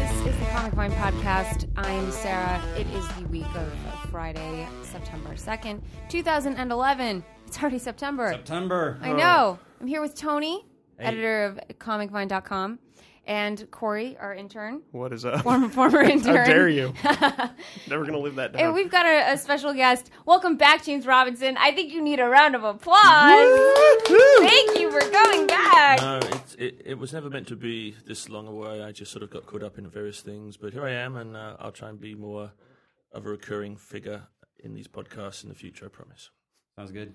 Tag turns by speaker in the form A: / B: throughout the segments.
A: Atomic Vine podcast. I'm Sarah. It is the week of Friday, September 2nd, 2011. It's already September.
B: September. Oh,
A: I know. I'm here with Tony, editor of comicvine.com, and Corey, our intern,
C: What is up?
A: former, former intern.
C: How dare you? Never gonna live that
A: And
C: down.
A: we've got a, a special guest. Welcome back, James Robinson. I think you need a round of applause.
C: Woo-hoo! Uh,
A: Thank you for coming back.
D: No, it, it, it was never meant to be this long away. I just sort of got caught up in various things. But here I am, and uh, I'll try and be more of a recurring figure in these podcasts in the future, I promise.
B: Sounds good.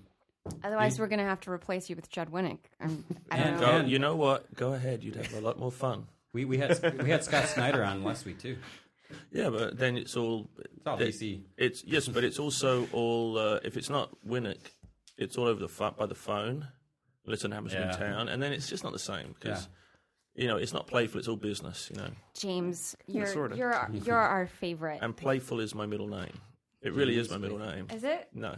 A: Otherwise, we're going to have to replace you with Judd Winnick. I'm, I don't
B: And
A: know.
D: Go,
B: Man.
D: you know what? Go ahead. You'd have a lot more fun.
B: We we had we had Scott Snyder on last week too.
D: Yeah, but then it's all. It's
B: all VC.
D: It's yes, but it's also all. Uh, if it's not Winnick, it's all over the pho- by the phone. Listen, happens
B: Yeah.
D: in town, and then it's just not the same because you know it's not playful. It's all business, you know.
A: James, you're
C: sorta.
A: you're our- you're our favorite.
D: And playful is my middle name. It really is my middle name.
A: Is it?
D: No.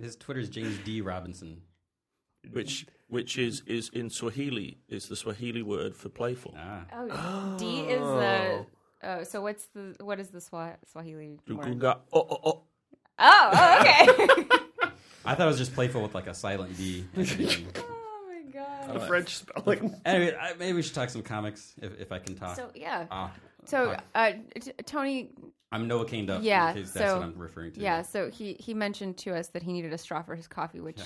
B: His Twitter's James D Robinson.
D: which which is is in Swahili is the Swahili word for playful.
B: Ah,
A: Oh, D is the. Oh, so what's the what is the Swa- Swahili word?
D: Dukunga- oh, oh, oh.
A: Oh, oh, okay.
B: I thought it was just playful with like a silent D. at the beginning.
A: oh my god.
C: The French spelling.
B: anyway, I, maybe we should talk some comics if, if I can talk.
A: So yeah.
B: Ah,
A: So
B: fuck.
A: uh, t- Tony,
B: I'm Noah Caned up.
A: Yeah,
B: in case that's
A: so-
B: what I'm referring to.
A: yeah. So he he mentioned to us that he needed a straw for his coffee, which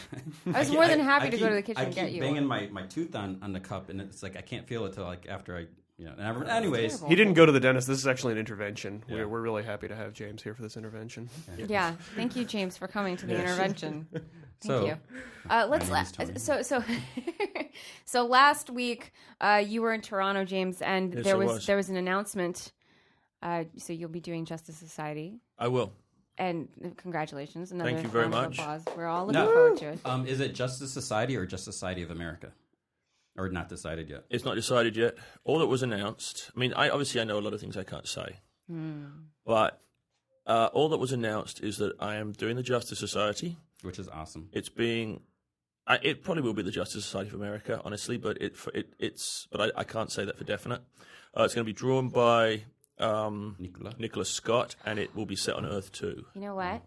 A: I was more than happy
B: I
A: to go to the
B: keep-
A: kitchen
B: I
A: and
B: keep
A: get you.
B: banging
A: one.
B: my, my tooth on, on the cup, and it's like I can't feel it till like after I, you know. And I, rem- anyways,
A: Terrible.
C: He didn't go to the dentist. This is actually an intervention.
B: Yeah.
C: We're, we're really happy to have James here for this intervention.
A: Yeah. Thank you, James, for coming to the intervention. Thank
B: So-
A: you. Uh, let's
B: My name is
A: so
B: Tony.
A: so so last week uh, you were in Toronto, James, and
D: Yes,
A: there
D: I
A: was,
D: was.
A: there was an announcement. Uh, so you'll be doing Justice Society,
D: I will.
A: and congratulations! Another
D: you very
A: round of
D: much.
A: Applause. We're all looking
B: No.
A: forward to it.
B: um, is it Justice Society or Justice Society of America? Or not decided yet?
D: It's not decided yet. All that was announced. I mean, I obviously I know a lot of things I can't say, but uh, all that was announced is that I am doing the Justice Society.
B: Which is awesome.
D: It's being. I, it probably will be the Justice Society of America, honestly, but it, it it's but I, I can't say that for definite. Uh, it's going to be drawn by um,
B: Nicola.
D: Nicholas Scott, and it will be set on Earth too.
A: You know what?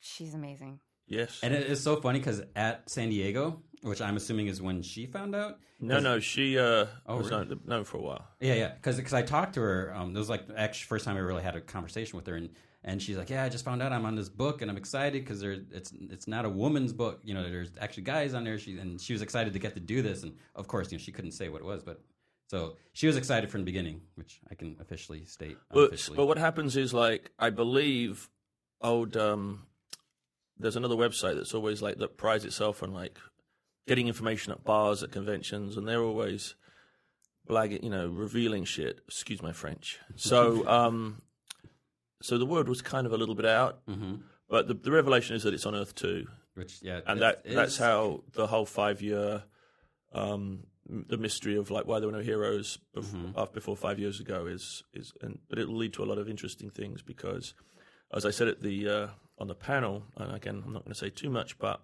A: She's amazing.
D: Yes,
B: And it is so funny because at San Diego, which I'm assuming is when she found out.
D: No, no, she uh,
B: Oh,
D: was
B: really?
D: known, known for a while.
B: Yeah, yeah. Because I talked to her. Um, it was like actually first time I really had a conversation with her, and and she's like, "Yeah, I just found out I'm on this book, and I'm excited because there it's it's not a woman's book. You know, there's actually guys on there. She and she was excited to get to do this, and of course, you know, she couldn't say what it was, but so she was excited from the beginning, which I can officially state.
D: But,
B: Unofficially.
D: but what happens is, like, I believe old. Um, there's another website that's always like that prides itself on like getting information at bars at conventions, and they're always blagging, you know, revealing shit. Excuse my French. So, um, so the word was kind of a little bit out,
B: Mm-hmm.
D: but the, the revelation is that it's on Earth too,
B: which yeah,
D: and
B: it
D: that that's
B: is-
D: how the whole five year um m- the mystery of like why there were no heroes before,
B: Mm-hmm.
D: before five years ago is is and but it'll lead to a lot of interesting things because as I said at the uh, on the panel and again I'm not going to say too much but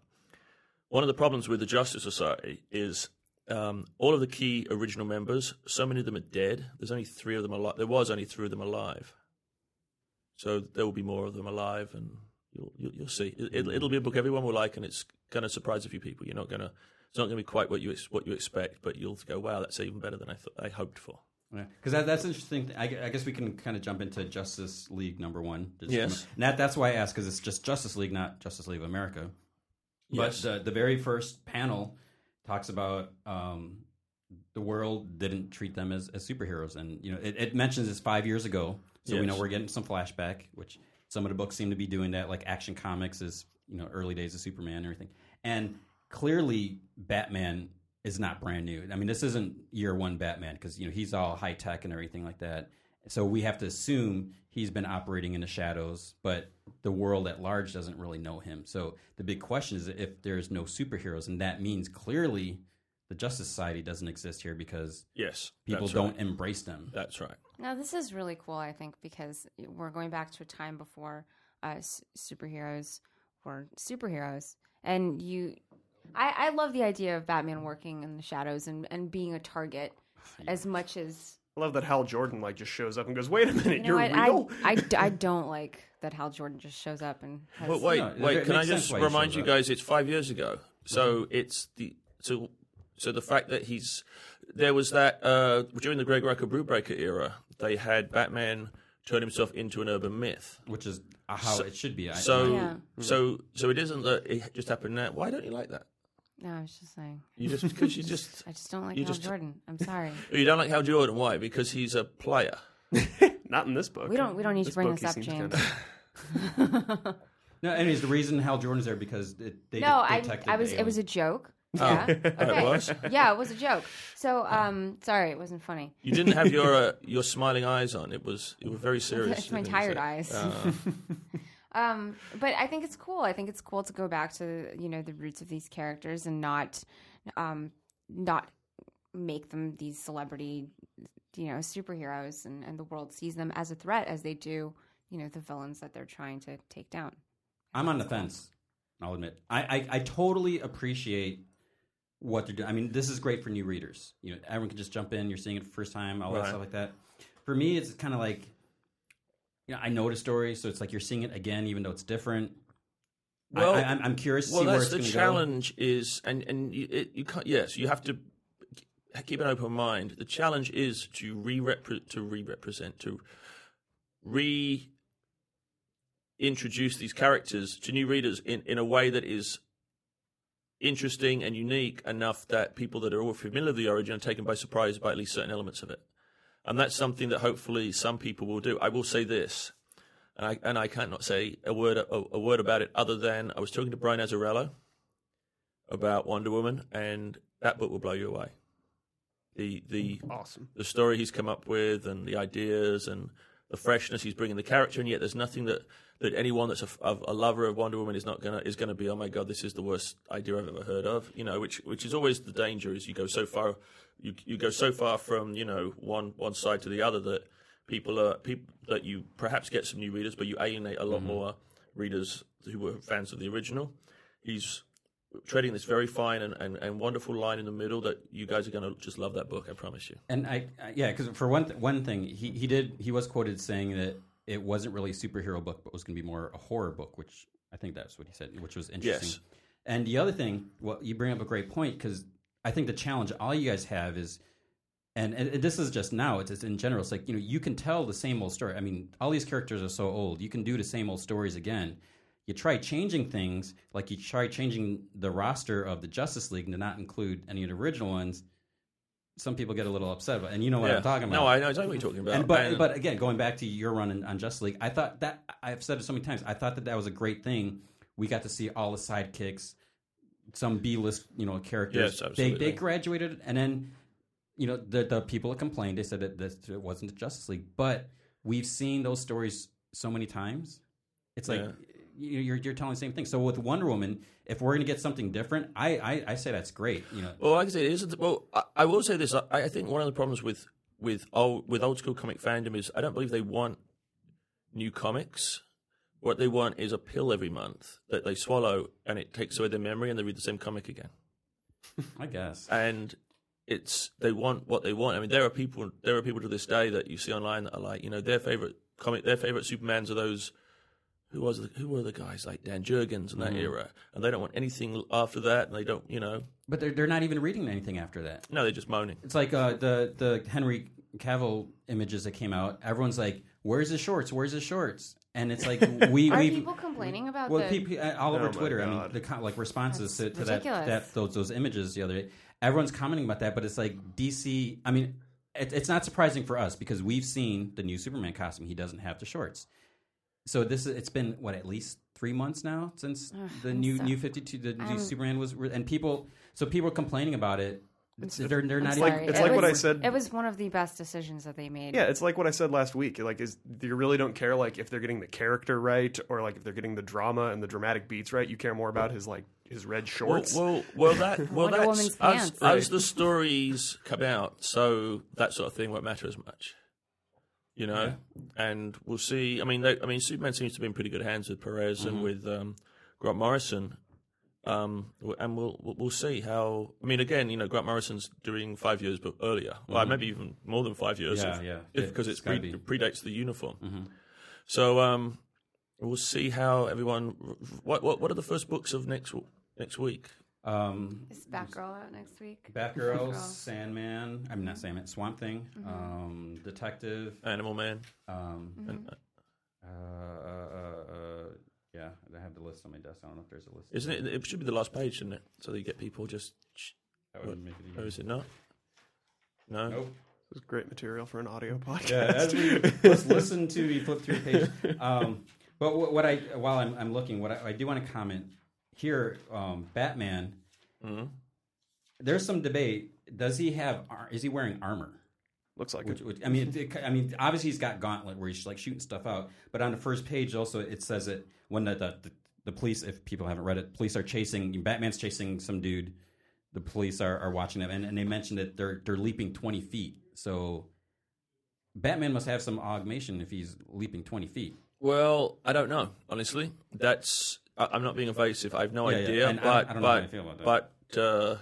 D: one of the problems with the Justice Society is um, all of the key original members so many of them are dead there's only three of them alive there was only three of them alive so there will be more of them alive, and you'll you'll, you'll see. It, it'll, it'll be a book everyone will like, and it's going to surprise a few people. You're not going to. It's not going to be quite what you ex- what you expect, but you'll go, "Wow, that's even better than I thought I hoped for."
B: Because that, that's interesting. I, gu- I guess we can kind of jump into Justice League number one. Just-
D: Yes.
B: And that, that's why I asked, because it's just Justice League, not Justice League of America. But
D: Yes.
B: the, the very first panel talks about um, the world didn't treat them as, as superheroes. And, you know, it, it mentions this five years ago. So we know
D: Yes.
B: we're getting some flashback, which some of the books seem to be doing that, like Action Comics is, you know, early days of Superman and everything. And clearly, Batman is not brand new. I mean, this isn't year one Batman because, you know, he's all high tech and everything like that. So we have to assume he's been operating in the shadows, but the world at large doesn't really know him. So the big question is if there's no superheroes, and that means clearly the Justice Society doesn't exist here because
D: Yes,
B: people
D: that's
B: don't
D: Right.
B: embrace them.
D: That's right.
A: Now this is really cool, I think, because we're going back to a time before uh, s- superheroes were superheroes, and you, I, I love the idea of Batman working in the shadows and, and being a target as much as
C: I love that Hal Jordan like just shows up and goes, "Wait a
A: You
C: minute,
A: know
C: you're
A: what?
C: real."
A: I, I d- I don't like that Hal Jordan just shows up and has,
D: But wait,
B: No, it-
D: wait.
B: it
D: Can I
B: makes sense
D: just
B: why he
D: remind
B: shows
D: you
B: up.
D: guys? It's five years ago, so it's the so so the fact that he's there was that uh, during the Greg Rucka Brewbreaker era, they had Batman turn himself into an urban myth.
B: which is how it should be. I,
D: So
A: Yeah.
D: so so it isn't that it just happened now. Why don't you like that?
A: no, I was just saying,
D: You just because you just
A: I just don't like
D: You
A: Hal
D: just-
A: Jordan. I'm sorry.
D: you don't like Hal Jordan. Why? Because he's a player.
C: Not in this book.
A: We don't. We don't need to
C: This
A: bring
C: book
A: this
C: he
A: up,
C: seems
A: James.
C: kinda-
B: no, anyways, the reason Hal Jordan's there because it, they
A: No,
B: de-
A: I.
B: detected
A: I was.
B: the
A: It was a
B: alien.
A: joke. Yeah.
D: That
A: Okay.
D: was.
A: yeah, it was a joke. So, um, sorry, it wasn't funny.
D: You didn't have your uh, your smiling eyes on. It was you were very serious.
A: It's my
D: when you
A: tired
D: said-
A: eyes. um, but I think it's cool. I think it's cool to go back to you know the roots of these characters and not, um, not make them these celebrity, you know, superheroes, and, and the world sees them as a threat as they do, you know, the villains that they're trying to take down.
B: I'm on the fence. I'll admit. I, I, I totally appreciate what they're doing. I mean, this is great for new readers. You know, everyone can just jump in. You're seeing it for the first time, all that
D: Right.
B: stuff like that. For me, it's kind of like, you know, I know the story, so it's like you're seeing it again, even though it's different. Well,
D: Well-
B: I, I'm, I'm curious to
D: Well,
B: see where it's
D: that's the
B: going to
D: challenge. Is and and you, it, you can't. Yes, you have to keep an open mind. The challenge is to re to re represent to re introduce these characters to new readers in in a way that is interesting and unique enough that people that are all familiar with the origin are taken by surprise by at least certain elements of it. And that's something that hopefully some people will do. I will say this, and I and I cannot say a word a, a word about it other than I was talking to Brian Azzarello about Wonder Woman, and that book will blow you away. The the
C: Awesome.
D: the story he's come up with and the ideas and the freshness he's bringing the character and yet there's nothing that that anyone that's a, f- of- a lover of Wonder Woman is not gonna is gonna be oh my god this is the worst idea I've ever heard of you know which which is always the danger is you go so far you you go so far from you know one one side to the other that people are people that you perhaps get some new readers but you alienate a lot more readers who were fans of the original he's treading this very fine and, and, and wonderful line in the middle that you guys are going to just love that book I promise you
B: And I, I yeah, because for one th- one thing, he he did he was quoted saying that it wasn't really a superhero book, but was going to be more a horror book, which I think that's what he said, which was interesting.
D: Yes.
B: And the other thing, well, you bring up a great point because I think the challenge all you guys have is, and, and this is just now, it's, it's in general, it's like you know you can tell the same old story. I mean, all these characters are so old, you can do the same old stories again. You try changing things, like you try changing the roster of the Justice League to not include any of the original ones. Some people get a little upset about, and you know what
D: Yeah.
B: I'm talking about.
D: No, I know exactly what you're talking about.
B: And but
D: And-
B: but again, going back to your run in, on Justice League, I thought that I've said it so many times. I thought that that was a great thing. We got to see all the sidekicks, some B list you know characters.
D: Yes, absolutely.
B: They they graduated, and then you know the the people that complained, they said that this it wasn't the Justice League, but we've seen those stories so many times. It's like.
D: Yeah.
B: you- You're, you're telling the same thing. So with Wonder Woman, if we're going to get something different, I, I, I say that's great. You know,
D: well, like I said, it isn't. Well, I, I will say this. I, I think one of the problems with with old with old school comic fandom is I don't believe they want new comics. What they want is a pill every month that they swallow, and it takes away their memory, and they read the same comic again.
B: I guess.
D: and it's they want what they want. I mean, there are people there are people to this day that you see online that are like, you know, their favorite comic, their favorite Supermans are those who was the, who were the guys like Dan Jurgens in that era, and they don't want anything after that, and they don't, you know,
B: But they're, they're not even reading anything after that.
D: no, they're just moaning.
B: It's like uh, the the Henry Cavill images that came out. Everyone's like, "Where's his shorts? Where's his shorts?" And it's like we
A: Are
B: we
A: people complaining about
B: well
A: the?
B: people uh, all over
C: Oh my
B: Twitter. I mean,
C: God.
B: the co- like responses to,
A: That's
B: to that
A: ridiculous.
B: that those those images the other day. Everyone's commenting about that, but it's like DC. I mean, it, it's not surprising for us because we've seen the new Superman costume. He doesn't have the shorts. So this is it's been what at least three months now since the new
A: so-
B: new fifty two the new
A: I'm-
B: Superman was re- and people so people are complaining about it. It's- They're, they're not
A: I'm
B: even
A: sorry.
C: it's
A: It
C: like what
A: was-
C: I said-
A: It was one of the best decisions that they made.
C: Yeah, it's like what I said last week. Like, is you really don't care like if they're getting the character right or like if they're getting the drama and the dramatic beats right. You care more about his like his red
D: Well,
C: shorts.
D: well, well, that well,
A: Wonder
D: that's
A: Woman's
D: as,
A: pants.
D: as the stories come out, so that sort of thing won't matter as much, you know. And we'll Mm-hmm. see. I mean, they, I mean, Superman seems to be in pretty good hands with Perez and with um, Grant Morrison. Um, w- and we'll we'll we'll see how. I mean, again, you know, Grant Morrison's doing five years, but earlier, well, maybe even more than five years.
B: Mm-hmm. Yeah,
D: if-
B: yeah.
D: if- because
B: It's
D: it's pre-
B: gotta Mm-hmm.
D: predates the uniform. So um, we'll see how everyone. What what what are the first books of next w- next week?
B: Um,
A: Is Batgirl out next week?
B: Batgirl,
A: Batgirl. Mm-hmm.
B: Sandman. I'm not Sandman. Swamp Thing. Um, Detective.
D: Animal Man.
B: Um,
D: And, uh,
B: uh, uh, uh, uh, yeah, I have the list on my desk. I don't know if there's a list.
D: isn't it? It should be the last page, shouldn't it? So that you get people just.
B: That would make it easier.
D: Or is it not? No.
B: Nope.
C: This is great material for an audio podcast.
B: Yeah, as we let's listen to you flip through the page. Um, but what, what I while I'm, I'm looking, what I, I do want to comment here, um, Batman.
D: Mm-hmm.
B: There's some debate. Does he have? ar- Is he wearing armor?
C: Looks like
B: Which,
C: it.
B: which I mean, it, I mean, obviously he's got gauntlet where he's like shooting stuff out. But on the first page, also it says it when the the, the, the police, if people haven't read it, police are chasing Batman's chasing some dude. The police are, are watching him, and, and they mentioned that they're they're leaping twenty feet. So Batman must have some augmentation if he's leaping twenty feet.
D: Well, I don't know. Honestly, that's I, I'm not being evasive. I have no
B: Yeah, yeah,
D: idea.
B: and I don't-
D: But
B: I don't know
D: but
B: how I feel about that.
D: but uh,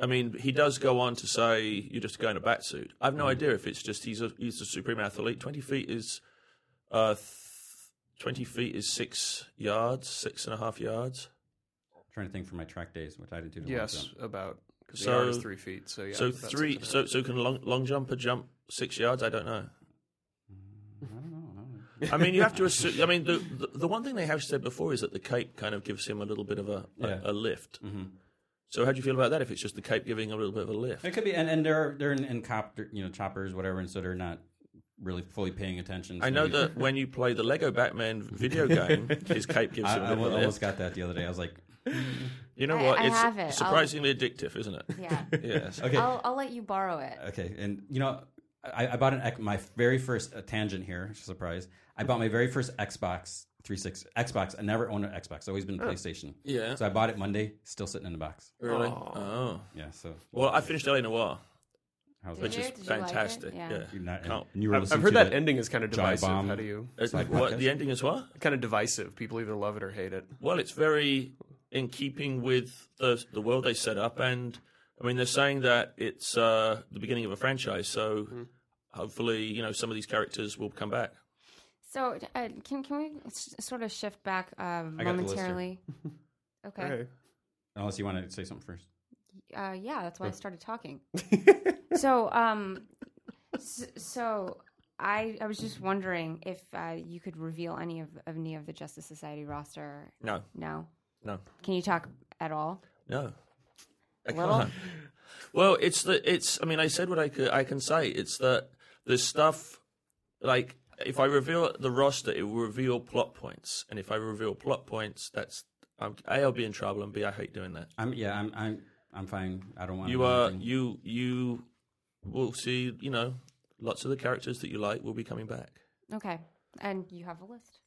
D: I mean, he does go on to say you're just going a bat suit. I have
B: Mm.
D: no idea if it's just he's a he's a supreme athlete. Twenty feet is uh, th- twenty feet is six yards, six and a half yards.
B: trying to think for my track days, which I didn't do. the long
C: Yes,
B: jump.
C: about because
D: So-
C: the yard is three feet. So yeah,
D: so
C: that's
D: three.
C: something.
D: So so can long long jumper jump six yards? I don't know.
B: I don't know. I don't know.
D: I mean, you have to assume. I mean, the, the the one thing they have said before is that the cape kind of gives him a little bit of a a,
B: Yeah.
D: a lift. So how do you feel about that? If it's just the cape giving a little bit of a lift,
B: It could be, and, and they're they're in, in copter, you know, choppers, whatever, and so they're not really fully paying attention.
D: I
B: so
D: know
B: he's-
D: that when you play the Lego Batman video game, his cape gives
B: I,
D: him a
B: I
D: bit of a
B: almost
D: lift.
B: got that the other day. I was like,
D: You know
A: I-
D: what?
A: I
D: it's
A: have it. I'll-
D: surprisingly addictive, isn't it?
A: Yeah.
D: Yes.
B: okay,
A: I'll, I'll let you borrow it.
B: okay, and you know, I, I bought an X- my very first uh, tangent here. Surprise! I bought my very first Xbox 360 Xbox. I never owned an Xbox. Always been PlayStation.
D: Yeah.
B: So I bought it Monday. Still sitting in the box.
D: Really?
C: Aw.
D: Oh.
B: Yeah. So
D: Well, I finished LA Noir,
B: how's
A: Did
D: which
B: that?
A: you?
D: is
A: like it?
D: fantastic.
A: Yeah.
D: Yeah.
B: You're not-
D: Can't-
B: and you were
C: I've,
B: listening
C: I've heard
B: to
C: that ending is kind of
B: Giant
C: divisive.
B: Bomb.
C: How do you?
D: It's-
B: Side
D: Uh, what
B: podcast.
D: the ending is? What?
C: Kind of divisive. People either love it or hate it.
D: Well, it's very in keeping with the the world they set up, and I mean they're saying that it's uh, the beginning of a franchise. So hopefully, you know, some of these characters will come back.
A: So uh, can can we s- sort of shift back um,
B: I got the list here.
A: momentarily? Okay.
C: Okay.
B: Unless you want to say something first.
A: Uh, yeah, that's why I started talking. so, um, s- so I I was just wondering if uh, you could reveal any of, of any of the Justice Society roster
D: No,
A: now.
D: no,
A: Can you talk at all?
D: no. I
A: Little?
D: can't. Well, it's the it's. I mean, I said what I could. I can say it's that the stuff like if I reveal the roster, it will reveal plot points, and if I reveal plot points, that's I'm, a I'll be in trouble, and b I hate doing that.
B: I'm yeah. I'm I'm I'm fine. I don't want
D: you
B: to
C: uh,
B: know
D: are
B: anything.
D: you you will see you know lots of the characters that you like will be coming back
A: Okay, and you have a list.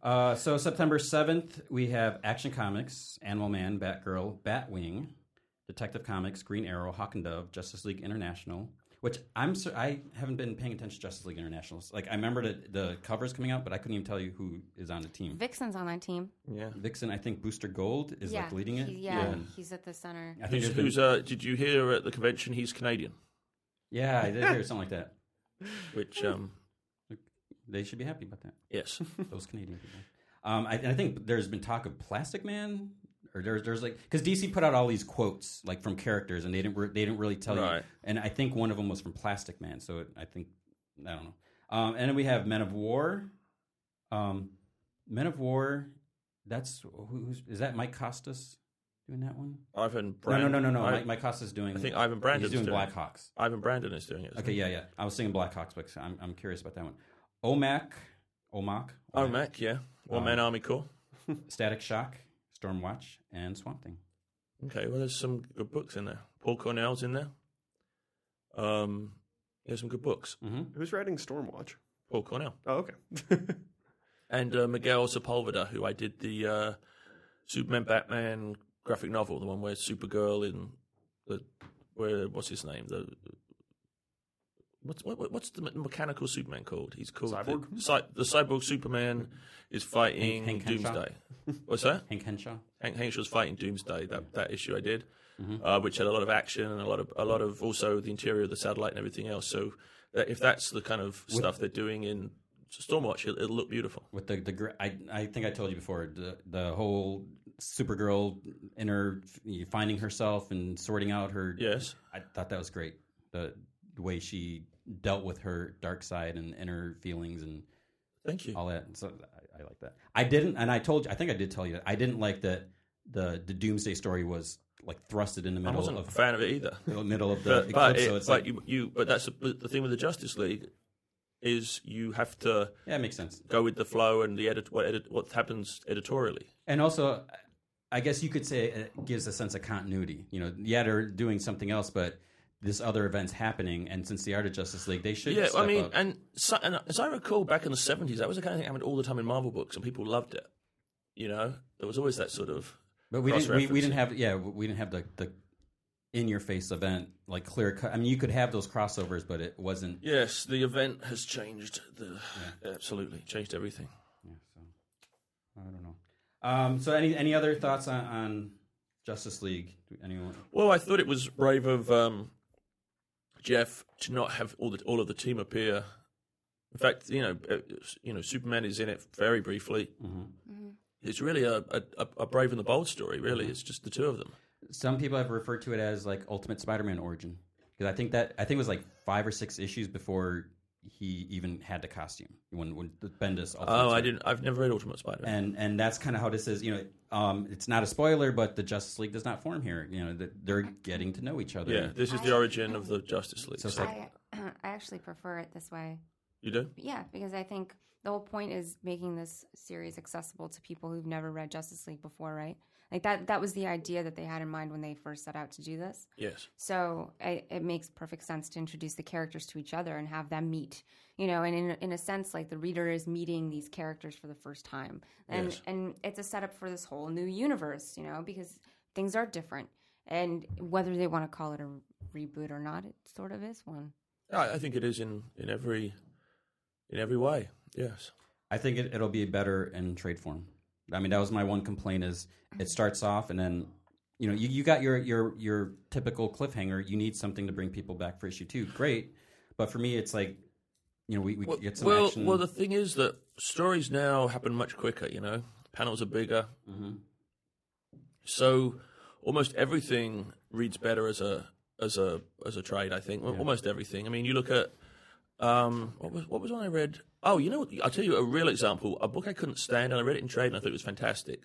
B: Uh, so September seventh, we have Action Comics, Animal Man, Batgirl, Batwing, Detective Comics, Green Arrow, Hawk and Dove, Justice League International. Which I'm sur- I haven't been paying attention to Justice League International. Like I remember the, the covers coming out, but I couldn't even tell you who is on the team.
A: Vixen's on that team.
D: yeah
B: Vixen, I think Booster Gold is
A: yeah,
B: like leading it.
A: he- yeah,
B: And
A: he's at the center.
B: I think
D: who's,
B: there's been-
D: who's uh did you hear at the convention he's canadian
B: yeah, I did hear something like that.
D: which um
B: They should be happy about that.
D: yes
B: Those Canadian people. Um, I, I think there's been talk of Plastic Man, or there's there's like because DC put out all these quotes like from characters, and they didn't re- they didn't really tell you.
D: Right.
B: And I think one of them was from Plastic Man, so it, I think I don't know. Um, and then we have Men of War. Um, Men of War. That's who, who's is that Mike Costas doing that one?
D: ivan brandon
B: no, no, no, no, no.
D: I,
B: Mike, Mike Costas doing.
D: I think ivan brandon's
B: he's doing
D: doing
B: Black Hawks.
D: it. ivan brandon is doing it isn't
B: Okay,
D: he?
B: yeah, yeah. I was thinking Black Hawks, but I'm I'm curious about that one. Omac, Omac,
D: oh mac yeah one man army corps
B: Static Shock, Stormwatch, and Swamp Thing.
D: okay well there's some good books in there paul cornell's in there um there's some good books
C: Who's writing Stormwatch?
D: paul cornell
C: Oh, okay.
D: and uh, Miguel Sepulveda, who I did the uh, Superman Batman graphic novel, the one where Supergirl in the where what's his name the What's what, what's the me- mechanical Superman called? He's called
C: Cyborg?
D: The, Cy- the cyborg Superman is fighting
B: Hank- Hank Henshaw?
D: Doomsday. What's that?
B: Hank Henshaw.
D: Hank Henshaw's fighting Doomsday. That that issue I did,
B: Mm-hmm.
D: uh, which had a lot of action and a lot of a lot of also the interior of the satellite and everything else. So that, if that's the kind of stuff they're doing in Stormwatch, it'll, it'll look beautiful.
B: with the the gr- I I think I told you before the the whole Supergirl inner finding herself and sorting out her.
D: Yes.
B: I thought that was great. The, the way she dealt with her dark side and inner feelings and
D: Thank you.
B: all that. So I, I like that. I didn't, and I told you. I think I did tell you that I didn't like that the the Doomsday story was like thrusted in the
D: I
B: middle
D: wasn't a
B: of
D: fan of it either.
B: the middle of the
D: but,
B: eclipse.
D: but, it-
B: so it's
D: but
B: like
D: you, you but that's but the thing with the Justice League is you have to
B: yeah, it makes sense.
D: go with the flow and the edit what edit what happens editorially.
B: And also, I guess you could say it gives a sense of continuity. You know, yeah, they're doing something else, but this other event's happening. And since the Art of Justice League, they should.
D: Yeah,
B: step
D: I mean,
B: up.
D: and, so, and as I recall, back in the seventies, that was the kind of thing that happened all the time in Marvel books, and people loved it. You know, there was always that sort of
B: but we didn't. We, we didn't
D: cross-referencing.
B: have. Yeah, we didn't have the the in your face event like clear cut. I mean, you could have those crossovers, but it wasn't.
D: yes, the event has changed the absolutely changed everything.
B: Yeah, so I don't know. Um, so any any other thoughts on, on Justice League? Do Anyone?
D: Well, I thought it was brave of um, Jeff to not have all the all of the team appear. In fact, you know, uh, you know, Superman is in it very briefly. It's really a, a a brave and the bold story. Really, it's just the two of them.
B: Some people have referred to it as like Ultimate Spider-Man origin because I think that I think it was like five or six issues before he even had the costume when when the Bendis. Ultimate
D: Oh, I
B: Spider-
D: didn't. I've never read Ultimate Spider-Man.
B: And and that's kind of how this is. You know, um, it's not a spoiler, but the Justice League does not form here. You know, that they're getting to know each other.
D: Yeah, this is the origin of the Justice League.
B: So it's
D: So-
B: like-
A: I, I actually prefer it this way.
D: you do?
A: Yeah, because I think the whole point is making this series accessible to people who've never read Justice League before, right? Like that that was the idea that they had in mind when they first set out to do this.
D: Yes.
A: So it, it makes perfect sense to introduce the characters to each other and have them meet, you know, and in, in a sense, like the reader is meeting these characters for the first time. And,
D: Yes.
A: and it's a setup for this whole new universe, you know, because things are different. And whether they want to call it a reboot or not, it sort of is one.
D: I, I think it is in, in every in every way. Yes.
B: I think it, it'll be better in trade form. I mean, that was my one complaint: is
D: Mm-hmm.
B: it starts off and then you know you, you got your your your typical cliffhanger. You need something to bring people back for issue two. Great, but for me, it's like you know we, we get some
D: well,
B: action.
D: well, the thing is that stories now happen much quicker. You know, panels are bigger,
B: Mm-hmm.
D: so almost everything reads better as a as a as a trade. I think Al- almost everything. I mean, you look at um, what was what was one I read? Oh, you know, I'll tell you a real example. A book I couldn't stand, and I read it in trade, and I thought it was fantastic.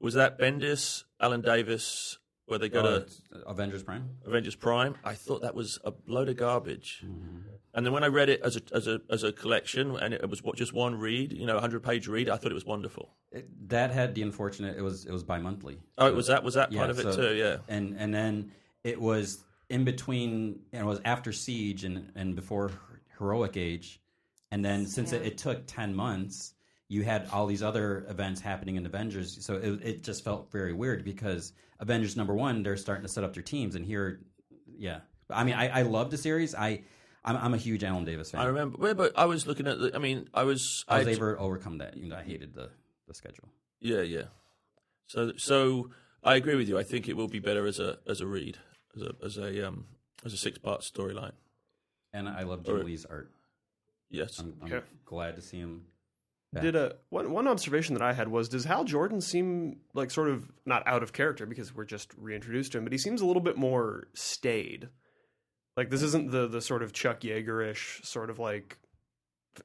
D: Was that Bendis, Alan Davis, where they go
B: Uh,
D: to
B: it's Avengers Prime.
D: Avengers Prime. I thought that was a load of garbage.
C: Mm-hmm.
D: And then when I read it as a as a as a collection, and it was what just one read, you know, a hundred page read, I thought it was wonderful.
B: It, that had the unfortunate. It was it was bi-monthly.
D: Oh, it was that was that part of it
B: so-
D: too. Yeah,
B: And and then it was in between and it was after Siege and, and before Heroic Age. And then since it,
A: Yeah.
B: it took ten months, you had all these other events happening in Avengers. So it it just felt very weird because Avengers number one, they're starting to set up their teams and here yeah. I mean I, I love the series. I I'm, I'm a huge Alan Davis fan.
D: I remember. Well, but I was looking at. The, I mean, I was.
B: I was
D: I'd-
B: able to overcome that. You know, I hated the, the schedule.
D: Yeah, yeah. So so I agree with you. I think it will be better as a as a read as a as a um as a six part storyline.
B: And I love Jim Lee's art.
D: Yes.
B: I'm, I'm
C: Yeah.
B: glad to see him back.
C: Did a one one observation that I had was does Hal Jordan seem like sort of not out of character because we're just reintroduced to him, but he seems a little bit more staid. Like this isn't the the sort of Chuck Yeagerish sort of like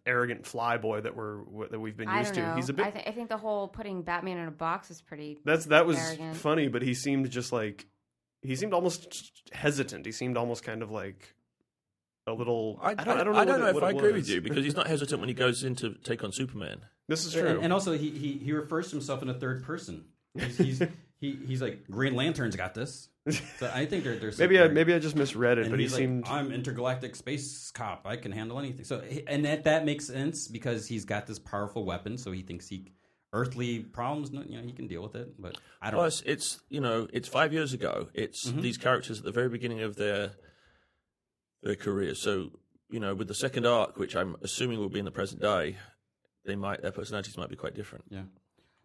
C: arrogant flyboy that we're that we've been
A: I
C: used
A: don't know.
C: to. He's a bit
A: I, th- I think the whole putting Batman in a box is pretty.
C: That's that was
A: Arrogant.
C: funny, but he seemed just like he seemed almost hesitant. He seemed almost kind of like a little. I, don't. I don't know, what it-
D: if
C: what
D: I
C: it
D: agree
C: was.
D: with you because he's not hesitant when he goes in to take on Superman.
C: This is
B: And-
C: true.
B: And, also, he, he he refers to himself in a third person. He's he's, he, he's like Green Lantern's got this. So I think there, there's some
C: maybe I
B: clarity.
C: maybe I just misread it,
B: And
C: but he
B: he's like,
C: seemed.
B: I'm intergalactic space cop. I can handle anything. So he- and that that makes sense because he's got this powerful weapon. So he thinks he earthly problems. no- You know, he can deal with it. But I don't. Mm-hmm.
D: Plus, it's you know, it's five years ago. It's these characters at the very beginning of their their career. So you know, with the second arc, which I'm assuming will be in the present day, they might their personalities might be quite different.
B: Yeah.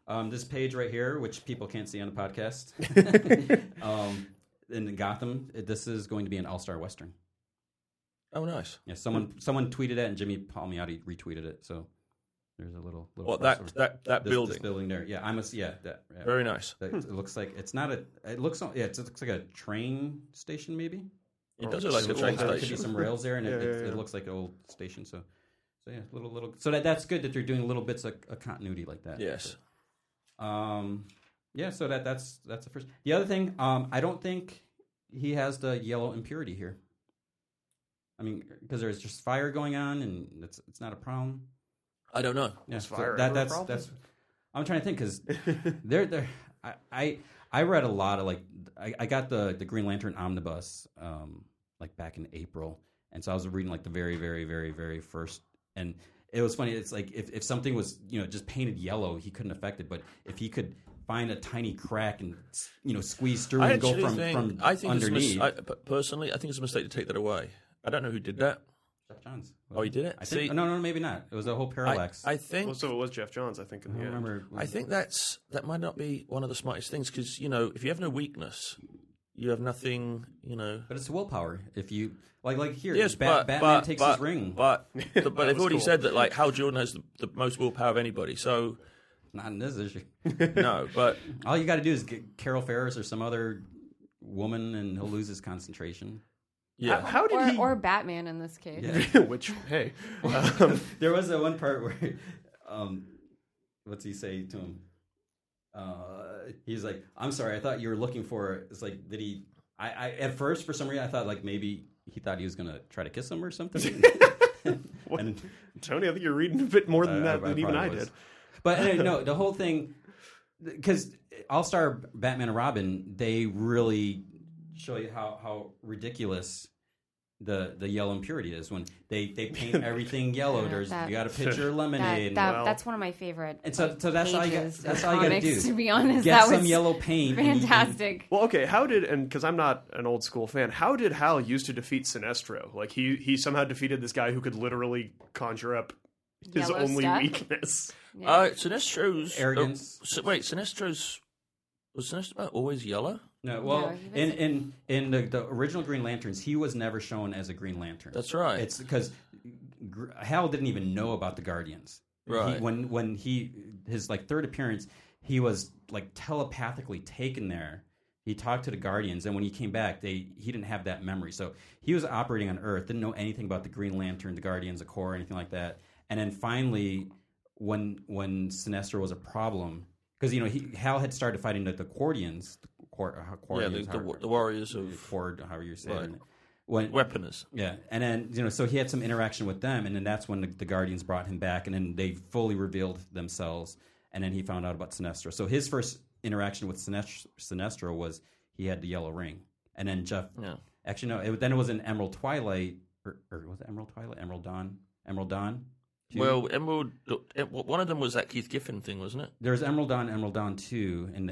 B: Um, this page right here, which people can't see on the podcast, um, in Gotham, this is going to be an All Star Western.
D: Oh, nice.
B: Yeah, someone someone tweeted it, and Jimmy Palmiotti retweeted it. So there's a little little.
D: Well, that
B: crossover.
D: that that
B: This-
D: building,
B: this building there. Yeah, I'm a yeah. That, yeah.
D: very nice.
B: That- it looks like it's not a. It looks yeah. It looks like a train station maybe.
D: It
C: Or
D: does look like a
C: something
D: train
C: like that.
B: There could be
D: station.
B: some rails there, and it,
C: Yeah, yeah,
B: it,
C: yeah.
B: it looks like an old station. So, so yeah, little little. So that that's good that they're doing little bits of, of continuity like that.
D: Yes.
B: Um, yeah, so that that's that's the first. The other thing, um, I don't think he has the yellow impurity here. I mean, because there's just fire going on, and it's it's not a problem.
D: I don't know.
B: Yeah,
C: Is
B: so
C: fire
B: that
C: ever a
B: that's
C: problem?
B: that's. I'm trying to think because there there I, I I read a lot of like I, I got the the Green Lantern omnibus um like back in April, and so I was reading like the very very very very first and. It was funny. It's like if, if something was you know just painted yellow, he couldn't affect it. But if he could find a tiny crack and you know squeeze through
D: I
B: and go
D: actually
B: from
D: think
B: from
D: I think it's
B: underneath,
D: a mis- I, but personally, I think it's a mistake to take that away. I don't know who did that.
B: Jeff Johns.
D: Oh, he did it?
B: I think,
D: See-
B: no, no, maybe not. It was a whole
D: I,
B: parallax.
D: I think
C: Well, so it was Jeff Johns, I think. In
B: I
C: the
B: don't
C: end.
B: remember.
D: I think that's that might not be one of the smartest things because you know if you have no weakness, you have nothing. You know.
B: But it's willpower. If you like, like here,
D: Yes,
B: Bat-
D: but,
B: Batman
D: but,
B: takes
D: but,
B: his ring.
D: But but
C: That
D: they've
C: was
D: already
C: cool.
D: said that like Hal Jordan has the, the most willpower of anybody. So
B: Not in this issue.
D: no, but
B: All you got to do is get Carol Ferris or some other woman, and he'll lose his concentration.
D: yeah.
C: How did
A: or,
C: he?
A: or Batman in this case.
B: Yeah.
C: which hey, um,
B: There was that one part where, um, what's he say to him? Uh, he's like, "I'm sorry, I thought you were looking for." It's like, did he? I, I at first, for some reason, I thought like maybe he thought he was gonna try to kiss him or something. and
C: Tony, I think you're reading a bit more than
B: I-
C: that
B: I- I
C: than even I
B: probably
C: did.
B: was. But anyway, no, the whole thing, because All Star Batman and Robin, they really show you how, how ridiculous the the yellow impurity is when they, they paint everything yellow.
A: Yeah,
B: There's
A: that-
B: you got a picture of lemonade.
A: That,
B: and-
A: that,
C: well-
A: that's one of my favorite.
B: and so, so that's all you got.
A: pages
B: That's
A: of
B: all you got to
A: comics,
B: do.
A: to be honest.
B: get
A: That
B: some
A: was
B: yellow paint. and-
A: Fantastic.
C: Well, okay, how did and because I'm not an old school fan, how did Hal used to defeat Sinestro? Like he he somehow defeated this guy who could literally conjure up his
A: Yellow
C: only
A: stuff?
C: weakness.
A: Yeah.
D: Uh, Sinestro's
B: Arrogance.
D: uh, so- wait, Sinestro's was Sinestro always yellow?
B: No, well,
A: No, he
B: in,
A: was-
B: in in the, the original Green Lanterns, he was never shown as a Green Lantern.
D: That's right.
B: It's because Gr- Hal didn't even know about the Guardians.
D: Right.
B: He, when when he his like third appearance, he was like telepathically taken there. He talked to the Guardians, and when he came back, they he didn't have that memory. So he was operating on Earth, didn't know anything about the Green Lantern, the Guardians, the Corps, anything like that. And then finally, when when Sinestro was a problem, because you know he Hal had started fighting the, the Quardians, the Quar- uh,
D: yeah,
B: Quardians,
D: the, the,
B: however-
D: the warriors of
B: Quard, however you're saying
D: Right.
B: it. When,
D: weaponers.
B: yeah, and then you know, so he had some interaction with them, and then that's when the, the Guardians brought him back, and then they fully revealed themselves, and then he found out about Sinestro. So his first interaction with Sinestro, Sinestro was he had the yellow ring, and then Jeff.
D: Yeah.
B: Actually, no, it, then it was in Emerald Twilight, or, or was it Emerald Twilight? Emerald Dawn. Emerald Dawn. two?
D: Well, Emerald. look, em- One of them was that Keith Giffen thing, wasn't it?
B: there was Emerald Dawn, Emerald Dawn two, and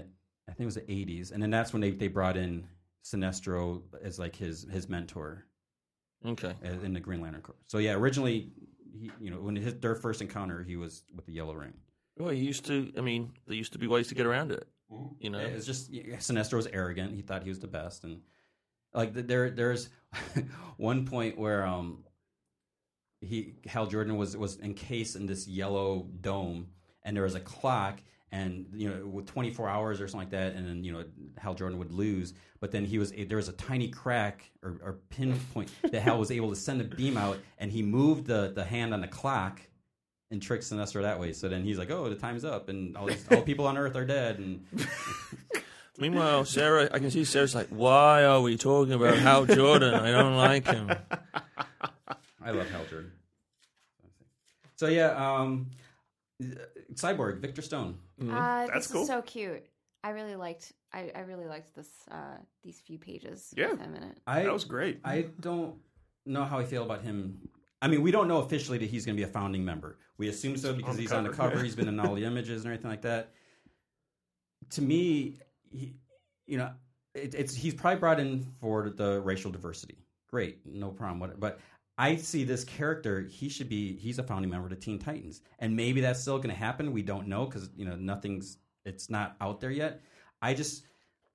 B: I think it was the '80s, and then that's when they, they brought in Sinestro as like his his mentor.
D: Okay.
B: as- in the Green Lantern Corps. So yeah, originally, he, you know, when his, their first encounter, he was with the Yellow Ring.
D: Well, he used to. I mean, there used to be ways to get around it. You know.
B: It was just yeah, Sinestro was arrogant. He thought he was the best, and like th- there, there's one point where um he Hal Jordan was was encased in this yellow dome, and there was a clock. And you know, with 24 hours or something like that, and then you know, Hal Jordan would lose. But then he was there was a tiny crack or, or pinpoint that Hal was able to send a beam out, and he moved the the hand on the clock, and tricked Sinestro that way. So then he's like, "Oh, the time's up, and all, these, all people on Earth are dead." And
D: Meanwhile, Sarah, I can see Sarah's like, "Why are we talking about Hal Jordan? I don't like him."
B: I love Hal Jordan. So yeah, um, Cyborg Victor Stone.
A: Uh, this
C: That's cool.
A: is so cute. I really liked. I, I really liked this. Uh, these few pages.
C: Yeah.
A: With him in it.
B: I
C: That was great.
B: I don't know how I feel about him. I mean, we don't know officially that he's going to be a founding member. We assume so because
C: On the
B: he's on the
C: cover,
B: cover.
C: yeah.
B: He's been in all the images and everything like that. To me, he, you know, it, it's he's probably brought in for the racial diversity. Great, no problem. What, but I see this character. He should be. He's a founding member of the Teen Titans, and maybe that's still going to happen. We don't know because you know nothing's. It's not out there yet. I just.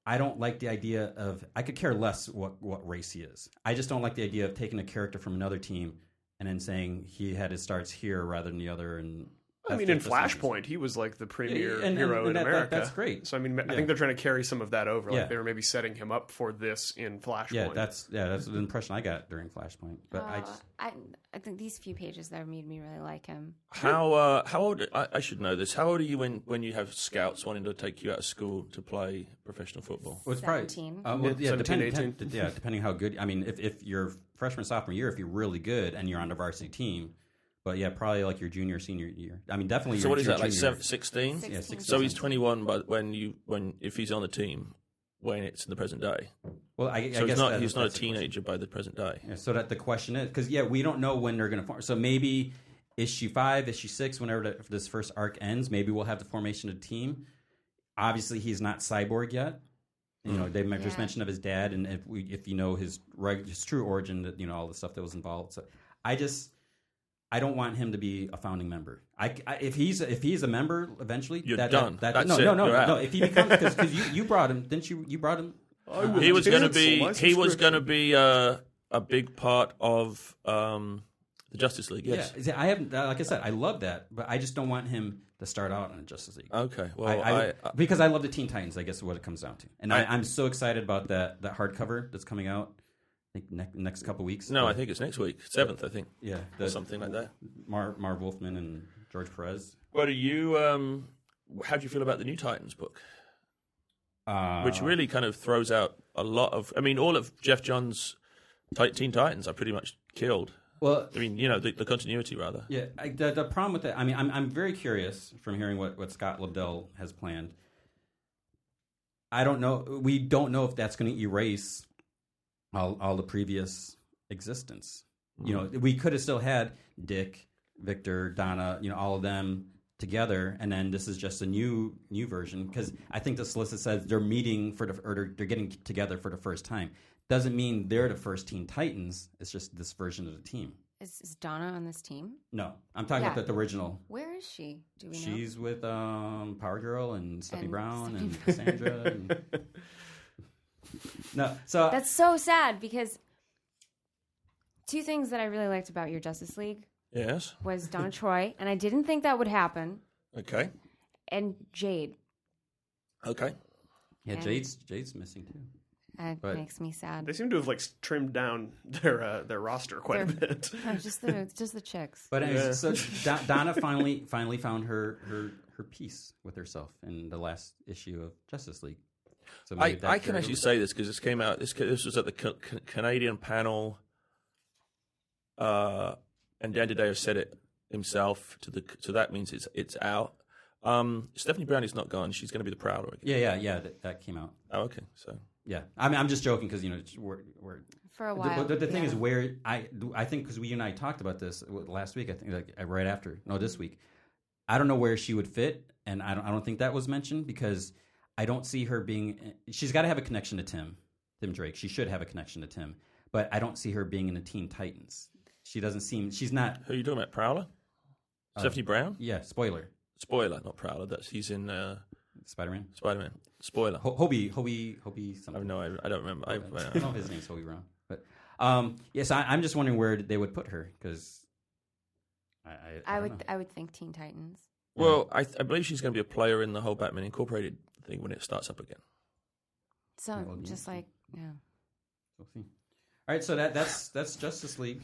B: I don't like the idea of. I could care less what what race he is. I just don't like the idea of taking a character from another team and then saying he had his starts here rather than the other. And
C: I mean, in
B: that's- that's-
C: Flashpoint, he was like the premier
B: and- and-
C: hero
B: and
C: in
B: that- that-
C: America.
B: that's great.
C: So I mean, I
B: Yeah.
C: think they're trying to carry some of that over. Like
B: Yeah.
C: they were maybe setting him up for this in Flashpoint.
B: Yeah, that's yeah, that's the impression I got during Flashpoint. But I
A: Uh,
B: just
A: I, I think these few pages though made me really like him.
D: How uh, how old? I, I should know this. How old are you when, when you have scouts wanting to take you out of school to play professional football?
B: Well, it's probably-
A: 17.
B: Uh, well,
C: Yeah,
B: yeah,
C: 17,
B: depending,
C: 18.
B: depend- yeah, depending how good. I mean, if, if you're freshman, sophomore year, if you're really good and you're on the varsity team, but yeah, probably like your junior, senior year. I mean, definitely.
D: So
B: your-
D: what is
B: your
D: that like?
B: junior-
D: seven- 16?
B: Yeah,
A: 16.
D: So he's twenty one, but when you when if he's on the team, when it's in the present day,
B: Well, I, I
D: so he's
B: guess
D: not
B: that-
D: he's not a
B: that's the question.
D: teenager by the present day.
B: Yeah, so that the question is because yeah, we don't know when they're going to form. So maybe issue five, issue six, whenever the, this first arc ends, maybe we'll have the formation of the team. Obviously, he's not cyborg yet. You
D: Mm.
B: know, they might just
A: Yeah.
B: mention of his dad, and if we, if you know his reg, his true origin, that you know all the stuff that was involved. So I just. I don't want him to be a founding member. I, I- if he's if he's a member eventually,
D: You're
B: that,
D: done.
B: That,
D: That's
B: no,
D: it.
B: no, no,
D: You're out.
B: no. If he becomes because you, you brought him, didn't you? You brought him.
D: Oh,
B: uh,
D: He was going to be he was going to be uh, a big part of um, the Justice League. Yes.
B: Yeah, see, I haven't. uh, Like I said, I love that, but I just don't want him to start out in Justice League.
D: Okay. Well,
B: I, I-
D: Oh, I, uh,
B: because I love the Teen Titans. I guess is what it comes down to, and I,
D: I-
B: I, am so excited about that that hardcover that's coming out. I think ne- next couple weeks.
D: no, I
B: The-
D: think it's next week, seventh. I think
B: yeah,
D: or
B: the-
D: something like that.
B: Mar Mar Wolfman and George Perez,
D: What do you? Um, how do you feel about the new Titans book,
B: uh,
D: which really kind of throws out a lot of? I mean, all of Jeff John's Ti- Teen Titans are pretty much killed.
B: well.
D: I mean, you know, the, the continuity rather.
B: Yeah, I, the, the problem with that, I mean, I'm, I'm very curious from hearing what, what Scott Lobdell has planned. I don't know. We don't know if that's going to erase all, all the previous existence. You know, we could have still had Dick, Victor, Donna, you know, all of them together, and then this is just a new new version because I think the solicit says they're meeting for the or they're, they're getting together for the first time. Doesn't mean they're the first Teen Titans. It's just this version of the team.
A: Is, is Donna on this team?
B: No, I'm talking
A: Yeah.
B: about the, the original
A: Where is she? Do we know?
B: She's with um, Power Girl and Stephanie
A: And
B: Brown
A: Stephanie
B: and Cassandra. and... No, so
A: That's so sad because two things that I really liked about your Justice League
D: Yes.
A: was Donna Troy, and I didn't think that would happen,
D: Okay.
A: and Jade.
D: Okay.
B: yeah,
A: and-
B: Jade's Jade's missing too.
A: That
B: Right.
A: makes me
C: They
A: sad.
C: seem to have like trimmed down their uh, their roster quite a
A: Their-
C: bit.
A: No, just the just the chicks.
B: But anyways, so
C: Yeah.
B: Don- Donna finally finally found her her her peace with herself in the last issue of Justice League. So
D: I,
B: that
D: I can
B: carried
D: actually
B: over.
D: say this because this came out. This ca- this was at the ca- Ca- Canadian panel, uh, and Dan Tadeo said it himself. To the so that means it's it's out. Um, Stephanie Brown is not gone. She's going to be the Prowler again.
B: Yeah, yeah, yeah. That, that came out.
D: Oh, okay. So
B: Yeah, I mean, I'm just joking because you know it's- we're we're
A: For a
B: The-
A: while.
B: The, the thing
A: yeah.
B: is, where I I think because we and I talked about this uh, last week, I think like uh, right after no this week, I don't know where she would fit, and I don't I don't think that was mentioned because I don't see her being. uh, She's got to have a connection to Tim, Tim Drake. She should have a connection to Tim, but I don't see her being in the Teen Titans. She doesn't seem. She's not.
D: who are you talking about? Prowler,
B: Oh.
D: Stephanie Brown.
B: Yeah, spoiler,
D: Spoiler, not Prowler. That's he's in uh,
B: Spider Man.
D: Spider Man. Spoiler.
B: Ho- Hobie, Hobie, Hobie.
D: I have
B: Something.
D: no. I, I don't remember. I, I
B: I don't know if his name's Hobie Brown, but um, yes, I, I'm just wondering where they would put her because. I, I,
A: I
B: don't
A: would
B: know.
A: I would think Teen Titans.
D: well, I, I believe she's going to be a player in the whole Batman Incorporated thing when it starts up again.
A: So
B: well, you
A: just
B: know.
A: like yeah.
B: We'll see. All right, so that that's that's Justice League,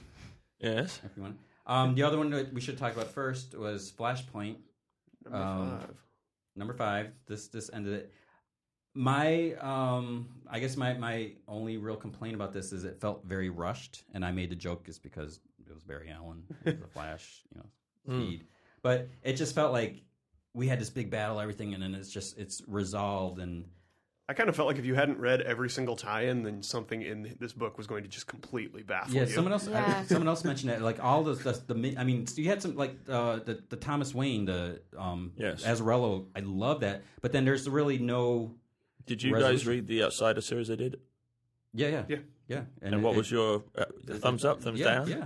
D: Yes.
B: everyone. Um, the other one that we should talk about first was Flashpoint
C: Number
B: Um,
C: five.
B: number five. This this ended it. My um, I guess my my only real complaint about this is it felt very rushed, and I made the joke just because it was Barry Allen, it was the Flash, you know, speed. But it just felt like we had this big battle, everything, and then it's just it's resolved, and
C: I kind of felt like if you hadn't read every single tie-in, then something in this book was going to just completely baffle
B: Yeah,
C: you.
B: someone else. I-
A: Yeah.
B: someone else mentioned it. Like all those, the, the mi- I mean, you had some like uh, the the Thomas Wayne, the um,
D: Yes.
B: Azarello. I love that. But then there's really no.
D: Did you guys
B: Resolution.
D: read the Outsider series they did?
B: Yeah, yeah,
C: Yeah.
B: yeah.
D: And what
B: it-
D: was your uh, thumbs up, thumbs
B: yeah,
D: down?
B: Yeah,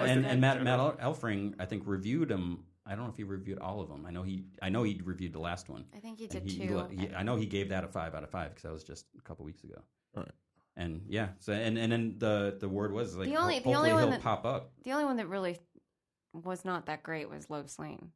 A: Oh, I
B: and,
A: see.
B: and Matt, Matt Al- Elfring, I think reviewed them. I don't know if he reviewed all of them. I know he, I know he reviewed the last one.
A: I think you
B: And
A: did
B: he- he
A: too.
B: le- he- I know he gave that a five out of five because that was just a couple weeks ago.
D: Right.
B: And yeah, so and and then the the word was like
A: The only-
B: ho-
A: the only
B: hopefully
A: one
B: he'll
A: that-
B: pop up.
A: The only one that really was not that great was Loeb Lane.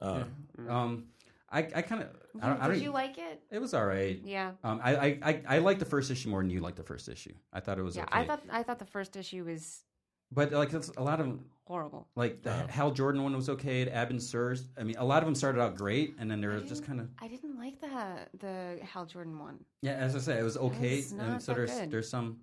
D: Uh,
B: Um, I I kind of I
A: Mm.
B: don't,
A: did
B: I don't
A: you like it?
B: it was all right.
A: Yeah.
B: Um, I, I I I liked the first issue more than you liked the first issue. I thought it was
A: Yeah,
B: okay.
A: I thought I thought the first issue was
B: but like that's a lot of
A: horrible.
B: like the
D: Wow.
B: Hal Jordan one was okay. The Abin Sirs. I mean, a lot of them started out great, and then there
A: I
B: was just
A: didn't-
B: kind of
A: I didn't like the the Hal Jordan one.
B: yeah. As I said, it was okay.
A: It's
B: and
A: not
B: so
A: that
B: there's
A: good.
B: there's some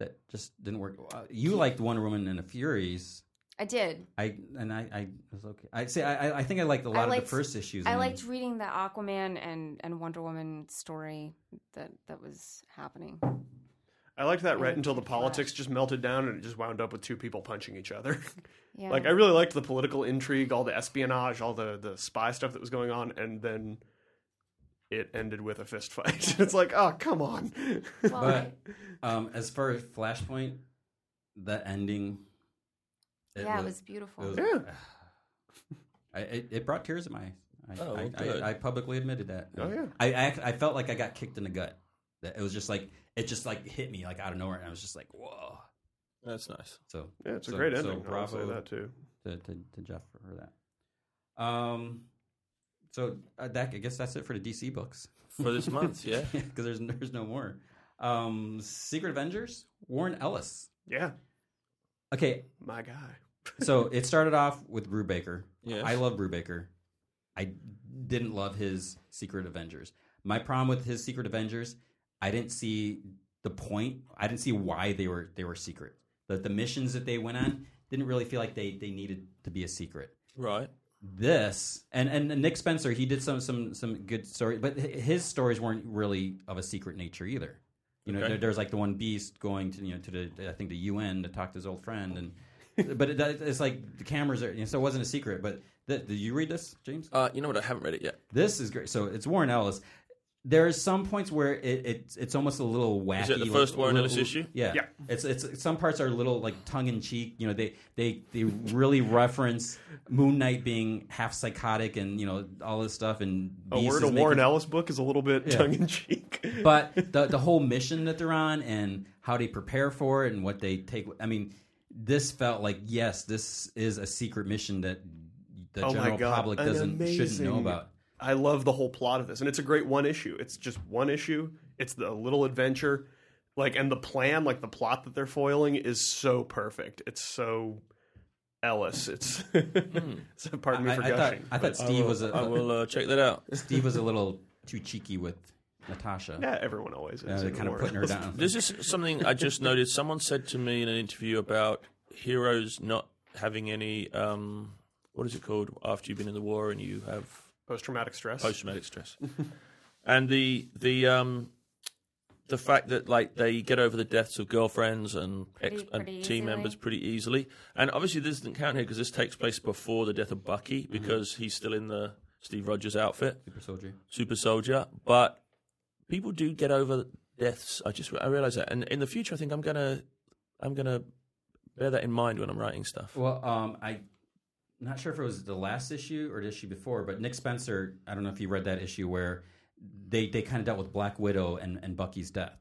B: that just didn't work. Uh, You liked Wonder Woman and the Furies.
A: I did.
B: I and I, I was okay. I say I I- I think I liked a lot of
A: liked-
B: the first issues.
A: I
B: and then-
A: liked reading the Aquaman and, and Wonder Woman story that that was happening.
C: I liked that right
A: And
C: until the
A: Flash.
C: politics just melted down and it just wound up with two people punching each other.
A: Yeah.
C: Like I really liked the political intrigue, all the espionage, all the the spy stuff that was going on, and then it ended with a fist fight. it's like, oh come on.
A: well,
B: But um, as far as Flashpoint, the ending.
A: I- yeah, it was beautiful.
B: It was- I, it, it brought tears to my eyes. I,
D: Oh, well,
B: I,
D: good.
B: I, I publicly admitted that.
C: Oh, yeah.
B: I, I act- I felt like I got kicked in the gut. That it was just like it just like hit me like out of nowhere, and I was just like, whoa.
D: that's nice.
B: So
C: yeah, it's a
B: so-
C: great
B: so
C: ending. I'll say
B: bravo.
C: that too.
B: to, to, to Jeff for that. Um, so uh, that I guess that's it for the DC books
D: For this month, yeah.
B: because there's there's no more. Um, Secret Avengers, Warren Ellis.
C: Yeah,
B: Okay,
C: my guy.
B: so it started off with Brubaker.
D: Yes.
B: I love Brubaker. I didn't love his Secret Avengers. My problem with his Secret Avengers, I didn't see the point. I didn't see why they were they were secret. The the missions that they went on didn't really feel like they they needed to be a secret.
D: Right.
B: This and and Nick Spencer, he did some some some good stories, but hi- his stories weren't really of a secret nature either. You know,
D: Okay.
B: there, there's like the one beast going to you know to the I think the UN to talk to his old friend and. but it, it's like the cameras are, you know, so it wasn't a secret. But th- did you read this, James?
D: Uh, you know what? I haven't read it yet.
B: This is great. So it's Warren Ellis. There are some points where it, it it's almost a little wacky.
D: it the
B: like,
D: first Warren
B: little-
D: Ellis issue?
B: Yeah,
C: Yeah.
B: It's it's some parts are a little like tongue in cheek. You know, they they they really reference Moon Knight being half psychotic and you know all this stuff and
C: A
B: Beast
C: word
B: is
C: of
B: making-
C: Warren Ellis book is a little bit tongue in cheek.
B: But the the whole mission that they're on and how they prepare for it and what they take. I mean, this felt like yes, this is a secret mission that the
C: Oh my
B: general
C: God,
B: public
C: an
B: doesn't shouldn't know
C: amazing-
B: about.
C: I love the whole plot of this, and it's a great one issue. It's just one issue. It's the little adventure, like, and the plan, like the plot that they're foiling, is so perfect. It's so Ellis. It's so, pardon me
B: Hmm. I,
C: for
B: I thought
C: gushing.
B: I thought
C: but-
B: Steve
D: I will,
B: was a,
D: I will uh, check that out.
B: Steve was a little too cheeky with Natasha.
C: yeah, everyone always is. in
B: kind of
C: Warren
B: putting her
C: Ellis.
B: down.
D: This is something I just noticed. Someone said to me in an interview about heroes not having any. Um, what is it called after you've been in the war and you have
C: Post-traumatic stress.
D: post traumatic stress? and the the um, the fact that like they get over the deaths of girlfriends and ex-
A: Pretty-
D: and
A: pretty
D: team
A: easily.
D: members pretty easily. And obviously this doesn't count here because this takes place before the death of Bucky because he's still in the Steve Rogers outfit.
B: Super soldier.
D: super soldier, but people do get over deaths. I just I realize that, and in the future, I think I'm gonna I'm gonna bear that in mind when I'm writing stuff.
B: Well, um, I not sure if it was the last issue or the issue before, but Nick Spencer. I don't know if you read that issue where they they kind of dealt with Black Widow and, and Bucky's death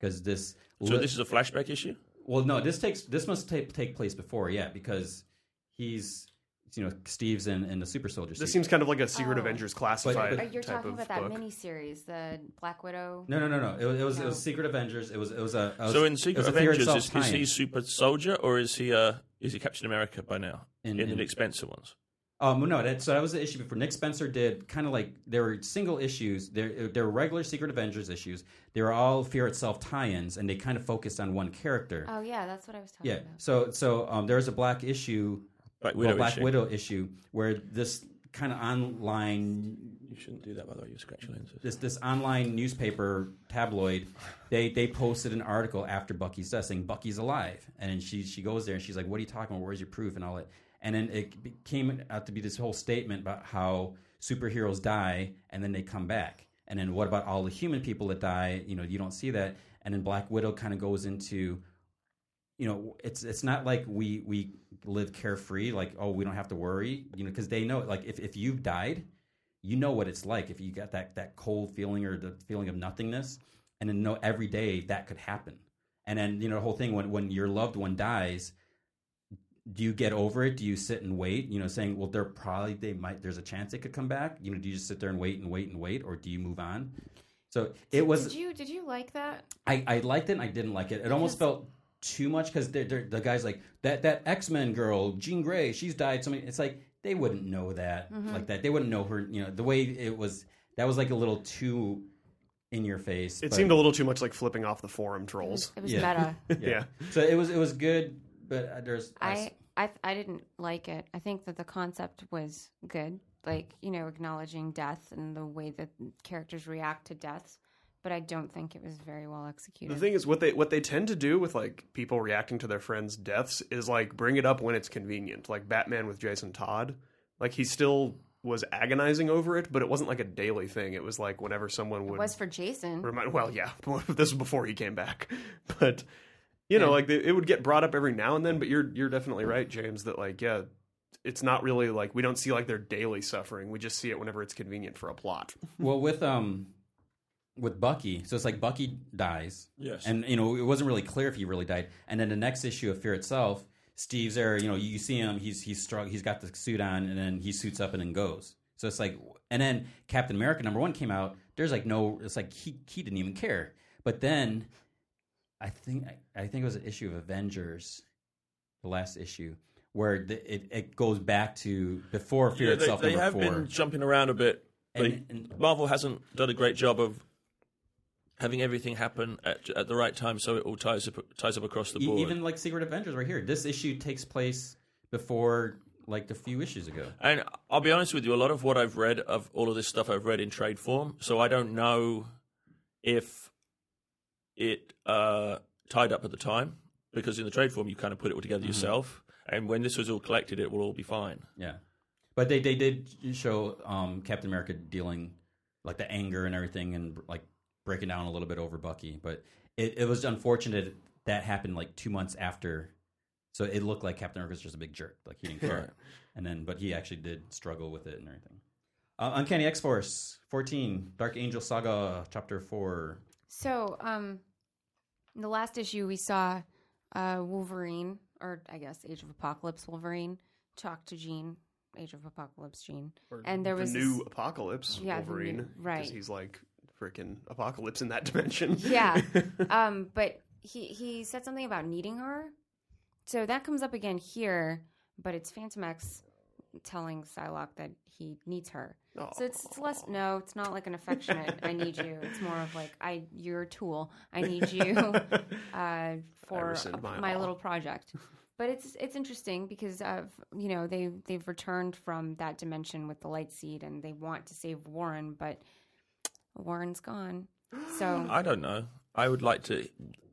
B: because this.
D: So
B: li-
D: this is a flashback issue.
B: well, no, this takes this must take take place before, yeah, because he's you know Steve's in, in the Super Soldier.
C: This
B: suit.
C: seems kind of like a Secret
A: Oh.
C: Avengers
B: But-
C: classified
A: Are you
C: type
A: talking
C: of
A: about that
C: book.
A: miniseries, the Black Widow?
B: no, no, no, no. It, was- it was it
A: No.
C: Oh.
B: was Secret Avengers. It was it was a. it was-
D: so
B: it
D: in
B: was
D: Secret
B: a theory
D: Avengers,
B: itself
D: is, is
B: tie-in.
D: he super soldier or is he uh is he Captain America by now in,
B: In-
D: the
B: in-
D: Nick Spencer ones?
B: Um, no, that, so that was the issue before. Nick Spencer did kind of like there were single issues. There, there were regular Secret Avengers issues. They were all Fear itself tie-ins, and they kind of focused on one character.
A: Oh yeah, that's what I was talking
B: yeah.
A: about.
B: So, so um, there was a Black issue,
D: Black
B: well,
D: Widow.
B: Black
D: issue.
B: Widow issue, where this kind of online
D: You shouldn't do that, by the way. You scratch your lenses.
B: this this online newspaper tabloid, they they posted an article after Bucky's death saying Bucky's alive, and then she she goes there and she's like, "What are you talking about? Where's your proof?" and all that. And then it be- came out to be this whole statement about how superheroes die and then they come back, and then what about all the human people that die? You know, you don't see that. and then Black Widow kind of goes into you know it's it's not like we we live carefree like oh we don't have to worry you know because they know like if, if you've died you know what it's like if you got that that cold feeling or the feeling of nothingness and then know every day that could happen and then you know the whole thing when when your loved one dies do you get over it do you sit and wait you know saying well they're probably they might there's a chance they could come back you know do you just sit there and wait and wait and wait or do you move on so it was
A: Did you did you like that?
B: I, I liked it and I didn't like it. It almost
A: Because-
B: felt too much because the guy's like, that, that X Men girl, Jean Grey, she's died. So many. It's like, they wouldn't know that
A: Mm-hmm.
B: like that. They wouldn't know her, you know, the way it was. That was like a little too in your face.
C: It
B: but-
C: seemed a little too much like flipping off the forum trolls.
A: It was
B: Yeah.
A: meta.
C: yeah.
B: So it was, it was good, but uh, there's.
A: I, I I didn't like it. I think that the concept was good, like you know, acknowledging death and the way that characters react to death. But I don't think it was very well executed.
C: The thing is, what they what they tend to do with like people reacting to their friends' deaths is like bring it up when it's convenient. Like Batman with Jason Todd, like he still was agonizing over it, but it wasn't like a daily thing. It was like whenever someone
A: it
C: would
A: was for Jason.
C: remind. Well, yeah, this was before he came back, but you know, like they, it would get brought up every now and then. But you're you're definitely right, James. That like yeah. It's not really like we don't see like their daily suffering. We just see it whenever it's convenient for a plot.
B: well, with um, with Bucky, so it's like Bucky dies,
D: Yes.
B: and you know it wasn't really clear if he really died. And then the next issue of Fear itself, Steve's there. You know, you see him. He's he's strong. He's got the suit on, and then he suits up and then goes. So it's like, and then Captain America number one came out. There's like no. It's like he he didn't even care. But then, I think I, I think it was an issue of Avengers, the last issue. Where the, it, it goes back to before Fear
D: Yeah, they,
B: itself
D: they
B: number
D: have
B: four.
D: been jumping around a bit. They-
B: And- and-
D: Marvel hasn't done a great job of having everything happen at, at the right time, so it all ties up ties up across the
B: E-
D: board.
B: Even like Secret Avengers right here. This issue takes place before like the few issues ago.
D: And I'll be honest with you, a lot of what I've read of all of this stuff I've read in trade form, so I don't know if it uh, tied up at the time because in the trade form you kind of put it all
B: Mm-hmm.
D: together yourself. And when this was all collected, it will all be fine.
B: Yeah. But they, they did show um, Captain America dealing like the anger and everything and like breaking down a little bit over Bucky. But it, it was unfortunate that happened like two months after. So it looked like Captain America's just a big jerk. Like he didn't care.
D: Right.
B: And then, but he actually did struggle with it and everything. Uh, Uncanny X Force 14, Dark Angel Saga, Chapter 4.
A: So, um, in the last issue we saw uh, Wolverine, or I guess Age of Apocalypse Wolverine, talk to Jean, Age of Apocalypse Jean, and there
C: the
A: was
C: new
A: this-
C: apocalypse
A: Yeah, the new-
C: Wolverine,
A: right.
C: Because he's like freaking apocalypse in that dimension.
A: yeah. Um, but he he said something about needing her, so that comes up again here. But it's Phantom X telling Psylocke that he needs her. So it's, it's less no, it's not like an affectionate I need you. It's more of like I you're a tool. I need you uh, for
C: rescind
A: a-
C: my
A: my
C: awe.
A: little project. But it's it's interesting because of you know they they've returned from that dimension with the light seed and they want to save Warren, but Warren's gone. So
D: I don't know. I would like to.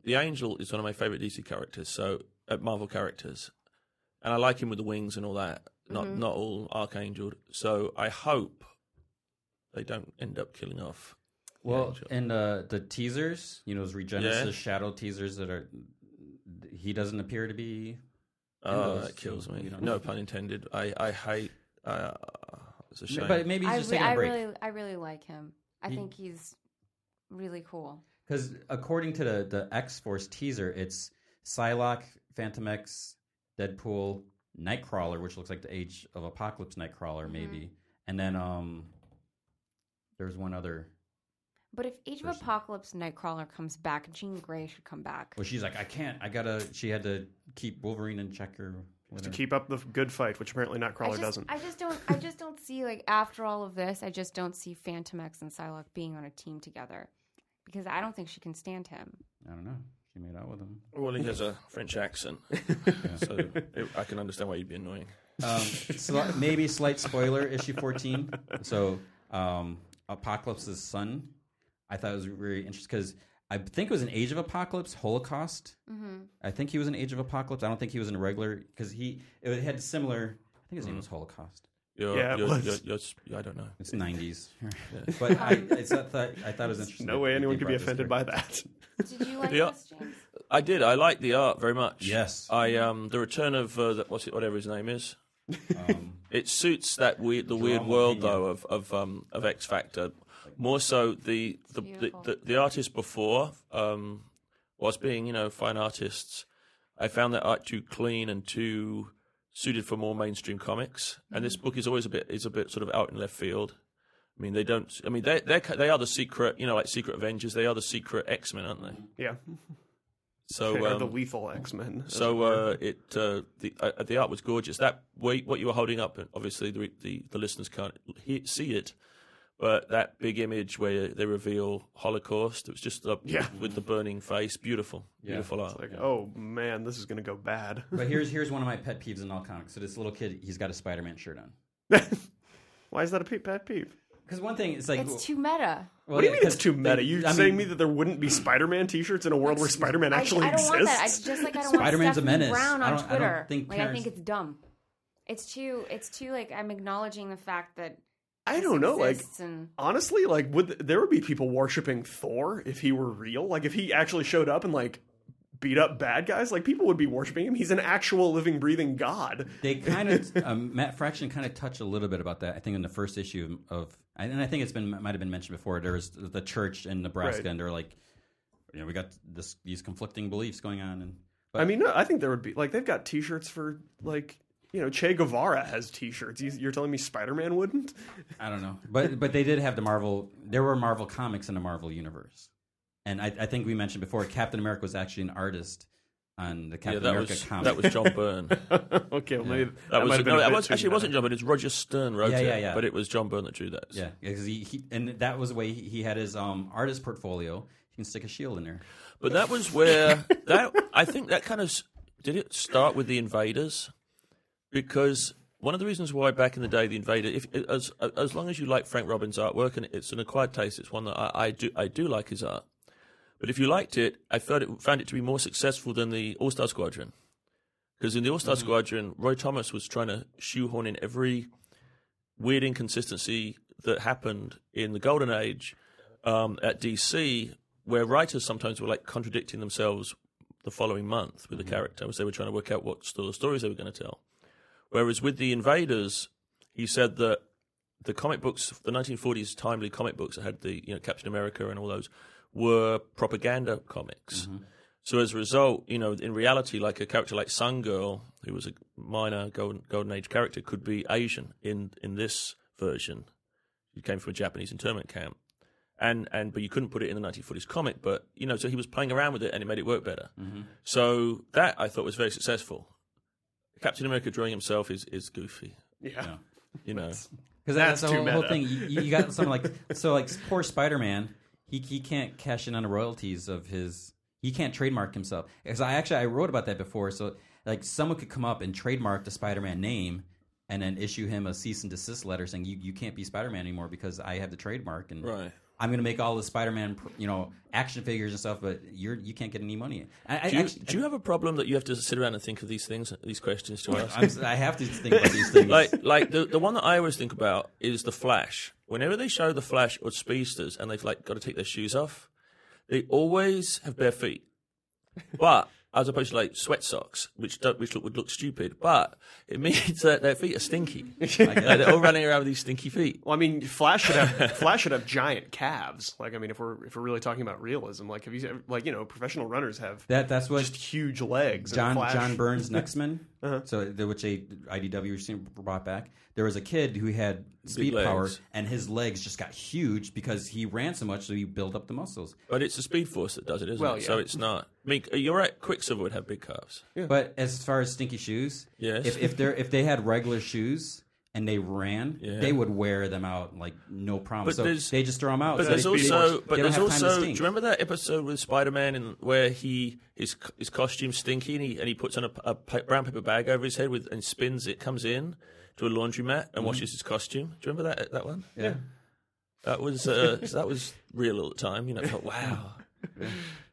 D: The Angel is one of my favorite DC characters, so uh, Marvel characters, and I like him with the wings and all that. Not not all Archangel. So I hope they don't end up killing off. the
B: Well,
D: Angel.
B: and uh, the teasers, you know, those Regenesis
D: Yeah.
B: shadow teasers that are. He doesn't appear to be.
D: Oh,
B: those,
D: that kills
B: so
D: me.
B: you don't-
D: No pun intended. I I hate. Uh, it's a shame.
B: But maybe he's
A: I,
B: just
A: re-
B: taking
A: I
B: a break.
A: really I really like him. I
B: He-
A: think he's really cool.
B: Because according to the, the X Force teaser, it's Psylocke, Phantom X, Deadpool, Nightcrawler, which looks like the Age of Apocalypse Nightcrawler,
A: Mm-hmm.
B: maybe, and then um, there's one other.
A: But if Age of
B: Person.
A: Apocalypse Nightcrawler comes back, Jean Grey should come back.
B: Well, she's like, I can't. I gotta. She had to keep Wolverine in check or
C: to
B: whatever.
C: keep up the good fight, which apparently
A: I
C: Nightcrawler
A: just,
C: doesn't.
A: I just don't. I just don't see like after all of this, I just don't see Phantom X and Psylocke being on a team together because I don't think she can stand him.
B: I don't know. She made out with him.
D: well, he has a French accent, so it, I can understand why you'd be annoying.
B: Um, sli- maybe slight spoiler, issue 14. So, um, Apocalypse's son, I thought it was really interesting because I think it was an Age of Apocalypse, Holocaust. Mm-hmm. I think
C: Mm.
B: he was an Age of Apocalypse. I don't think he was in a regular because he it had similar. I think his name was Holocaust.
D: Your,
C: Yeah, it
D: your,
C: was.
D: your- your s- yeah, I don't know.
B: It's nineties, but I, it's, I thought I thought it was interesting.
C: No way
B: that
C: anyone
B: they
C: could be
B: brought this
C: offended
B: back.
C: by that.
A: Did you like
D: Yeah.
A: this, James?
D: I did. I liked the art very much.
B: Yes.
D: I um the return of uh, the, what's it whatever his name is.
B: Um,
D: It suits that weird the weird
B: Drama
D: world
B: opinion.
D: though of of um of X Factor. More so the the, the,
A: beautiful.
D: the the artist before um was being you know fine artists. I found that art too clean and too suited for more mainstream comics. And this book is always a bit is a bit sort of out in left field. I mean they don't. I mean they they they are the secret you know like Secret Avengers. They are the secret X Men, aren't they?
C: Yeah,
D: So
C: They are
D: um,
C: the lethal X Men.
D: so uh, it uh, the uh, the art was gorgeous. That way, what you were holding up, and obviously the the, the listeners can't he- see it, but that big image where they reveal Holocaust, it was just up
C: Yeah.
D: with the burning face, beautiful,
B: uh, Yeah.
D: beautiful art.
C: it's like, oh man, this is gonna go bad.
B: but here's here's one of my pet peeves in all comics. So this little kid, he's got a Spider Man shirt on.
C: Why is that a pe- bad peep?
B: Because one thing, it's like
A: It's too meta.
B: well,
C: What do you
B: Oh, yeah,
C: mean it's
B: 'cause
C: too meta?
B: they-
C: You
B: I
C: saying
B: mean,
C: me that there wouldn't be Spider Man T shirts in a world where Spider Man
A: I-
C: actually
A: I,
C: exists?
A: don't want that. I just like I don't
B: Spider-Man's a
A: want Stephanie
B: menace.
A: Brown
B: I
A: on
B: don't- I don't
A: Twitter.
B: think
A: like I
B: parents-
A: think it's dumb. It's too. It's too like I'm acknowledging the fact that
C: I don't know. Like
A: exists and
C: honestly, like would there would be people worshiping Thor if he were real? Like if he actually showed up and like beat up bad guys, like people would be worshiping him. He's an actual living, breathing god.
B: they kind of um, Matt Fraction kind of touched a little bit about that. I think in the first issue of, and I think it's been might have been mentioned before. There was the church in Nebraska,
C: Right.
B: and they're like, you know, we got this these conflicting beliefs going on, and but
C: I mean, no, I think there would be like they've got T-shirts for like you know Che Guevara has T-shirts. You- You're telling me Spider Man wouldn't?
B: I don't know. But but they did have the Marvel. There were Marvel comics in the Marvel universe, and I, I think we mentioned before Captain America was actually an artist on the
D: Yeah,
B: Captain
D: that
B: America
D: was
B: comic.
D: that was John Byrne. that,
C: okay, well, maybe that,
D: was,
C: might have been
D: no,
C: a
D: that
C: bit
D: was
C: too
D: actually it wasn't
C: meta.
D: John Byrne. It's Roger Stern wrote
B: Yeah,
D: it,
B: yeah, yeah.
D: but it was John Byrne that drew that.
B: yeah, because he, he and that was the way he, he had his um artist portfolio. You can stick a shield in there.
D: But that was where that I think that kind of s- did it start with the invaders, because one of the reasons why back in the day the invader, if as as long as you like Frank Robbins' artwork and it's an acquired taste, it's one that I, I do I do like his art. But if you liked it, I found it found it to be more successful than the All Star Squadron, because in the All Star Squadron, Roy Thomas was trying to shoehorn in every weird inconsistency that happened in the Golden Age um, at DC, where writers sometimes were like contradicting themselves the following month with the character, as they were trying to work out what st- stories they were going to tell. Whereas with the Invaders, he said that the comic books, the 1940s timely comic books that had the you know Captain America and all those, were propaganda comics. So as a result, you know, in reality, like a character like Sun Girl, who was a minor golden, golden age character, could be Asian in in this version. She came from a Japanese internment camp, and and but you couldn't put it in the 1940s comic. But you know, so he was playing around with it, and it made it work better. So that I thought was very successful. Captain America drawing himself is is goofy,
C: Yeah.
B: No.
D: you know.
B: Because that's,
C: That's
B: the
C: too
B: whole, whole
C: meta.
B: thing. You, you you got something like so, like poor Spider Man. He he can't cash in on the royalties of his. He can't trademark himself. Because I actually I wrote about that before. So like someone could come up and trademark the Spider Man name, and then issue him a cease and desist letter saying you you can't be Spider Man anymore because I have the trademark and
D: Right.
B: I'm going to make all the Spider Man you know action figures and stuff, but you're you can't get any money. I, I,
D: Do you,
B: actually,
D: do you have a problem that you have to sit around and think of these things, these questions to ask?
B: I'm, s- I have to think about these things.
D: like like the, the one that I always think about is the Flash. Whenever they show the Flash or speedsters and they've like got to take their shoes off, they always have bare feet. But as opposed to like sweat socks, which don't, which look, would look stupid, but it means that their feet are stinky. Like, they're all running around with these stinky feet.
C: Well, I mean, Flash should have Flash should have giant calves. Like, I mean, if we're if we're really talking about realism, like, have you ever- like you know professional runners have
B: that that's what
C: just huge legs.
B: John
C: and Flash,
B: John Burns Next Men,
D: Uh-huh.
B: so the- which a IDW soon brought back. There was a kid who had speed
D: legs.
B: power, and his legs just got huge because he ran so much, so he built up the muscles.
D: But it's the Speed Force that does it, isn't
C: Well,
D: it? So
C: yeah.
D: it's not. I mean, you're right. Quicksilver would have big calves.
B: But as far as stinky shoes,
D: Yes.
B: if if they if they had regular shoes and they ran,
D: Yeah.
B: they would wear them out like no problem.
D: But
B: so
D: there's-
B: they just throw them out.
D: But
B: so
D: there's
B: they- they
D: also,
B: don't
D: but there's
B: have time to
D: also. Do you
B: stink.
D: remember that episode with Spider-Man in, where he his his costume's stinky and he and he puts on a, a pa- brown paper bag over his head with and spins it, comes in to a laundromat and washes his costume. Do you remember that that one?
B: Mm-hmm. Yeah.
D: That was uh, so that was real at the time. You know, I thought, wow.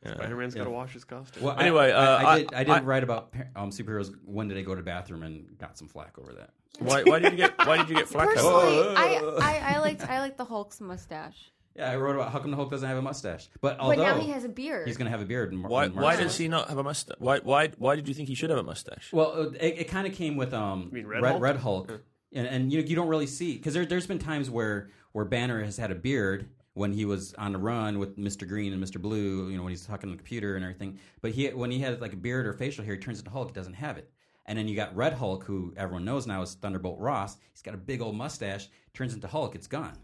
C: Spider Man's got to wash his costume.
B: Well,
D: Anyway,
B: I, I-
D: uh,
B: I did,
D: I-
B: I did
D: I-
B: write about par- um, superheroes when did they go to the bathroom and got some flack over that.
D: Why, why did you get why did you get Flacco?
A: Personally, I, I, I liked I liked the Hulk's mustache,
B: Yeah, I wrote about how come the Hulk doesn't have a mustache, but
A: but
B: although
A: now he has a beard.
B: he's going to have a beard. In Mar-
D: why
B: in
D: why
B: March.
D: does he not have a mustache? Why why why did you think he should have a mustache?
B: Well, uh, it, it kind of came with um
C: mean Red
B: Red, Red
C: Hulk?
B: Hulk, and, and you you don't really see because there there's been times where where Banner has had a beard when he was on the run with Mister Green and Mister Blue, you know, when he's talking on the computer and everything. But he when he has like a beard or facial hair, he turns into Hulk. He doesn't have it. And then you got Red Hulk, who everyone knows now is Thunderbolt Ross. He's got a big old mustache. Turns into Hulk. It's gone.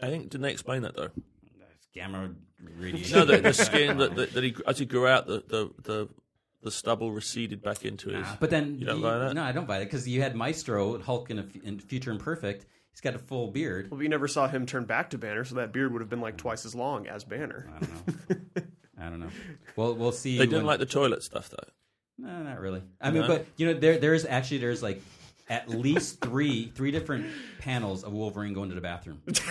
D: I think didn't they explain that though?
B: Gamma radiation.
D: No, the, the skin that, that, that he as he grew out, the, the the the stubble receded back into his.
B: But then,
D: You don't buy that?
B: no, I don't buy that because you had Maestro Hulk in, a, f- in Future Imperfect. He's got a full beard.
C: Well, we never saw him turn back to Banner, so that beard would have been like twice as long as Banner.
B: I don't know. I don't know. Well, we'll see.
D: they didn't
B: when-
D: like the toilet stuff though.
B: No, not really. I mean,
D: No?
B: but you know, there there's actually there's like at least three three different panels of Wolverine going to the bathroom.
D: Do,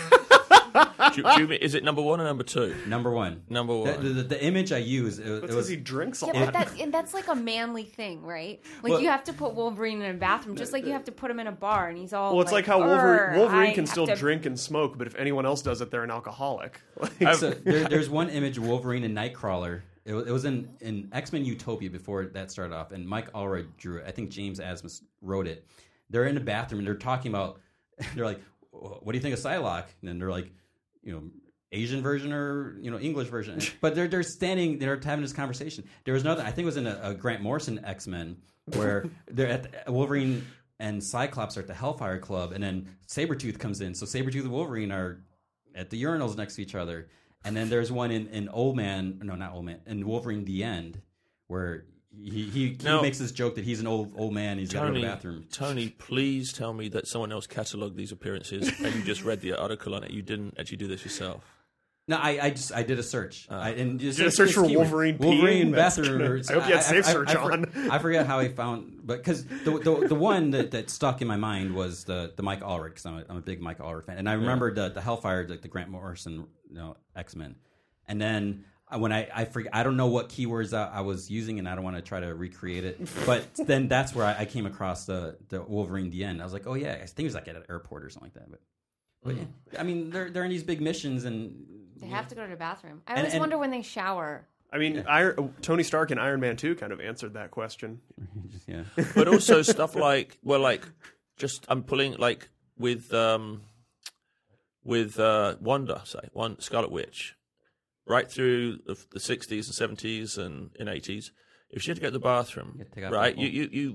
D: you- do you mean- is it number one or number two?
B: Number one.
D: Number
B: The,
D: one.
B: the, the- the image I use it, it
C: That's because
B: was
C: he drinks a
A: yeah, but
C: lot.
A: that, and that's like a manly thing, right? Like
B: Well-
A: you have to put Wolverine in a bathroom, just like you have to put him in a bar, and he's all
C: well, it's like,
A: like,
C: how
A: "Arr,
C: Wolverine, Wolverine
A: oh I
C: can
A: have
C: still
A: to-"
C: drink and smoke, but if anyone else does it, they're an alcoholic. Like,
B: so there, there's one image of Wolverine and Nightcrawler. It was, it was in, in X Men Utopia before that started off, and Mike Allred drew it. I think James Asmus wrote it. They're in the bathroom and they're talking about. They're like, "What do you think of Psylocke?" And then they're like, you know, Asian version or you know English version. But they're they're standing. They're having this conversation. There was another. I think it was in a, a Grant Morrison X Men where they're at the, Wolverine. And Cyclops are at the Hellfire Club, and then Sabretooth comes in. So Sabretooth and Wolverine are at the urinals next to each other. And then there's one in, in Old Man, no, not Old Man, in Wolverine the End, where he, he,
D: No.
B: he makes this joke that he's an old old man, he's got to go to
D: Tony,
B: the bathroom.
D: Tony, please tell me that someone else catalogued these appearances and you just read the article on it. You didn't actually do this yourself.
B: No, I, I just I did a search. I and just
C: Uh, did a search for
B: keyword.
C: Wolverine peeing?
B: Wolverine
C: That's
B: bathroom.
C: gonna-
B: or-
C: I hope you had safe search
B: I, for-
C: on.
B: I forget how I found, but because the, the the one that, that stuck in my mind was the the Mike Allred because I'm a, I'm a big Mike Allred fan, and I remember the the Hellfire, like the Grant Morrison, you know, X Men, and then. I- When I I forget, I don't know what keywords I, I was using, and I don't want to try to recreate it. But then that's where I, I came across the the Wolverine the end. I was like, oh yeah, I think it was like at an airport or something like that. But, but
C: Hmm.
B: yeah, I mean, they're they're in these big missions, and
A: They have to go to the bathroom. I always
B: and-
A: wonder when they shower.
C: I mean, Iron, Tony Stark in Iron Man 2 kind of answered that question.
B: yeah.
D: But also stuff like well, like just I'm pulling like with um with uh Wanda, say one Scarlet Witch, right through the, the 60s and 70s and in 80s. If she had to go to the bathroom,
B: take off
D: right?
B: the
D: You you you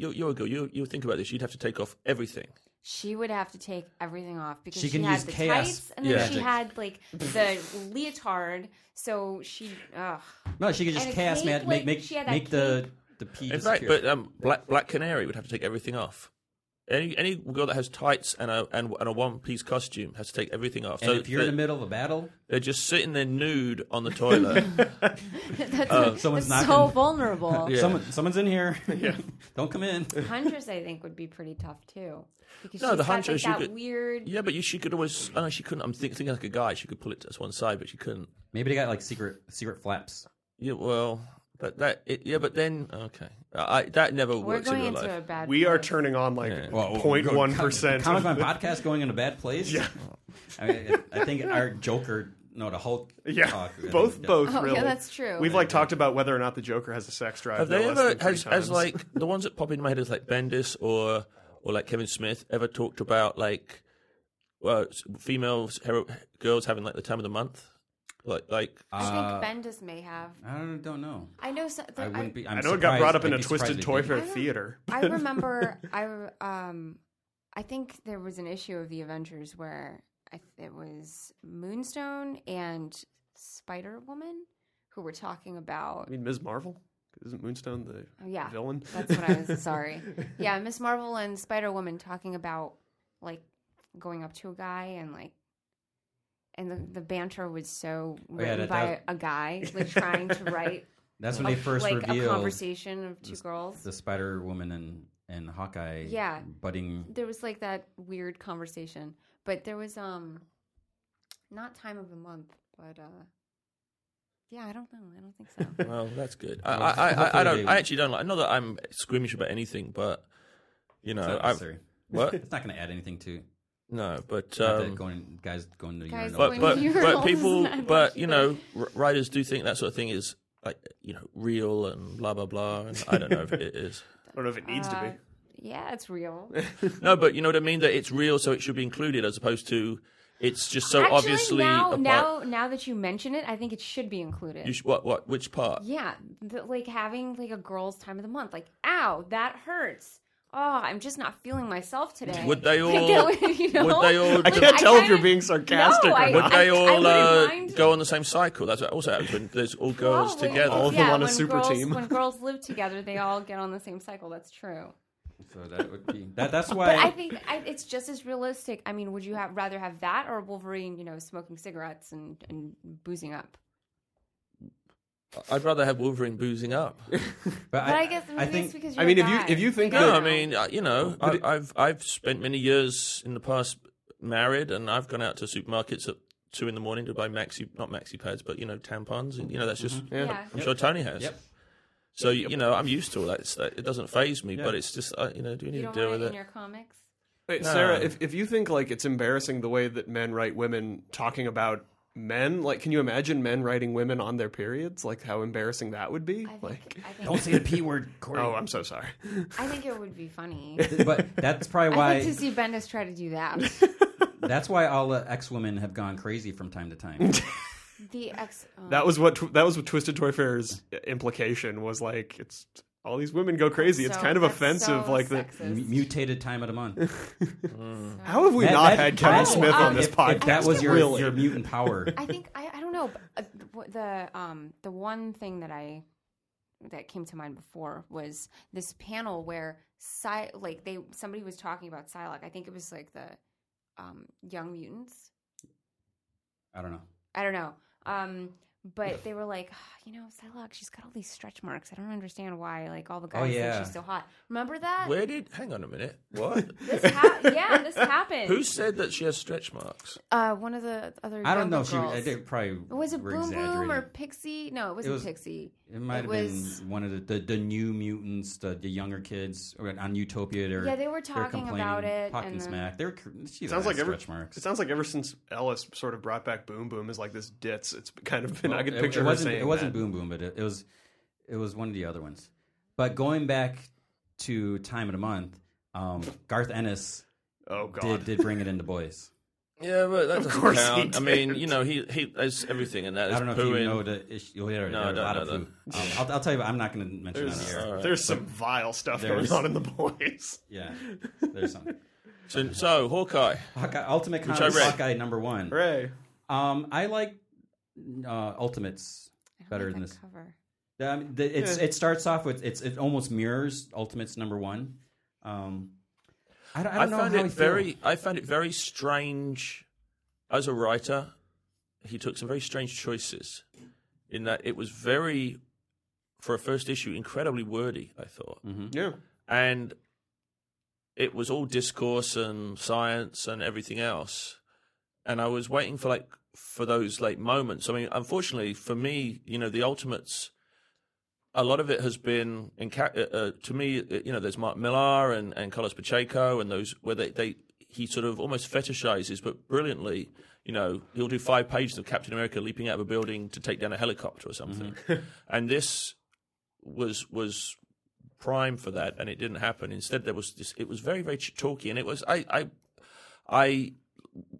D: you you're a girl. You you think about this. You'd have to take off everything.
A: She would have to take everything off because she,
B: She can
A: had
B: use
A: the
B: chaos
A: tights, and then
D: Yeah.
A: she had like the leotard. So she, ugh.
B: No, she could just
A: And a
B: chaos
A: cape,
B: man
A: like,
B: make make,
A: she had that
B: make the the pee
D: In fact,
B: disappear.
D: but um, Black Black Canary would have to take everything off. Any any girl that has tights and a and, and a one piece costume has to take everything off.
B: and
D: so
B: if you're in
D: they're,
B: the middle of a battle,
D: they're just sitting there nude on the toilet.
A: that's,
C: Oh.
B: someone's
A: that's so
B: knocking.
A: vulnerable.
D: Yeah.
B: someone someone's in here. Don't come in.
A: Huntress, I think, would be pretty tough too. Because
D: No,
A: she's
D: the
A: got,
D: Huntress, you
A: like, that
D: could-
A: weird.
D: yeah, but you, she could always. I know she couldn't. I'm think, thinking like a guy. She could pull it to one side, but she couldn't.
B: Maybe they got like secret secret flaps.
D: Yeah, well, but that. It, yeah, but then okay, I that never
A: We're
D: works in
A: going
D: real
A: into
D: life.
A: a bad.
C: We are
A: place.
C: turning on like
B: Well, well,
C: 0.1%.
B: Comic
C: of-
B: Con podcast going in a bad place. Yeah, I, mean, I think our Joker, no, the Hulk.
C: yeah,
B: talk, I
C: both,
B: think, uh,
C: both,
A: Oh, yeah,
C: really.
A: that's true.
C: We've like talked about whether or not the Joker has a sex drive.
D: Have
C: no
D: they
C: less
D: ever
C: than three
D: has, has
C: times.
D: like the ones that pop in my head is like Bendis or or like Kevin Smith ever talked about like well s- female hero, girls having like the time of the month like like
A: I think Bendis may have.
B: uh, I don't, don't know.
A: I know. So, there,
B: I
A: I,
B: wouldn't be. I'm
C: I know it got
B: surprised-
C: brought up in
B: I'd
C: a
B: be surprised
C: Twisted
B: they
C: Toy
B: didn't.
C: Fair
A: I don't-
C: theater.
A: I remember. I re- um, I think there was an issue of the Avengers where I, it was Moonstone and Spider Woman who were talking about. oh,
C: I mean, Ms. Marvel? Isn't Moonstone the
A: Yeah,
C: villain?
A: that's what I was. Sorry. Yeah, Miss Marvel and Spider Woman talking about like going up to a guy and like. And the, the banter was so
B: Oh, yeah,
A: written
B: that-
A: by
B: that-
A: a guy, like trying to write
B: That's when
A: a,
B: they first
A: like a
B: revealed
A: conversation of two girls.
B: the Spider Woman and and Hawkeye.
A: Yeah.
B: budding.
A: there was like that weird conversation but there was um not time of the month but uh yeah i don't know i don't think so
D: well that's good I I, I, I, I
B: Hopefully
D: don't
B: they-
D: I actually don't like not that I'm squeamish about anything but you know
B: It's not
D: I
B: necessary.
D: What?
B: It's not going to add anything to
D: No, but
B: not that
D: um,
B: going guys going to the
A: Guys
B: urinal.
D: but
A: Going
D: but,
A: to your
D: but
A: roles
D: people
A: and
D: but
A: watch
D: you know r- writers do think that sort of thing is like you know real and blah blah blah and I don't know if it is.
C: I don't know if it needs to
A: Uh,
C: be.
A: yeah, it's real.
D: No, but you know what I mean that it's real so it should be included as opposed to it's just so
A: Actually,
D: obviously
A: now,
D: a part-
A: now, now that you mention it, I think it should be included.
D: you sh- what what which part?
A: Yeah, the, like having like a girl's time of the month. Like, ow, that hurts. Oh, I'm just not feeling myself today.
D: Would they all
A: you know?
D: would they all
C: I
D: do-
C: can't tell if
A: kinda-
C: you're being sarcastic
A: No,
C: or
A: I-
C: not.
D: Would they all
A: I
D: uh,
A: wouldn't mind.
D: go on the same cycle? That's what also happens when there's all girls
A: Probably.
D: together.
C: All of them
A: Yeah,
C: on a
A: when
C: super
A: girls-
C: team.
A: When girls live together, they all get on the same cycle. That's true.
B: So that would be that. That's why.
A: But I think I, it's just as realistic. I mean, would you have rather have that or Wolverine? You know, smoking cigarettes and and boozing up.
D: I'd rather have Wolverine boozing up.
A: But I, guess maybe
B: I
A: it's
B: think
A: because you're
C: I mean,
A: a
C: if you
A: guy.
C: if you think
D: No,
C: that
D: I mean, uh, you know, I, I've I've spent many years in the past married, and I've gone out to supermarkets at two in the morning to buy maxi, not maxi pads, but you know, tampons, and you know, that's just
A: yeah.
D: I'm sure Tony has.
B: Yep.
D: So you know, I'm used to all that. It's, that it doesn't phase me,
B: Yeah.
D: but it's just uh, you know, do you
A: you
D: need to
A: don't
D: deal
A: want
D: with
A: it in
D: it?
A: your comics.
C: Wait,
D: No.
C: Sarah, if, if you think like it's embarrassing the way that men write women talking about men, like can you imagine men writing women on their periods? Like how embarrassing that would be?
A: I think,
C: like
A: I think
B: don't say the p word, Corey.
C: Oh, I'm so sorry.
A: I think it would be funny.
B: but that's probably
A: I'd like to
B: why.
A: see Bendis try to do that.
B: That's why all the ex women have gone crazy from time to time.
A: The ex. oh.
C: That was what tw- that was what Twisted Toy Fair's implication was like it's all these women go crazy. it's
A: So-
C: kind of
A: that's
C: offensive
A: so
C: like that.
A: sexist.
B: M- mutated time of the month.
C: How have we
B: That-
C: not
B: that-
C: had Kevin
B: that-
C: Smith on this
B: if,
C: podcast?
B: If that was your
C: really.
B: your mutant power.
A: I think I, I don't know. But uh, th- what the um the one thing that I that came to mind before was this panel where Psy- like they somebody was talking about Psylocke. I think it was like the um Young Mutants.
B: I don't know.
A: I don't know. Um, but they were like, "Ah, you know, Psylocke, she's got all these stretch marks. I don't understand why. Like all the guys
B: Oh, yeah.
A: think she's so hot. Remember that?
D: Where did? Hang on a minute. What?
A: This ha- yeah, this happened.
D: Who said that she has stretch marks?
A: uh, one of the other.
B: I don't
A: younger
B: know. She
A: girls.
B: I think probably
A: Was it
B: were
A: Boom Boom or
B: exaggerating.
A: Pixie? No, it wasn't
B: was-
A: Pixie.
B: It might
A: it
B: have
A: was-
B: been one of the, the, the new mutants, the, the younger kids or on Utopia. They're,
A: Yeah, they were
B: they're
A: talking
B: complaining,
A: about it,
B: talking
A: and then-
B: smack. They're she
C: Sounds
B: sounds like
C: like every-
B: stretch marks.
C: It sounds like ever since Ellis sort of brought back Boom Boom is like this ditz. It's kind of been. I
B: Well,
C: can
B: it-
C: picture
B: it
C: her
B: wasn't,
C: saying
B: It wasn't
C: that.
B: Boom Boom, but it, it was it was one of the other ones. But going back to Time of the Month, um, Garth Ennis
C: Oh God.
B: did did bring it into boys.
D: Yeah, but that doesn't
C: course he
D: count. I mean,
C: did.
D: you know, he he there's everything in that.
B: I don't know
D: There's
B: if you
D: pooing.
B: know the issue. Well, there,
D: No,
B: there are
D: I
B: a
D: don't
B: lot of
D: know
B: poo. Um, I'll, I'll tell you. I'm not going to mention it on the
C: There's, uh,
B: air.
C: there's some vile stuff going
B: There's-
C: on in the boys.
B: Yeah, there's something.
D: So, so Hawkeye.
B: Hawkeye, Ultimate
D: I
B: Comics
D: read.
B: Hawkeye number one.
C: Hooray.
B: Um, I like uh, Ultimates better than this.
A: cover.
B: Um, the, it's
C: Yeah.
B: it starts off with it's it almost mirrors Ultimates number one. Um, I don't, I
D: I,
B: don't know
D: found
B: how I
D: it
B: feel.
D: very. I found it very strange. As a writer, he took some very strange choices. In that it was very, for a first issue, incredibly wordy. I thought,
B: Mm-hmm.
C: Yeah.
D: and it was all discourse and science and everything else. And I was waiting for like for those like moments. I mean, unfortunately for me, you know, the ultimates. A lot of it has been in ca- uh, uh, to me, uh, you know, there's Mark Millar and and Carlos Pacheco and those where they they he sort of almost fetishizes, but brilliantly. You know, he'll do five pages of Captain America leaping out of a building to take down a helicopter or something. and this was was prime for that, and it didn't happen. Instead, there was this. It was very very ch- talky, and it was I I I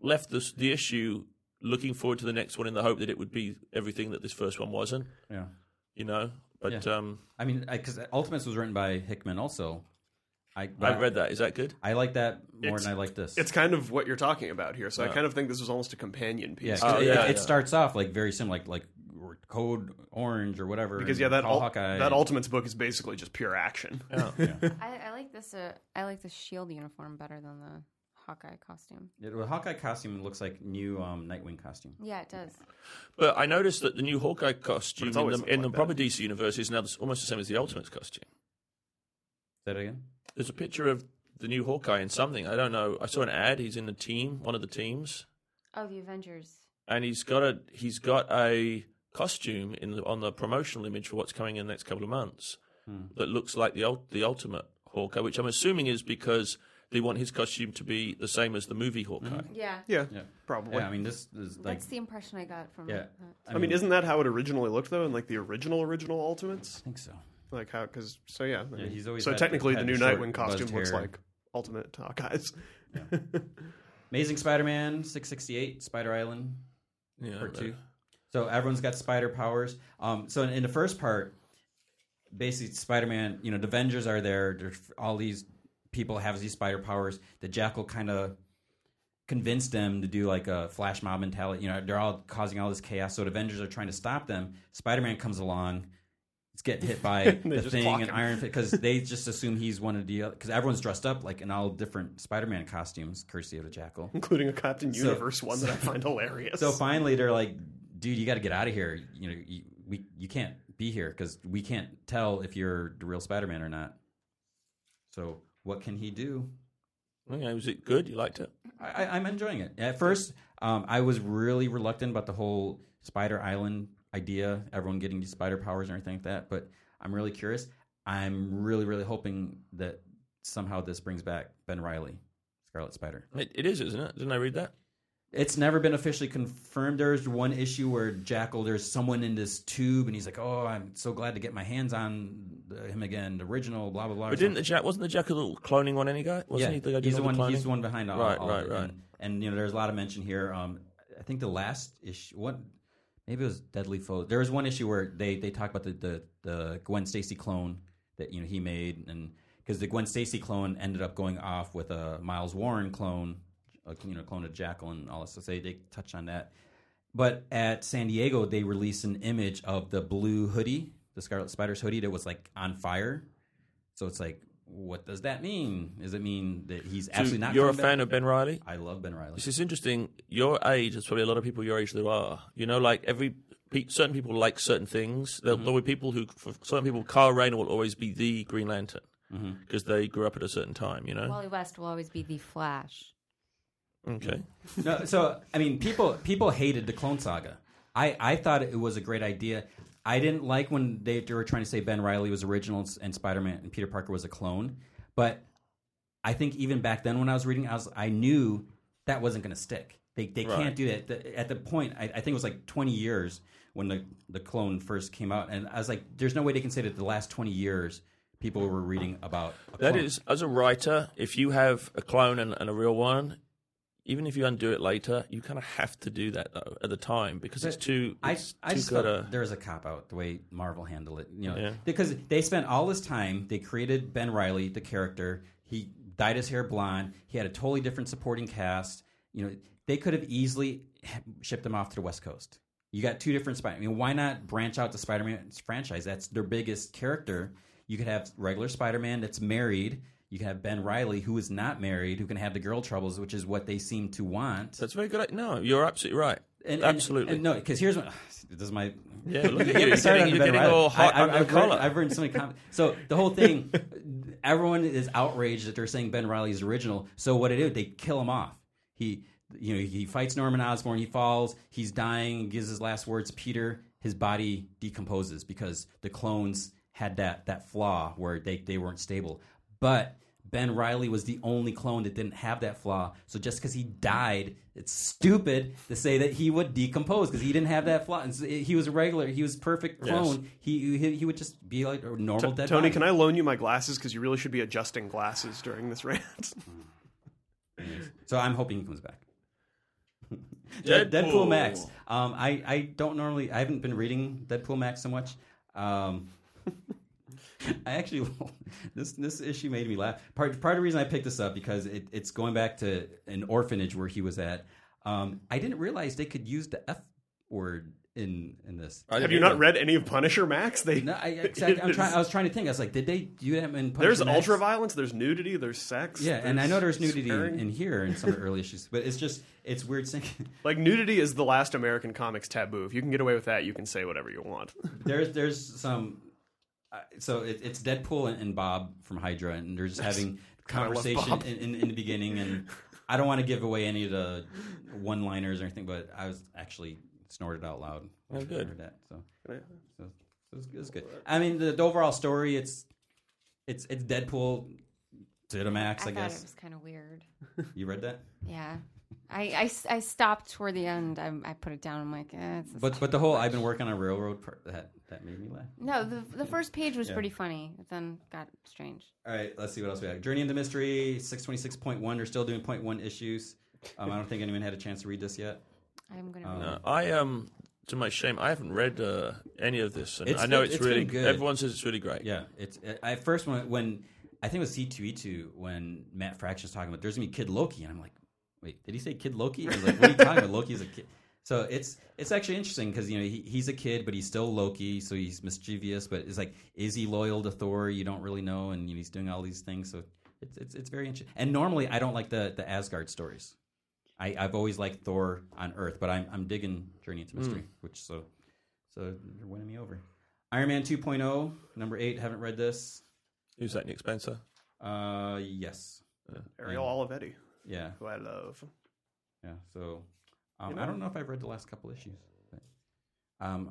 D: left this, the issue looking forward to the next one in the hope that it would be everything that this first one wasn't.
B: Yeah,
D: You know, but um,
B: I mean, because Ultimates was written by Hickman also. I
D: I read that. Is that good?
B: I like that more
C: It's-
B: than I like this.
C: It's kind of what you're talking about here. So I kind of think this was almost a companion
B: yeah,
C: piece.
B: 'cause
D: Oh,
B: it,
D: yeah,
B: it
D: yeah.
B: starts off like very similar, like like Code Orange or whatever.
C: because
B: and
C: yeah, that
B: Paul
C: ul-
B: Hawkeye.
C: that Ultimates book is basically just pure action.
A: I, I like this. Uh, I like the shield uniform better than the Hawkeye costume.
B: Yeah, well, Hawkeye costume looks like new um, Nightwing costume.
A: Yeah, it does.
D: But I noticed that the new Hawkeye costume
C: it's
D: in
C: always
D: the,
C: looked
D: in
C: like
D: the
C: that.
D: proper DC universe is now almost the same as the Ultimates costume.
B: Say that again.
D: There's a picture of the new Hawkeye in something. I don't know. I saw an ad. He's in the team, one of the teams.
A: Oh, the Avengers.
D: and he's got a he's got a costume in the, on the promotional image for what's coming in the
B: Hmm.
D: next couple of months that looks like the ult- the ultimate Hawkeye, which I'm assuming is because they want his costume to be the same as the movie Hawkeye.
A: Yeah.
C: Yeah,
B: Yeah.
C: probably.
B: Yeah, I mean, this is like,
A: That's the impression I got from
B: yeah.
A: that.
C: I mean, isn't that how it originally looked though? In like the original original Ultimates,
B: I think so.
C: like how? Because so yeah, I
B: Yeah,
C: mean,
B: he's always
C: so
B: had-
C: technically
B: had
C: the new
B: the short,
C: Nightwing
B: buzzed
C: costume looks
B: hair.
C: like Ultimate Hawkeye's.
B: Amazing Spider-Man 668, Spider Island
D: Yeah,
B: part
D: but-
B: Hmm. two. So everyone's got spider powers. Um, so in, in the first part, basically Spider-Man, you know, the Avengers are there. There's all these people have these spider powers. The Jackal kind of convinced them to do like a flash mob mentality. You know, they're all causing all this chaos. So the Avengers are trying to stop them. Spider-Man comes along. It's getting hit by
C: They
B: the
C: just
B: thing
C: clock
B: and
C: him.
B: Iron Fist because they just assume he's one of the other because everyone's dressed up like in all different Spider-Man costumes, courtesy of the Jackal.
C: including a Captain
B: So-
C: Universe one that I find hilarious.
B: So finally, they're like, "Dude, you got to get out of here. You know, you, we you can't be here because we can't tell if you're the real Spider-Man or not." So what can he do?
D: Okay, was uh, it good? You liked it?
B: I, I- I'm enjoying it. At first, um, I was really reluctant about the whole Spider Island idea, everyone getting these spider powers and everything like that. But I'm really curious. I'm really, really hoping that somehow this brings back Ben Riley, Scarlet Spider.
D: It, it is, isn't it? Didn't I read that?
B: It's never been officially confirmed. There's one issue where Jackal, there's someone in this tube, and he's like, "Oh, I'm so glad to get my hands on uh, him again." The original, blah blah blah. or
D: But didn't the Jack? Wasn't the Jack a little cloning one? Any guy? Wasn't he the guy doing
B: he's the
D: all
B: one.
D: cloning?
B: He's the one behind all,
D: Right,
B: all
D: right,
B: of it.
D: right.
B: And, and, you know, there's a lot of mention here. Um, I think the last issue, what maybe it was Deadly Foe. There was one issue where they they talk about the the, the Gwen Stacy clone that you know he made, and because the Gwen Stacy clone ended up going off with a Miles Warren clone, a, you know, clone of Jackal and all this. So they they touch on that. But at San Diego, they released an image of the blue hoodie, the Scarlet Spider's hoodie that was like on fire. So it's like, what does that mean? Does it mean that he's
D: So
B: absolutely not?
D: you're a
B: coming
D: fan
B: back?
D: of Ben Riley.
B: I love Ben Riley.
D: This is interesting. Your age, there's probably a lot of people your age that are. You know, like every pe- certain people like certain things.
B: Mm-hmm.
D: There'll, there'll be people who, for certain people, Kyle Rayner will always be the Green Lantern
B: Mm-hmm.
D: because they grew up at a certain time. You know.
A: Wally West will always be the Flash.
D: Mm-hmm. okay.
B: No, so I mean, people people hated the Clone Saga. I I thought it was a great idea. I didn't like when they, they were trying to say Ben Riley was original and Spider Man and Peter Parker was a clone, but I think even back then when I was reading, I was I knew that wasn't going to stick. They they
D: Right.
B: can't do that. The- at the point, I, I think it was like twenty years when the the clone first came out, and I was like, "There's no way they can say that the last twenty years people were reading about." A
D: That
B: clone.
D: is, as a writer, if you have a clone and, and a real one, even if you undo it later, you kind of have to do that though at the time because it's too.
B: I,
D: It's
B: I
D: too
B: just
D: good
B: felt
D: a-
B: there was a cop out the way Marvel handled it, you know,
D: Yeah.
B: because they spent all this time. They created Ben Riley, the character. He dyed his hair blonde. He had a totally different supporting cast. You know, they could have easily shipped him off to the West Coast. You got two different Spider. I mean, why not branch out the Spider-Man franchise? That's their biggest character. You could have regular Spider-Man that's married. You can have Ben Riley, who is not married, who can have the girl troubles, which is what they seem to want
D: That's very good. No, you're absolutely right. absolutely.
B: and no, because here's what this is my.
D: Yeah, look at you.
B: Get me
D: You're
B: started
D: getting-
B: on
D: you're
B: Ben
D: getting
B: Riley.
D: all hot
B: I,
D: under
B: have
D: the collar.
B: Read, I've written so many comments. So the whole thing, everyone is outraged that they're saying Ben Riley is original. So what they do, they kill him off. He, you know, he fights Norman Osborn. He falls. He's dying. Gives his last words. to Peter. His body decomposes because the clones had that that flaw where they they weren't stable. But Ben Riley was the only clone that didn't have that flaw. So just because he died, it's stupid to say that he would decompose because he didn't have that flaw. And so he was a regular. He was perfect clone. He, he he would just be like a normal dead.
C: Tony,
B: body.
C: can I loan you my glasses? Because you really should be adjusting glasses during this rant.
B: So I'm hoping he comes back.
D: Deadpool.
B: Deadpool, Max. Um, I I don't normally. I haven't been reading Deadpool Max so much. Um, I actually this this issue made me laugh. Part part of the reason I picked this up because it, it's going back to an orphanage where he was at. Um, I didn't realize they could use the f word in in this.
D: I
C: Have
D: didn't
C: you
D: either.
C: not read any of Punisher Max? They
B: No, I, exactly, I'm
C: It
B: trying.
C: is-
B: I was trying to think. I was like, did they do that in Punisher
C: there's
B: Max?
C: ultra violence. There's nudity. There's sex.
B: Yeah, and I know there's nudity in,
C: swearing.
B: in here in some of the early issues, but it's just it's weird seeing.
C: like nudity is the last American comics taboo. If you can get away with that, you can say whatever you want.
B: there's there's some uh, so it, it's Deadpool and, and Bob from Hydra, and they're just having
C: I love
B: conversation
C: Bob.
B: in, in, in the beginning. And I don't want to give away any of the one liners or anything, but I was actually snorted out loud. when I
D: Oh, good.
B: heard That, so so, so it, was, it was good. I mean, the, the overall story it's it's it's Deadpool Zitomax, I,
A: I thought it
B: guess.
A: was kind of weird.
B: You read that?
A: Yeah. I, I s- I stopped toward the end. I, I put it down. I'm like, eh, it's
B: But but the whole I've been working on a railroad part that that made me laugh.
A: no. The, the first page was
B: Yeah.
A: pretty funny. It then got strange.
B: All right, let's see what else we have. Journey into Mystery, six twenty six point one. They're still doing point one issues. Um, I don't think anyone had a chance to read this yet.
A: I'm gonna.
B: Um,
A: read
D: Uh, I um, to my shame, I haven't read uh, any of this, and
B: It's
D: I know
B: been-
D: it's,
B: it's been
D: really
B: good.
D: Everyone says it's really great.
B: Yeah, it's I at first when when I think it was C two E two when Matt Fraction's talking about there's gonna be Kid Loki, and I'm like, wait, did he say Kid Loki? I was like, what are you talking about? Loki's a kid. So it's it's actually interesting because you know he, he's a kid, but he's still Loki, so he's mischievous. But it's like, is he loyal to Thor? You don't really know, and you know, he's doing all these things. So it's it's it's very interesting. And normally I don't like the the Asgard stories. I, I've always liked Thor on Earth, but I'm I'm digging Journey into Mystery, which so so you're winning me over. Iron Man 2.0, number eight. Haven't read this.
D: Who's that, Nick Spencer?
B: Uh, yes,
C: Ariel Olivetti,
B: yeah,
C: who I love.
B: yeah. So, um, I don't know if I've read the last couple issues. But, um,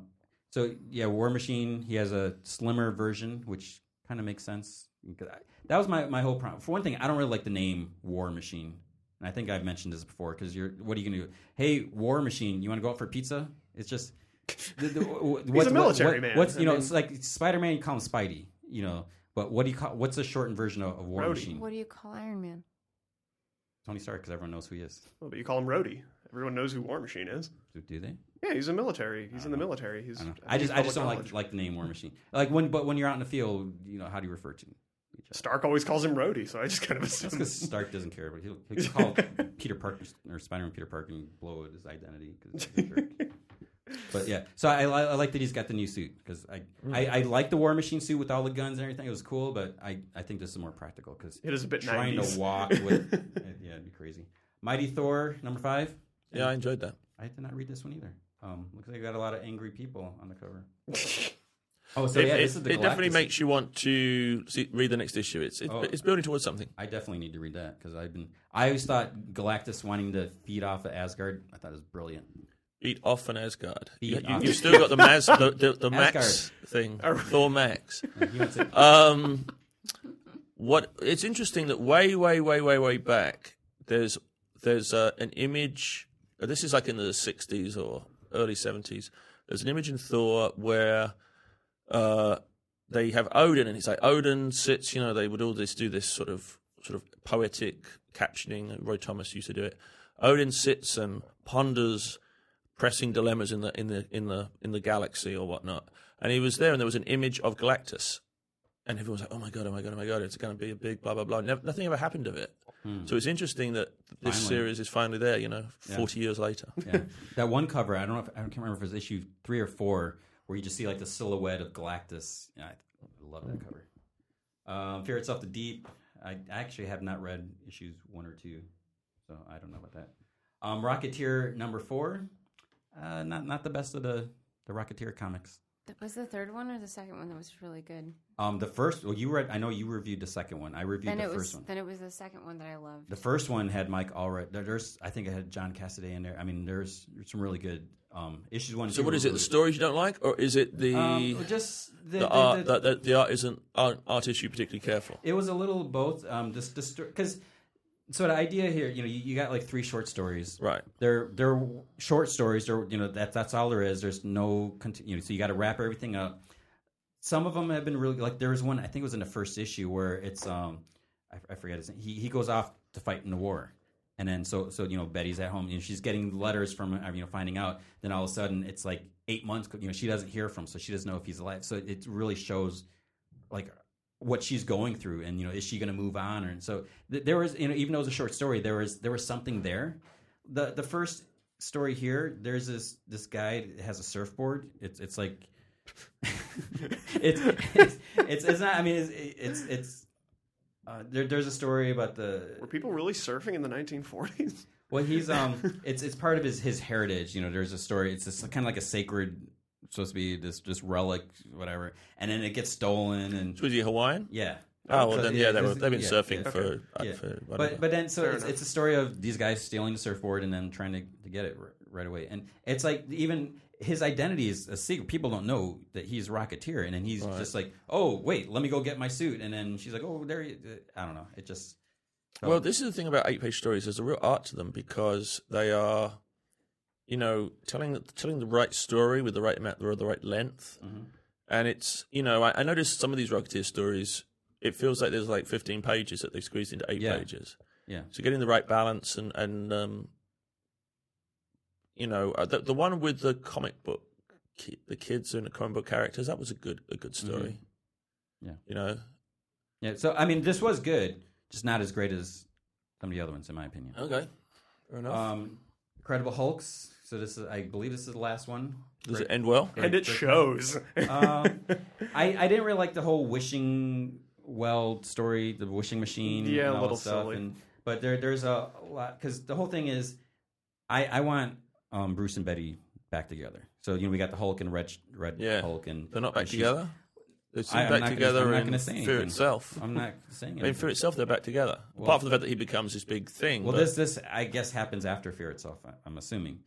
B: so yeah, War Machine. He has a slimmer version, which kind of makes sense. 'Cause I- That was my my whole problem. For one thing, I don't really like the name War Machine, and I think I've mentioned this before. Because you're, what are you gonna do? Hey, War Machine, you want to go out for pizza? It's just the, the, what,
C: He's a
B: what-
C: military man.
B: What's you
C: I
B: know?
C: mean-
B: It's like Spider Man. You call him Spidey. You know. But what do you call? What's the shortened version of, of War
C: Rhodey.
A: it.
B: Machine?
A: What do you call Iron Man?
B: Tony Stark, because everyone knows who he is.
C: Well, Oh, but you call him Rhodey. Everyone knows who War Machine is.
B: Do, do they?
C: Yeah, he's a military. He's in the military. He's.
B: I don't know. I just I just don't like like the name War Machine. Like when but when you're out in the field, you know how do you refer to each other?
C: Stark always calls him Rhodey, so I just kind of
B: That's
C: assume.
B: because Stark doesn't care, but he'll, he'll call Peter Parker or Spider-Man Peter Parker and blow at his identity because he's a jerk. But yeah, so I, I I like that he's got the new suit because I, I I like the War Machine suit with all the guns and everything. It was cool, but I I think this is more practical because
C: It is a bit
B: trying
C: 90s.
B: to walk with yeah, it'd be crazy. Mighty Thor number five.
D: Yeah, I enjoyed that.
B: I did not read this one either. Um, looks like you got a lot of angry people on the cover. oh, so
D: it
B: yeah,
D: it-
B: this is the
D: it definitely
B: Galactus.
D: makes you want to see, read the next issue. It's it,
B: Oh.
D: it's building towards something.
B: I definitely need to read that because I've been. I always thought Galactus wanting to feed off of Asgard. I thought it was brilliant.
D: Eat off an Asgard. You,
B: Eat
D: you,
B: off.
D: you've still got the Maz, the, the, the Max
B: Asgard. Oh,
D: thing, Thor Max.
B: Like, he wants to-
D: Um, what it's interesting that way, way, way, way, way back, there's there's uh, an image. uh, This is like in the '60s or early '70s. There's an image in Thor where uh, they have Odin, and it's like Odin sits. You know, they would all this do this sort of sort of poetic captioning. Roy Thomas used to do it. Odin sits and ponders pressing dilemmas in the in the in the in the galaxy or whatnot. And he was there, and there was an image of Galactus, and everyone was like, "Oh my god, oh my god, oh my god! It's going to be a big blah blah blah." Never, nothing ever happened of it. So it's interesting that this
B: Hmm. Finally.
D: series is finally there. You know, forty years later.
B: yeah. That one cover, I don't know if I can't remember if it was issue three or four, where you just see like the silhouette of Galactus. Yeah, I love that cover. Um, Fear Itself the Deep. I actually have not read issues one or two, so I don't know about that. Um, Rocketeer number four. Uh, not not the best of the the Rocketeer comics.
A: That was the third one or the second one that was really good.
B: Um, the first, well, you read. I know you reviewed the second one. I reviewed
A: Then
B: the
A: it was
B: first one.
A: then it was the second one that I loved.
B: The first one had Mike Allred. there- There's, I think, it had John Cassaday in there. I mean, there's, there's some really good um, issues. One. and
D: So
B: two
D: what
B: were
D: is it? The
B: really-
D: stories you don't like, or is it the
B: Um, just the,
D: the,
B: the-
D: art
B: the-
D: that the, the art isn't art, art issue particularly careful?
B: it was a little both. Um, just because. So the idea here, you know, you, you got like three short stories.
D: Right.
B: They're they're short stories. They're you know that that's all there is. There's no continue. so you got to wrap everything up. Some of them have been really like there was one I think it was in the first issue where it's um I, I forget his name. He he goes off to fight in the war, and then so so you know Betty's at home and she's getting letters from uh, you know finding out. Then all of a sudden it's like eight months. You know she doesn't hear from, so she doesn't know if he's alive. So it really shows like what she's going through and you know is she going to move on or, and so th- there was you know even though it was a short story there was there was something there the the first story here there's this this guy that has a surfboard it's it's like it's, it's it's it's not i mean it's it's it's uh, there, there's a story about the
C: Were people really surfing in the 1940s?
B: well, he's um, it's it's part of his his heritage. You know, there's a story. It's this kind of like a sacred, supposed to be this just relic, whatever. And then it gets stolen, and
D: So is he Hawaiian?
B: yeah.
D: Oh, well,
B: So,
D: then yeah, they
B: this
D: were,
B: is-
D: they've been
B: yeah,
D: surfing
B: yeah.
D: for, uh,
B: Yeah.
D: for whatever.
B: But but then so
C: Fair
B: it's,
C: enough.
B: it's a story of these guys stealing the surfboard and then trying to, to get it r- right away. And it's like even his identity is a secret. People don't know that he's Rocketeer, and then he's just like, "Oh, wait, let me go get my suit." And then she's like, "Oh, there." You, I don't know. It just
D: Well, this is the thing about eight-page stories. There's a real art to them because they are, you know, telling telling the right story with the right amount or the right length,
B: Mm-hmm.
D: and it's you know I, I noticed some of these Rocketeer stories. It feels like there's like 15 pages that they've squeezed into eight
B: Yeah.
D: pages.
B: yeah.
D: So getting the right balance and and um, you know uh, the the one with the comic book, ki- the kids and the comic book characters that was a good a good story.
B: Mm-hmm. Yeah.
D: you know,
B: Yeah, so I mean, this was good, just not as great as some of the other ones, in my opinion.
D: okay, fair enough.
B: Um, Incredible Hulks. So this is, I believe, this is the last one.
D: Does it end well?
C: and it shows.
B: Um, I I didn't really like the whole wishing well story, the wishing machine.
C: Yeah,
B: and
C: a
B: all
C: little
B: that stuff.
C: silly.
B: And, but there there's a lot because the whole thing is, I I want um, Bruce and Betty back together. So you know we got the Hulk and Red Red
D: Yeah.
B: Hulk and
D: They're not back
B: and she's-
D: together. They
B: I-
D: seem
B: I'm not
D: back
B: gonna-
D: together
B: I'm not
D: in
B: gonna say
D: Fear
B: anything.
D: Itself.
B: I'm not saying
D: in
B: anything.
D: Fear Itself, they're back together. Apart from the fact that he becomes this big thing.
B: Well,
D: but-
B: this this I guess happens after Fear itself. I- I'm assuming,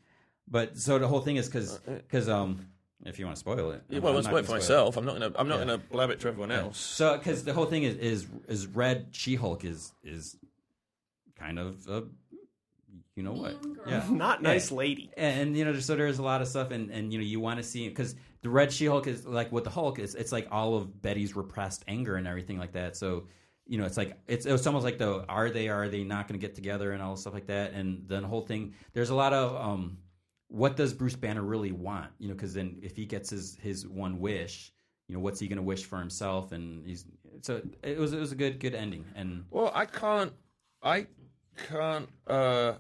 B: but so the whole thing is because um if you want to spoil it,
D: Uh, Yeah,
B: I'm-
D: well,
B: I'm
D: let's
B: not
D: wait
B: gonna spoil it.
D: for myself. I'm not gonna. I'm not gonna blab it to everyone else.
B: So because the whole thing is is is Red She Hulk is is kind of a you know what
A: Mean girl.
B: yeah
C: Not
B: Yeah.
C: nice lady.
B: and, and, you know so there's a lot of stuff and and you know you want to see because the red she-hulk is like what the hulk is it's like all of betty's repressed anger and everything like that so you know it's like it's it's almost like the are they are they not going to get together and all stuff like that and then the whole thing there's a lot of um what does bruce banner really want you know because then if he gets his his one wish you know what's he going to wish for himself and he's so it was it was a good good ending and
D: Well, I can't. I can't. uh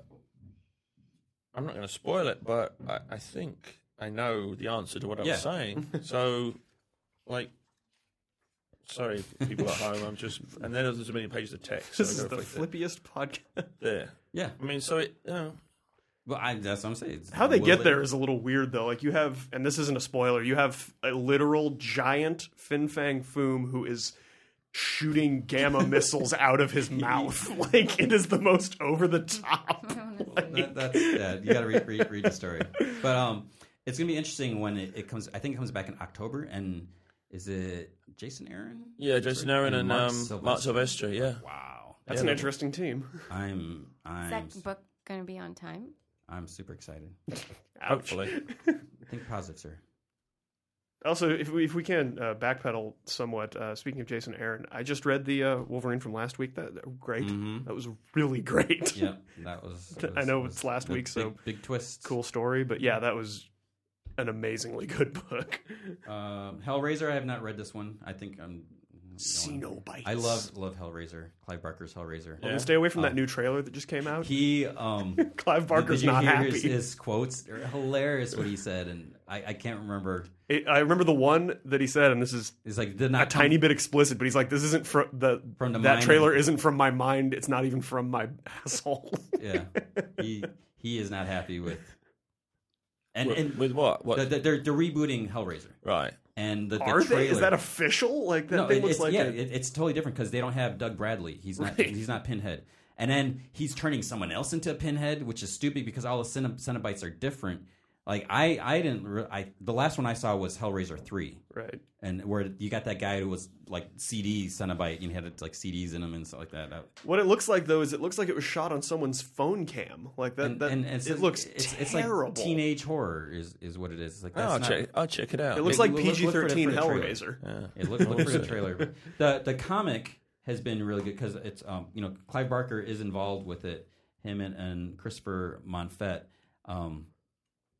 D: I'm not going to spoil it, but I, I think I know the answer to what I
B: Yeah.
D: was saying. So, like, sorry, people at home. I'm just, and then there's a million pages of text. so
C: This
D: I
C: is
D: gotta
C: the
D: flick
C: flippiest podcast.
D: it. There.
B: yeah
D: I mean, so it. You know,
B: well I, that's what i'm saying It's-
C: How they
B: will
C: get
B: it-
C: there is a little weird, though. Like you have, and this isn't a spoiler. You have a literal giant fin fang foom who is shooting gamma missiles out of his mouth. Like it is the most over the top.
B: that, that's yeah, you got to read, read, read the story. But um, it's gonna be interesting when it, it comes. I think it comes back in October. And is it Jason Aaron?
D: yeah, Jason Aaron and
B: Mark
D: um, Mark Silvestre. Yeah.
B: Wow,
C: That's an interesting team.
B: I'm
A: Is
B: I'm
A: that book going to be on time?
B: I'm super excited.
D: Hopefully.
B: Think positive, sir.
C: Also, if we, if we can uh, backpedal somewhat, uh, speaking of Jason Aaron, I just read the uh, Wolverine from last week. That, that- great. That was really great.
B: Mm-hmm. Yep, that was.
C: I know
B: was
C: it's last
B: the
C: week, so-
B: big, big twist.
C: Cool story, but yeah, that was an amazingly good book.
B: Um, Hellraiser. I have not read this one. I think I'm.
C: Xenobites.
B: I love love Hellraiser. Clive Barker's Hellraiser.
C: And stay away from that new trailer that just came out.
B: He um.
C: Clive Barker's
B: Did you
C: not
B: hear
C: happy.
B: His, his quotes are hilarious. What he said, and I, I can't remember.
C: It- I remember the one that he said, and this is
B: It's like did
C: a
B: not come
C: tiny bit explicit, but he's like, "This isn't from the,
B: From the
C: that
B: mind.
C: trailer isn't from my mind. It's not even from my asshole."
B: yeah, he he is not happy with. And
D: with,
B: and
D: with what? What?
B: the, the, they're they're rebooting Hellraiser,
D: right.
B: and the, the
C: Are
B: trailer,
C: they? Is that official? Like that
B: no?
C: thing
B: it-
C: looks
B: it's,
C: like
B: yeah,
C: a-
B: it- it's totally different because they don't have Doug Bradley. He's not
C: Right.
B: he's not Pinhead, and then he's turning someone else into a Pinhead, which is stupid because all the Ceno- Cenobites are different. Like I I didn't re- I the last one I saw was Hellraiser three.
C: right.
B: And where you got that guy who was like CD Cenobite, you know, had like CDs in him and stuff like that. That-
C: What it looks like though is it looks like it was shot on someone's phone cam. Like that. that it looks terrible.
B: like teenage horror is is what it is. It's like that's
D: I'll
B: not,
D: Oh, check. I'll check it out.
C: It looks
B: Look-
C: like
B: look- look for
C: PG
B: the- for the
C: thirteen
B: trailer.
C: Hellraiser.
D: Yeah.
B: Yeah, look, look for the trailer. The the comic has been really good because it's um you know Clive Barker is involved with it. Him and, and Christopher Monfett. Um,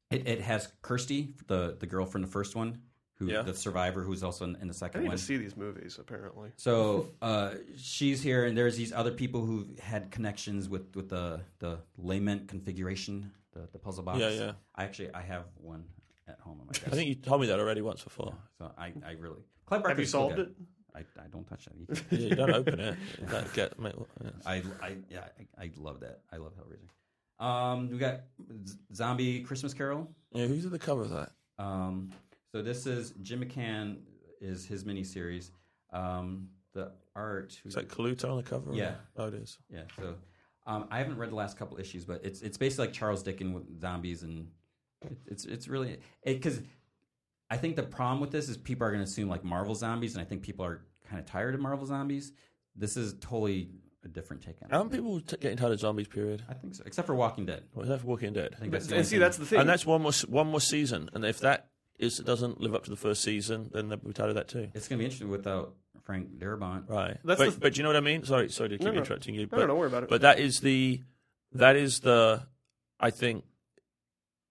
B: it, it has Kirsty, the the girl from the first one, who
D: Yeah.
B: the survivor, who's also in, in the
C: I
B: second
C: need
B: one.
C: to see these movies. Apparently,
B: So uh, she's here, and there's these other people who had connections with, with the the layment configuration, the, the puzzle box.
D: Yeah, yeah.
B: I actually I have one at home on my
D: I
B: desk.
D: think you told me that already once before.
B: so I, I really Clive Barker
C: have you
B: still
C: solved
B: got-
C: it?
B: I, I don't touch that.
D: Yeah, you don't open it. That get, mate, yeah.
B: I I yeah I, I love that. I love Hellraiser. Um, we got Z- Zombie Christmas Carol.
D: Yeah, who's at the cover of that?
B: Um, so this is Jim McCann is his miniseries. Um, the art. who-
D: Is that Kaluta on the cover?
B: Yeah.
D: Oh, it is.
B: Yeah. So um, I haven't read the last couple issues, but it's it's basically like Charles Dickens with zombies and It's it's really because I think the problem with this is people are going to assume like Marvel zombies, and I think people are kind of tired of Marvel zombies. This is totally a different take on
D: How
B: it.
D: many people t- getting tired of zombies? Period.
B: I think so, except for Walking Dead.
D: Well, that's Walking Dead,
B: I think
C: But,
B: the
C: and
B: only
C: see,
B: thing-
C: that's the thing.
D: and that's one more s- one more season. And if that is doesn't live up to the first season, then they'll be tired of that too.
B: it's going to be interesting without Frank Darabont.
D: Right.
C: That's
D: but,
C: the-
D: but do you know what I mean? Sorry, sorry to keep
C: No, no.
D: interrupting you.
C: no,
D: But,
C: no, don't worry about it.
D: but that is the that is the I think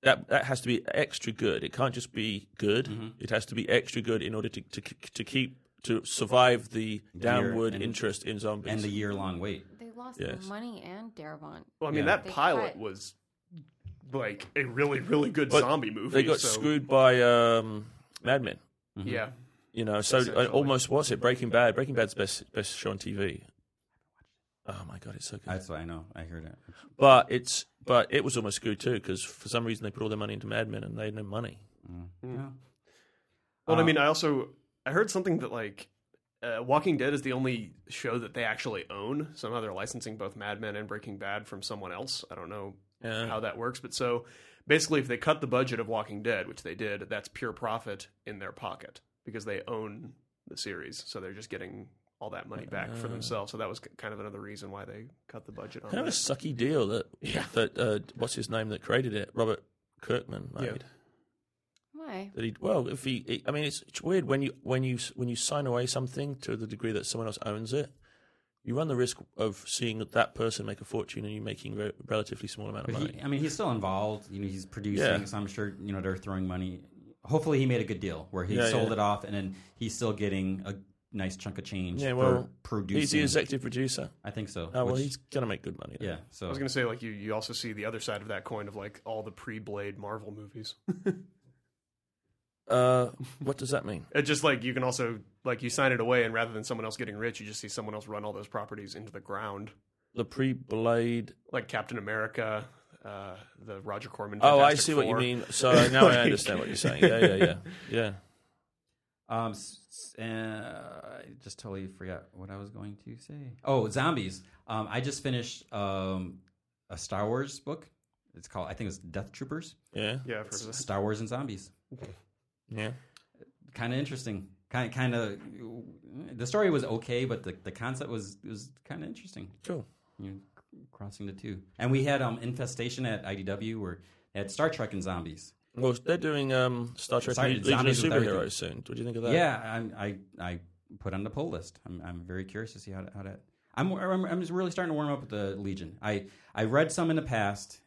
D: that that has to be extra good. It can't just be good.
B: Mm-hmm.
D: It has to be extra good in order to to, to keep to survive the downward
B: and-
D: interest in zombies.
B: and the year long wait.
A: They lost
D: Yes.
A: money and Darabont.
C: well, I mean,
B: yeah.
C: that
A: They
C: pilot
A: cut-
C: was like a really, really good
D: But
C: zombie movie.
D: they got
C: so,
D: screwed Mm-hmm. by um, Mad Men.
C: Yeah.
D: You know, so
C: Essentially.
D: I almost was it Breaking Bad? Breaking Bad's best best show on TV. Oh my god, it's so good.
B: That's what I know. I heard it.
D: But it's but it was almost screwed too because for some reason they put all their money into Mad Men and they had no money.
C: Hmm.
B: Yeah.
C: Well, I
B: Um,
C: mean, I also I heard something that like uh, Walking Dead is the only show that they actually own. Somehow they're licensing both Mad Men and Breaking Bad from someone else. I don't know
D: Yeah.
C: how that works, but so basically, if they cut the budget of Walking Dead, which they did, that's pure profit in their pocket because they own the series, so they're just getting all that money back for themselves. So that was k- kind of another reason why they cut the budget on
D: Kind of a
C: that.
D: sucky deal that that uh, what's his name that created it, Robert Kirkman made.
C: Yeah.
A: Why?
D: That he well, if he, he- I mean, it's, it's weird when you when you when you sign away something to the degree that someone else owns it, you run the risk of seeing that person make a fortune and you making re- relatively small amount of
B: But
D: money.
B: he, I mean, he's still involved. You know, he's producing,
D: Yeah.
B: so I'm sure you know they're throwing money. Hopefully, he made a good deal where he
D: Yeah,
B: sold
D: yeah.
B: it off, and then he's still getting a nice chunk of change
D: Yeah, well,
B: for producing.
D: He's the executive producer.
B: I think so.
D: Oh well,
B: which-
D: he's gonna make good money. then.
B: yeah. So
C: I was gonna say, like you, you also see the other side of that coin of like all the pre-Blade Marvel movies.
D: Uh, what does that mean?
C: It just like you can also like you sign it away, and rather than someone else getting rich, you just see someone else run all those properties into the ground,
D: The pre-blade.
C: like Captain America, uh, the Roger Corman.
D: Oh, I
C: Fantastic
D: see what you
C: Four.
D: mean. So now
C: Like-
D: I understand what you're saying. Yeah, yeah, yeah, yeah.
B: Um, s- s- uh, I just totally forgot what I was going to say. Oh, zombies. Um, I just finished um, a Star Wars book. It's called, I think it's Death Troopers.
D: Yeah,
C: Yeah, for this.
B: Star Wars and zombies.
D: yeah.
B: Kind of interesting. Kind kind of. The story was okay, but the, the concept was was kind of interesting.
D: Cool.
B: You know, crossing the two, and we had um infestation at IDW where they had Star Trek and zombies.
D: Well, they're doing um, Star Trek:
B: Sorry,
D: Le- Legion of
B: zombies with everything.
D: Superheroes soon. What do you think of that?
B: Yeah, I'm, I I put on the poll list. I'm I'm very curious to see how to, how to. I'm I'm I'm just really starting to warm up with the Legion. I I read some in the past,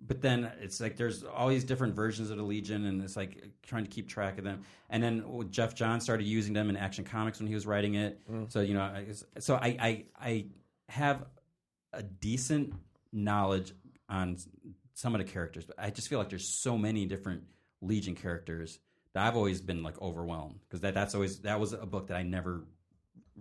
B: but then it's like there's all these different versions of the Legion, and it's like trying to keep track of them. And then Jeff John started using them in Action Comics when he was writing it. So you know, I, so I I I have a decent knowledge on some of the characters, but I just feel like there's so many different Legion characters that I've always been like overwhelmed because that that's always that was a book that I never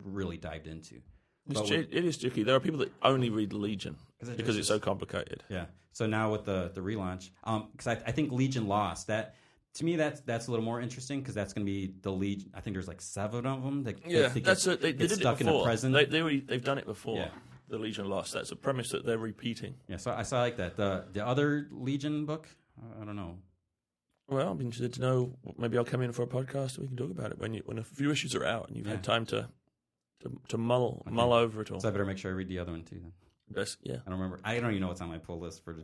B: really dived into.
D: It's, ju- it is tricky. There are people that only read Legion
B: it
D: because
B: just-
D: it's so complicated.
B: Yeah. So now with the the relaunch, because I, I think Legion lost that. To me, that's that's a little more interesting because that's going to be the Legion. I think there's like seven of them. That,
D: Yeah,
B: that get-
D: that's a, they, they
B: get
D: did
B: stuck
D: it
B: in the
D: before.
B: present.
D: They, they already, they've done it before.
B: Yeah.
D: The Legion lost. That's a premise that they're repeating.
B: yeah. So I, so I like that. The the other Legion book. I- I don't know.
D: Well, I'm interested to know. Maybe I'll come in for a podcast and we can talk about it when you, when a few issues are out and you've had
B: Yeah.
D: time to to, to mull mull over it all.
B: So I better make sure I read the other one too. Then
D: That's- yeah.
B: I don't remember. I don't even know what's on my pull list for the,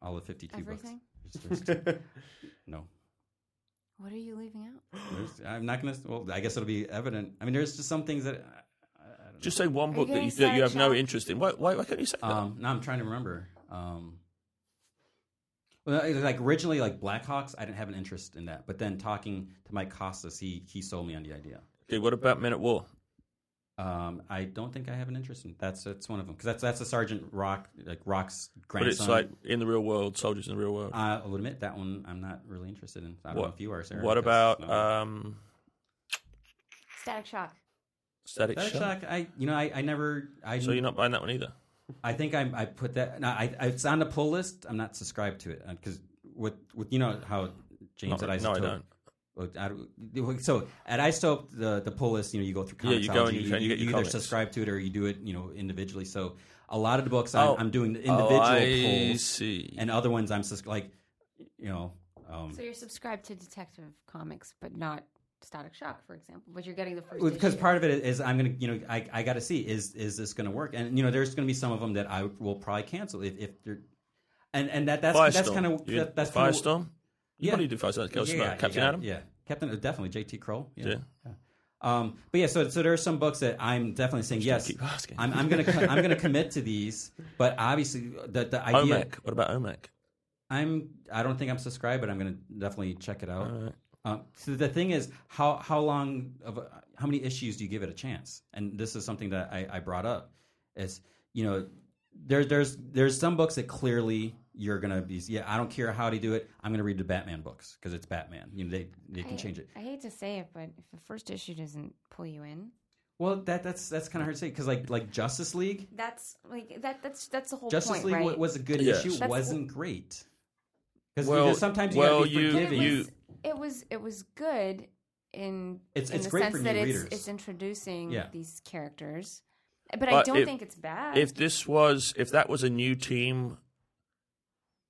B: all the 52
A: Everything?
B: books. There's- there's- no.
A: What are you leaving out?
B: There's- I'm not gonna. Well, I guess it'll be evident. I mean, there's just some things that.
D: Just say one book that
A: gonna
D: you, that you
A: start,
D: have no
A: Sean?
D: interest in. Why, why, why can't you say that?
B: Um, now I'm trying to remember. Um, well, it was like originally, like Blackhawks, I didn't have an interest in that. But then talking to Mike Costas, he he sold me on the idea.
D: okay, what about Men at War?
B: Um, I don't think I have an interest in that's that's one of them because that's that's a Sergeant Rock like Rock's
D: But
B: grandson.
D: it's like in the real world, soldiers in the real world.
B: I will admit that one I'm not really interested in. I don't know if you are, Sarah.
D: what
B: because,
D: about
B: no.
D: um,
A: Static Shock.
D: Static,
B: Static
D: Shock?
B: Shock? I you know I, I never I
D: So you're not buying that one either.
B: I think I, I put that. No, I, I, it's on the pull list. I'm not subscribed to it because with with you know how James
D: Not
B: at
D: re- no, I
B: Isotope.
D: don't.
B: Well, I don't- so at Isotope, the the pull list, you know, you go through.
D: Yeah, you go and
B: Comixology,
D: you try and you get your
B: either
D: comics.
B: subscribe to it or you do it, you know, individually. So a lot of the books I'm,
D: Oh.
B: I'm doing the
D: Oh,
B: individual
D: I
B: polls,
D: see.
B: and other ones I'm sus- like you know, um,
A: So you're subscribed to Detective Comics, but not Static Shock, for example. But you're getting the first.
B: Well, because
A: issue.
B: part of it is I'm gonna, you know, I, I got to see is is this gonna work? And you know, there's gonna be some of them that I will probably cancel if if they're, and and that that's
D: Firestorm.
B: that's kind of
D: You-
B: that, that's kinda-
D: Firestorm. You
B: Yeah.
D: probably do Firestorm. Captain,
B: yeah, yeah,
D: Captain
B: yeah,
D: Adam.
B: yeah, Captain, uh, definitely JT Kroll, yeah.
D: Yeah.
B: yeah. Um, but yeah, so so there are some books that I'm definitely saying yes.
D: keep asking.
B: I'm, I'm gonna co- I'm gonna commit to these, but obviously the the idea
D: Omac. What about Omac?
B: I'm I don't think I'm subscribed, but I'm gonna definitely check it out.
D: Alright.
B: Um, so the thing is, how how long of a, how many issues do you give it a chance? And this is something that I, I brought up. Is you know there's there's there's some books that clearly you're gonna be yeah I don't care how they do it I'm gonna read the Batman books because it's Batman you know they they can
A: I-
B: change it.
A: I hate to say it, but if the first issue doesn't pull you in,
B: Well that that's that's kind of hard to say because like like Justice League
A: that's like that. That's that's the whole
B: Justice
A: point,
B: League
A: right?
B: wa- was a good
D: Yes.
B: issue
A: That's-
B: wasn't great because
D: Well,
B: sometimes you
D: well,
B: gotta be
D: you-
A: But it
B: forgiving.
A: was,
D: you-
A: it was it was good in
B: It's-
A: in
B: it's
A: the
B: great
A: sense
B: for
A: that
B: new
A: it's
B: readers.
A: it's introducing
B: Yeah.
A: these characters, but, I
D: But
A: don't
D: if-
A: think it's bad.
D: If this was, if that was a new team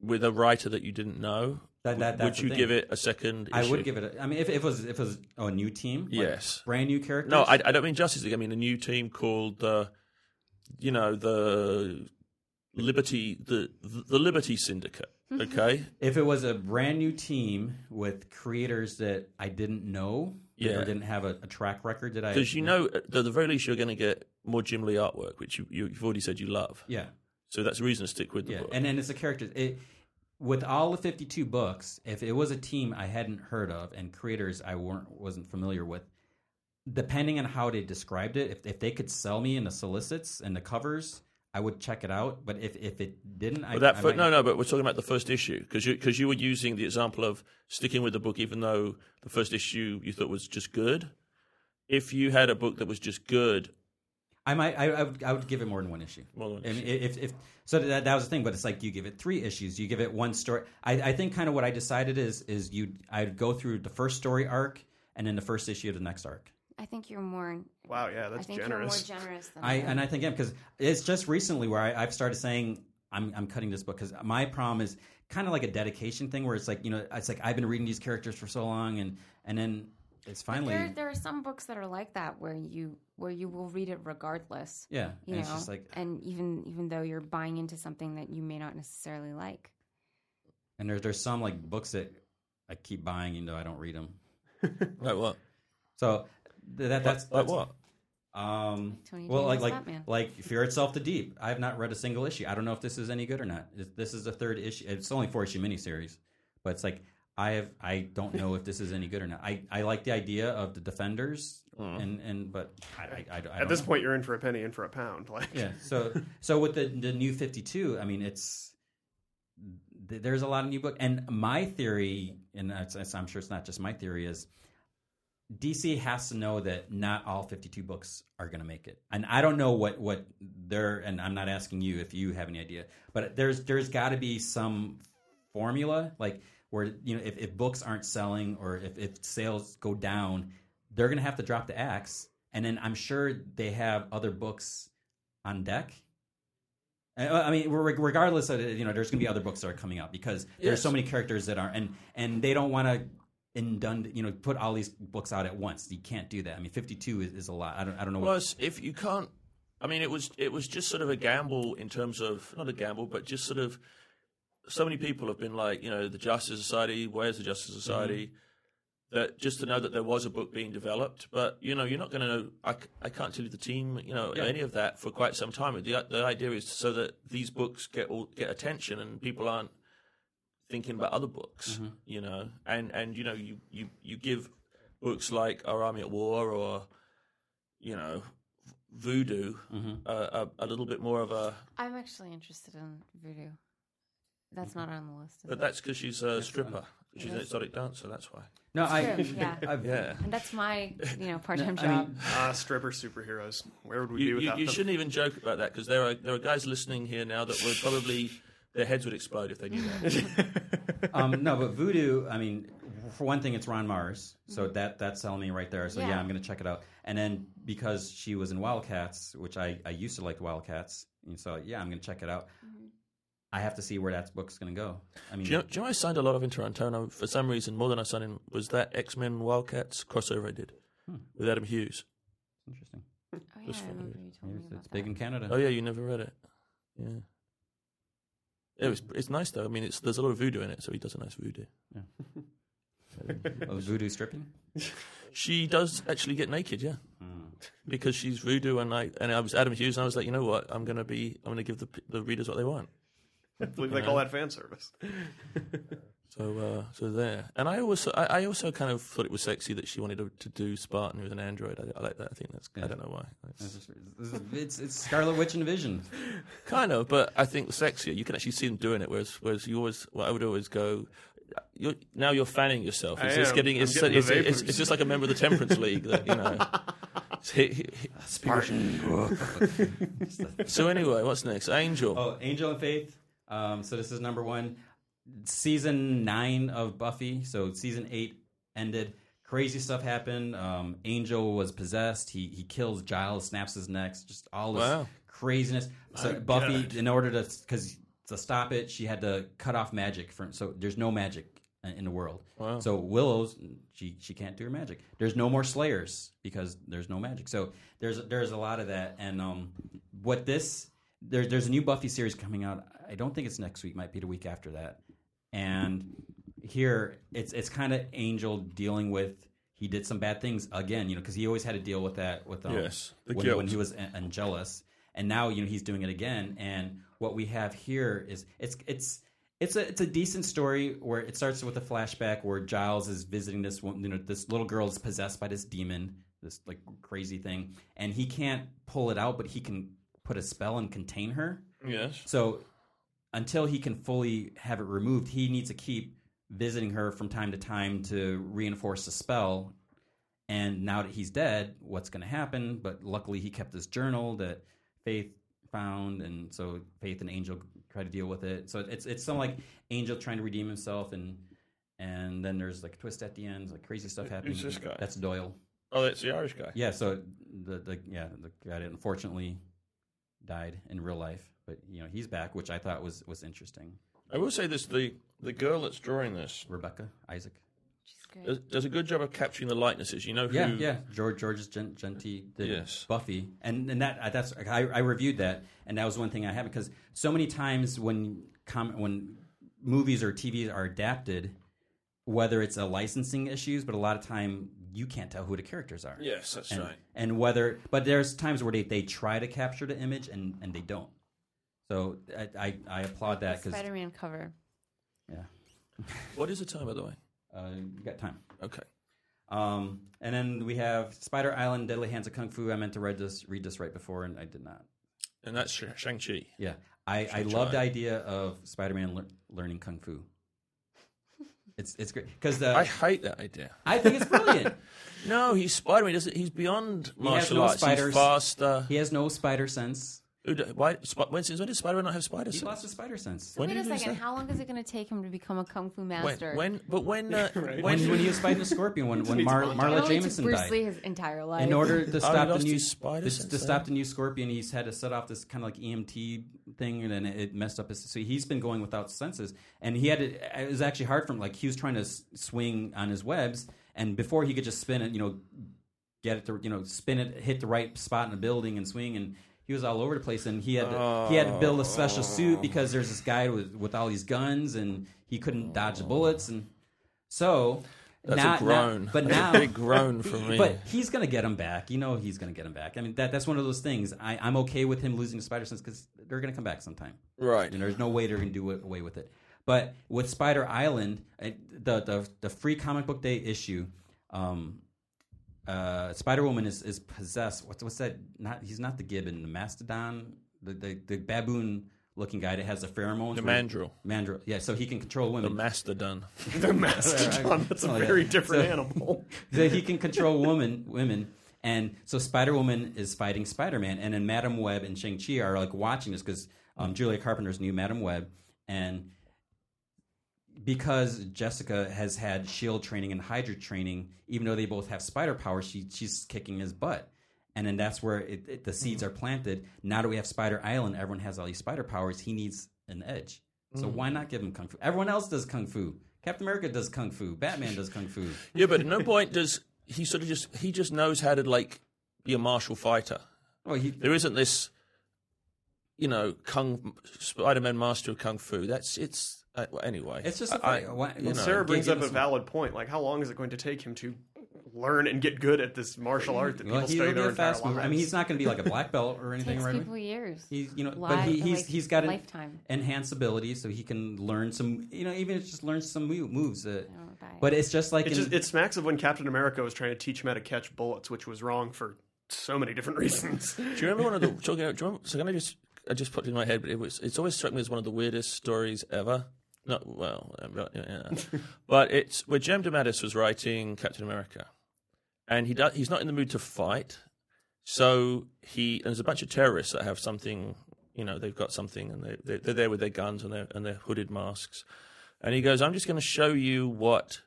D: with a writer that you didn't know,
B: That- that-
D: would
B: that's the
D: you
B: thing.
D: give it a second?
B: I would
D: issue?
B: give it. A, I mean, if, if it was if it was a new team, like,
D: Yes.
B: brand new characters.
D: No, I, I don't mean Justice League. I mean a new team called the, you know, the Liberty, the the Liberty Syndicate.
B: Mm-hmm.
D: Okay,
B: if it was a brand new team with creators that I didn't know
D: Yeah.
B: or didn't have a, a track record that I
D: because you know, at the very least, you're going to get more Jim Lee artwork, which you, you, you've already said you love.
B: yeah
D: So that's a reason to stick with the
B: yeah,
D: book.
B: and and it's a character. It, with all the fifty two books, if it was a team I hadn't heard of and creators I weren't wasn't familiar with, depending on how they described it, if if they could sell me in the solicits and the covers. I would check it out, but if, if it didn't, I,
D: But that
B: I
D: fir-
B: might-
D: no, no, but we're talking about the first issue because you because you were using the example of sticking with the book, even though the first issue you thought was just good. If you had a book that was just good,
B: I might, I, I would, I would give it more than one issue.
D: More than one
B: I mean, if, if so, that, that was the thing. But it's like you give it three issues, you give it one story. I, I think kind of what I decided is, is you, I'd go through the first story arc and then the first issue of the next arc.
A: I think you're more.
C: Wow, yeah,
A: I
C: that's
A: think
C: generous.
A: you're more generous than
B: I
A: am.
B: and I think because it's just recently where I, I've started saying I'm I'm cutting this book because my problem is kind of like a dedication thing where it's like you know it's like I've been reading these characters for so long and and then it's finally
A: There, there are some books that are like that where you where you will read it regardless.
B: yeah
A: You
B: and
A: know,
B: it's just like
A: and even even though you're buying into something that you may not necessarily like.
B: and there's there's some like books that I keep buying even though I don't read them.
D: like what?
B: So th- that that's
D: Like what?
B: Um,
A: Tony
B: well, like
A: Daniels
B: like
A: Batman.
B: like Fear itself, the deep. I have not read a single issue. I don't know if this is any good or not. This- This is the third issue. It's only four issue miniseries, but it's like I have. I don't know if this is any good or not. I, I like the idea of the defenders, and and but I, I, I, I don't
C: Mm. At this
B: know.
C: point, you're in for a penny, in for a pound. Like,
B: yeah. So so with the the new Fifty Two, I mean it's. th- There's a lot of new book, and my theory, and that's- that's- I'm sure it's not just my theory, is DC has to know that not all 52 books are going to make it. And I don't know what what they're and I'm not asking you if you have any idea, but there's there's got to be some formula like where you know if, if books aren't selling or if, if sales go down, they're going to have to drop the axe and then I'm sure they have other books on deck. I- I mean, re- regardless of it, you know, there's going to be other books that are coming out because there's
D: Yes.
B: so many characters that are and and they don't want to and done you know put all these books out at once you can't do that i mean 52 is, is a lot i don't, I don't know what
D: Plus, if you can't, I mean, it was it was just sort of a gamble in terms of not a gamble, but just sort of so many people have been like, you know, the Justice Society, where's the Justice Society? That just to know that there was a book being developed, but you know, you're not going to know. I, c- I can't tell you the team, you know,
B: Yeah.
D: any of that for quite some time. The, the idea is so that these books get all, get attention and people aren't thinking about other books, you know, and and you know, you you you give books like Our Army at War or you know, voodoo
B: mm-hmm.
D: uh, a, a little bit more of a.
A: I'm actually interested in voodoo. That's not on the list. Is
D: But
A: it?
D: that's because she's a stripper. She's an exotic dancer. That's why.
B: no i
A: True, yeah.
B: I've,
D: Yeah.
A: And that's my, you know, part-time
B: I
A: job.
B: mean-
C: ah, stripper superheroes. Where would we be
D: You, you,
C: without
D: you
C: them?
D: shouldn't even joke about that because there are there are guys listening here now that would probably their heads would explode if they knew that.
B: um no but voodoo i mean for one thing it's ron mars so that that's selling me right there so yeah,
A: Mm-hmm. Yeah.
B: i'm gonna check it out and then because she was in wildcats which i i used to like wildcats and so yeah i'm gonna check it out I have to see where that book's going to go. I mean,
D: Do you, know, do you know I signed a lot of in Tarantino for some reason more than I signed in was that X Men Wildcats crossover I did with Adam Hughes.
B: hmm, interesting.
A: Oh, yeah,
D: That's
A: I
D: funny.
A: remember you told
B: Maybe
A: me
B: it's,
A: about
B: it's big
A: that.
B: in Canada.
D: Oh yeah, you never read it. Yeah. It was. It's nice though. I mean, it's there's a lot of voodoo in it, so he does a nice voodoo.
B: Of voodoo stripping.
D: She does actually get naked, yeah, because she's voodoo, and I and I was Adam Hughes, and I was like, you know what, I'm gonna be, I'm gonna give the p- the readers what they want.
C: believe they call that fan service.
D: So, uh, so there. And I also, I, I also kind of thought it was sexy that she wanted to, to do Spartan, who was an android. I, I like that. I think that's. I
B: Yeah.
D: don't know why. That's-
B: It's, it's Scarlet Witch and Vision.
D: Kind of, but I think sexier. You can actually see them doing it. Whereas, whereas you always, well, I would always go. You're, now you're fanning yourself.
C: I
D: It's, it's
C: am.
D: getting. It's,
C: I'm getting
D: it's,
C: the
D: it's,
C: vapors.
D: it's just like a member of the Temperance League. That, you know. It's hit- hit- hit- so anyway, what's next? Angel.
B: Oh, Angel and Faith. Um, so this is number one, season nine of Buffy. So season eight ended. Crazy stuff happened. Um, Angel was possessed. He he kills Giles, snaps his neck. Just all this
D: Wow.
B: craziness. So Buffy, in order to because to stop it, she had to cut off magic from. So there's no magic in in the world.
D: Wow.
B: So Willow's she she can't do her magic. There's no more Slayers because there's no magic. So there's there's a lot of that. And um, what this there's there's a new Buffy series coming out. I don't think it's next week. Might be the week after that. And here it's it's kind of Angel dealing with he did some bad things again. You know because he always had to deal with that with um,
D: Yes, the
B: when, when
D: guilt.
B: he was an- and jealous, and now you know he's doing it again. And what we have here is it's it's it's a it's a decent story where it starts with a flashback where Giles is visiting this one, you know, this little girl is possessed by this demon, this like crazy thing, and he can't pull it out, but he can put a spell and contain her.
D: Yes.
B: So until he can fully have it removed, he needs to keep visiting her from time to time to reinforce the spell. And now that he's dead, what's going to happen? But luckily, he kept this journal that Faith found, and so Faith and Angel try to deal with it. So it's it's some like Angel trying to redeem himself, and and then there's like a twist at the end, like crazy stuff happening.
D: this guy?
B: That's Doyle.
D: Oh, that's the Irish guy.
B: Yeah, so the the yeah the guy that unfortunately died in real life, but you know he's back, which I thought was was interesting.
D: I will say this: the the girl that's drawing this
B: Rebecca Isaac.
A: She's great.
D: does, does a good job of capturing the likenesses. You know who?
B: Yeah, yeah. George George's Gen- Gentee did
D: Yes.
B: Buffy, and and that I- that's I, I reviewed that, and that was one thing I haven't because so many times when com- when movies or TVs are adapted, whether it's a licensing issues, but a lot of time you can't tell who the characters are.
D: Yes, that's
B: and,
D: right.
B: and whether but there's times where they, they try to capture the image and, and they don't. So I I, I applaud that because
A: Spider-Man cover.
B: yeah,
D: What is the time, by the way?
B: uh, you got time.
D: Okay.
B: Um, and then we have Spider Island, Deadly Hands of Kung Fu. I meant to read this, read this right before, and I did not.
D: And that's Sh- Shang-Chi.
B: Yeah, I, I
D: Should
B: love the
D: try.
B: idea of Spider Man lear learning kung fu. It's it's great because
D: I
B: I,
D: hate that idea.
B: I think it's brilliant.
D: No, he's Spider-Man. He doesn't, he's beyond
B: has
D: martial
B: no
D: arts.
B: spiders.
D: He's faster.
B: he has no spider sense.
D: Who do- Why, Sp- when, since when did Spider-Man not have spider
B: He lost
D: sense?
B: his spider sense.
A: So
D: When
A: wait a
D: did he lose
A: second.
D: that?
A: How long is it going to take him to become a kung fu
D: When,
A: master?
D: when, but when, uh,
B: When
D: when,
B: when he was fighting the scorpion, when when Mar-
A: It
B: Marla
A: only took
B: Jameson
A: Bruce
B: died.
A: Lee his entire life.
B: in order to stop the
D: Oh, lost
B: new
D: his spider
B: to,
D: sense,
B: to
D: eh?
B: stop the new scorpion he's had to set off this kind of like emt thing and then it messed up his so he's been going without senses and he had to, it was actually hard for him like he was trying to s- swing on his webs and before he could just spin it you know get it to you know spin it hit the right spot in the building and swing and he was all over the place and he had to, he had to build a special suit because there's this guy with with all these guns and he couldn't dodge the bullets and so
D: that's
B: now-
D: a
B: now-
D: groan.
B: but
D: That's
B: now
D: a big groan from me.
B: but he's gonna get him back. You know he's gonna get him back. I mean that that's one of those things. I, I'm okay with him losing the spider sense because they're gonna come back sometime.
D: right.
B: And there's no way they're gonna do it- away with it. But with Spider Island, it, the the the free comic book day issue, um, uh, Spider Woman is, is possessed. What's what's that? Not he's not the Gibbon, the Mastodon, the the, the baboon looking guy that has the pheromones.
D: The
B: where he-
D: mandrill.
B: Mandrill. Yeah, so he can control
D: The
B: women.
D: mastodon.
C: The mastodon. That's a
B: Oh, yeah.
C: very different
B: So-
C: animal.
B: that he can control woman women and so Spider Woman is fighting Spider Man, and then Madam Web and Shang Chi are like watching this because um, Julia Carpenter's new Madam Web, and because Jessica has had Shield E training and Hydra training, even though they both have spider power, she she's kicking his butt, and
C: Mm-hmm.
B: then that's where it, it, the seeds are planted. Now that we have Spider Island, everyone has all these spider powers. He needs an edge. So why
C: Mm-hmm.
B: not give him kung fu? Everyone else does kung fu. Captain America does kung fu. Batman does kung fu.
D: Yeah, but at no point does he sort of just he just knows how to like be a martial fighter.
B: Well, he
D: There isn't this, you know, kung Spider-Man master of kung fu. That's it's uh, well, anyway.
B: It's just a
D: I-
B: thing.
D: I-
B: Why-
D: you
B: well,
D: know,
C: Sarah brings
B: give
C: up
B: us
C: a
B: one.
C: valid point. Like, how long is it going to take him to learn and get good at this martial art that people
B: well, he
C: study
B: would be
C: their
B: a
C: entire
B: fast
C: lives?
B: mover. I mean, he's not going to be like a black belt or anything
A: takes
B: right away.
A: people years.
B: He's you know, but
A: Li-
B: he, he's
A: like,
B: he's got an
A: lifetime.
B: enhance ability, so he can learn some. You know, even if it's just learn some mo- moves. Uh,
A: I don't know about it.
B: but it's just like
C: It
B: in,
C: just it smacks of when Captain America was trying to teach him how to catch bullets, which was wrong for so many different reasons.
D: Do you remember one of the talking? About, do you remember? So can I just? I just put it in my head, but it was. It's always struck me as one of the weirdest stories ever. No, well, um, but- yeah. but it's where Jem DeMattis was writing Captain America, and he does. He's not in the mood to fight, so he. And there's a bunch of terrorists that have something. You know, they've got something, and they, they they're there with their guns and their and their hooded masks, and he goes, "I'm just going to show you what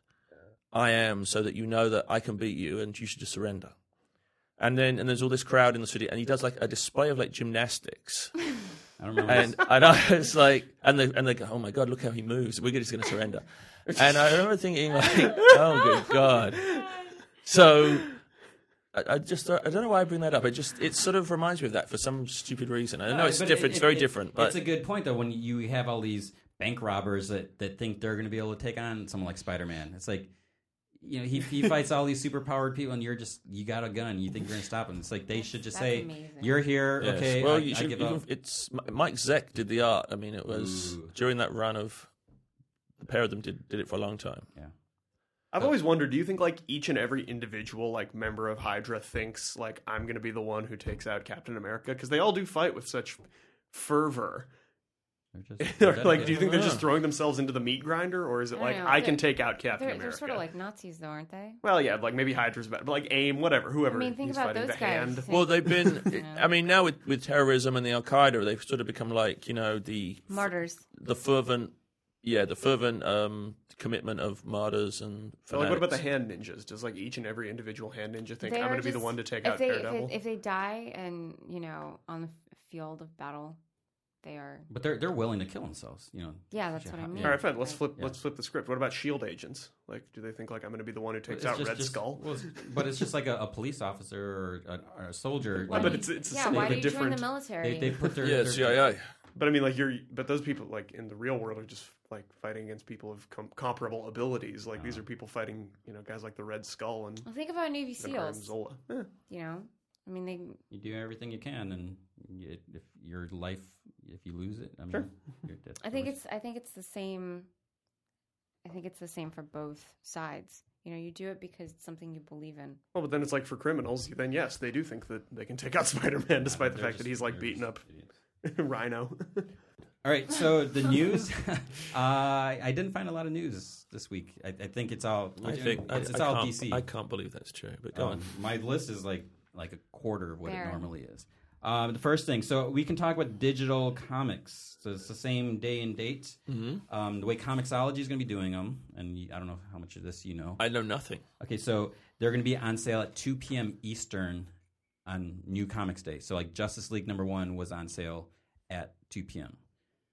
D: I am, so that you know that I can beat you, and you should just surrender." And then and there's all this crowd in the city, and he does like a display of like gymnastics,
B: I don't remember.
D: and and I was like, and they and they go, oh my god, look how he moves. We're just going to surrender. And I remember thinking like, oh good god. So I, I just I don't know why I bring that up. It just it sort of reminds me of that for some stupid reason. I know it's
B: But it-
D: different. it's
B: it-
D: very
B: it-
D: different, but
B: it's a good point though. When you have all these bank robbers that, that think they're going to be able to take on someone like Spider Man, it's like you know he he fights all these super powered people, and you're just you got a gun, you think you're going to stop him. It's like they should just
A: That's
B: say
A: amazing.
B: you're here,
D: Yes.
B: okay.
D: Well,
B: I,
D: you
B: I
D: should.
B: give
D: you
B: up.
D: can- it's Mike Zeck did the art. I mean, it was
B: Ooh.
D: during that run of the pair of them did did it for a long time.
C: I've always wondered, do you think like each and every individual like member of Hydra thinks like I'm going to be the one who takes out Captain America because they all do fight with such fervor.
B: They're just-
C: Or,
B: they're
C: like, do you
B: dedicated.
C: think they're just
D: Yeah.
C: throwing themselves into the meat grinder, or is it
A: I
C: like
A: don't know.
C: I can
A: They're-
C: take out Captain
A: they're, they're
C: America?
A: sort of like Nazis, though, aren't they?
C: well, yeah, like maybe Hydra's better, but like AIM, whatever, whoever.
A: I mean, think
C: he's
A: about
C: fighting,
A: those
C: the
A: guys.
C: hand.
A: Think
D: Well, they've been.
A: Yeah.
D: I mean, now with, with terrorism and the Al Qaeda, they've sort of become like you know the
A: Martyrs.
D: the fervent, yeah, the fervent um, commitment of martyrs and.
C: So, like, what about the
D: fanatics.
C: hand ninjas? Does like each and every individual hand ninja think
A: They
C: I'm
A: are
C: going to be the
A: just-
C: one to take
A: if
C: out
A: they, if
C: Daredevil?
A: they if they die and you know on the f- field of battle, they are.
B: but they're they're willing to kill themselves. You know.
A: Yeah, that's what I
B: Yeah.
A: mean.
C: All right, fine. Let's
A: Like,
C: flip.
B: Yeah.
C: Let's flip the script. What about Shield E agents? Like, do they think like I'm going to be the one who takes
B: It's
C: out
B: just-
C: Red
B: just-
C: Skull?
B: well, it's- but it's just like a, a police officer or a, or a soldier.
A: why
C: but
A: do
C: it's-
A: you-
C: it's
A: yeah.
C: something
A: Why do you join
C: different.
A: the military?
B: they, they put their
D: Yeah,
B: their-
D: CIA.
C: But I mean, like you're, but those people like in the real world are just like fighting against people of com- comparable abilities. Like these are people fighting, you know, guys like the Red Skull and
A: Well, think about Navy
C: and Baron
A: SEAls.
C: Zola. Eh,
A: You know, I mean, they
B: You do everything you can, and you, if your life, if you lose it, I mean,
C: Sure.
B: you're, that's
A: I think
B: the worst.
A: it's I think it's the same I think it's the same for both sides. You know, you do it because it's something you believe in.
C: Well, but then it's like for criminals, then yes, they do think that they can take out Spider-Man, despite the
B: They're
C: fact
B: just-
C: that he's like
B: they're
C: beating
B: just
C: up
B: idiots.
C: Rhino.
B: All right, so the news. uh, I didn't find a lot of news this week. I, I think it's all.
D: I think I,
B: it's, it's
D: I
B: all
D: can't,
B: DC.
D: I can't believe that's true. But go
B: Oh,
D: on.
B: my list is like like a quarter of what
A: Fair.
B: it normally is. Um, the first thing, so we can talk about digital comics. So it's the same day and date.
D: Mm.
B: Um, the way Comixology is going to be doing them, and you- I don't know how much of this you know.
D: I know nothing.
B: Okay, so they're going to be on sale at 2 p.m. Eastern on New Comics Day. So, like, Justice League number one was on sale at 2 p.m.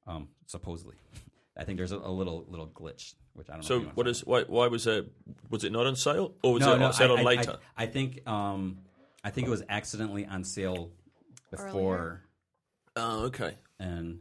B: Um, supposedly, I think there's a, a little little glitch, which I don't. know
D: So
B: if you wanna
D: what
B: talk
D: is why? Why was it? Was it not on sale, or was
B: no,
D: it
B: no,
D: on sale
B: I, I-
D: later?
B: I, I think um, I think it was accidentally on sale before,
D: oh, okay.
B: and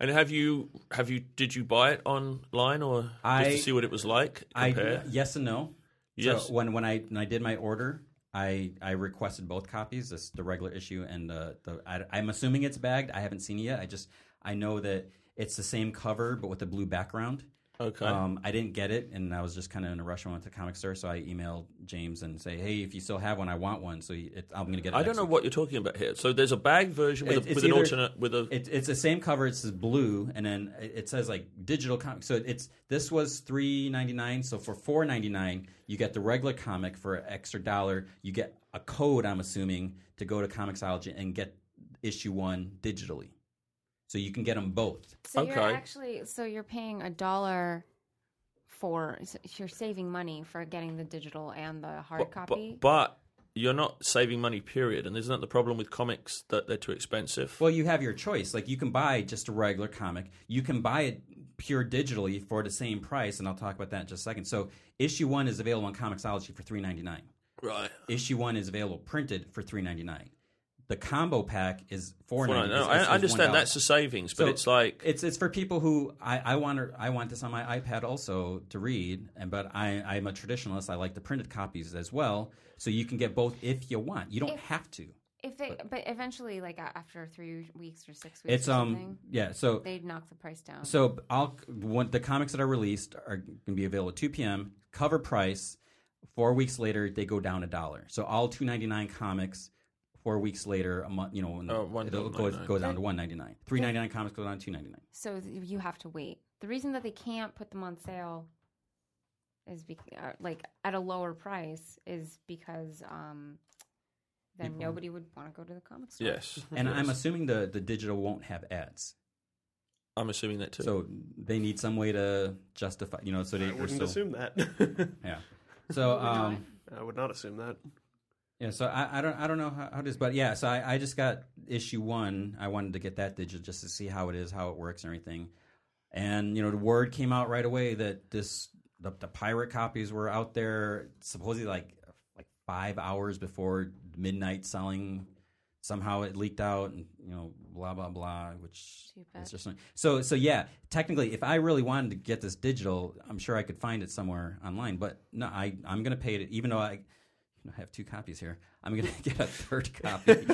D: And have you have you did you buy it online or
B: I-
D: just to see what it was like? Compare.
B: I yes and no.
D: Yes.
B: So when when I when I did my order, I I requested both copies, this the regular issue and the the I, I'm assuming it's bagged. I haven't seen it yet. I just I know that it's the same cover but with a blue background.
D: okay.
B: Um, I didn't get it, and I was just kind of in a rush. when I went to the comic store, so I emailed James and say, "Hey, if you still have one, I want one." So you- it, I'm going to get. it
D: I
B: next
D: don't know
B: week.
D: what you're talking about here. So there's a bag version with,
B: It-
D: a,
B: it's
D: with an
B: either-
D: alternate with a.
B: It, it's the same cover. It says blue, and then it it says like digital comic. So it's this was three ninety nine. So for four ninety nine, you get the regular comic for an extra dollar. You get a code. I'm assuming to go to Comixology and get issue one digitally. So you can get them both.
A: So you're
D: Okay.
A: actually so you're paying a dollar for so you're saving money for getting the digital and the hard
D: but,
A: copy.
D: but you're not saving money. Period. And isn't that the problem with comics that they're too expensive?
B: Well, you have your choice. Like you can buy just a regular comic. You can buy it pure digitally for the same price, and I'll talk about that in just a second. So issue one is available on Comixology for three ninety nine.
D: right.
B: Issue one is available printed for three ninety nine. The combo pack is four
D: Well,
B: ninety
D: no,
B: nine.
D: I, I understand that's a savings, but
B: So
D: it's like
B: it's it's for people who I, I want to, I want this on my iPad also to read, and but I I'm a traditionalist. I like the printed copies as well, so you can get both if you want. You don't
A: If-
B: have to.
A: If they, but eventually, like a- after three weeks or six weeks,
B: It's
A: or
B: um
A: something,
B: yeah. So
A: they knock the price down.
B: So I'll when the comics that are released are going to be available at 2 p.m. Cover price. Four weeks later, they go down a dollar. So all 2.99 comics. Four weeks later, a month, you know,
D: Oh,
B: it goes,
D: $1.99.
B: goes down to 1.99. 3.99 comics go down to 2.99.
A: so th- you have to wait. The reason that they can't put them on sale is because, uh, like, at a lower price is because um, then
B: People-
A: nobody would want to go to the comic store.
D: yes,
B: Mm-hmm. And
D: Yes.
B: I'm assuming the the digital won't have ads,
D: I'm assuming that too.
B: so they need some way to justify, you know. So they
C: I
B: they're
C: wouldn't
B: still-
C: assume that.
B: Yeah. So um,
C: I would not assume that.
B: Yeah, so I, I don't I don't know how, how it is, but yeah, so I, I just got issue one. I wanted to get that digital just to see how it is, how it works, and everything. And you know, the word came out right away that this the, the pirate copies were out there supposedly like like five hours before midnight selling. Somehow it leaked out, and you know, blah blah blah, which
A: Too bad.
B: is just so so. Yeah, technically, if I really wanted to get this digital, I'm sure I could find it somewhere online. But no, I I'm gonna pay it, even though I. I have two copies here. I'm gonna get a third copy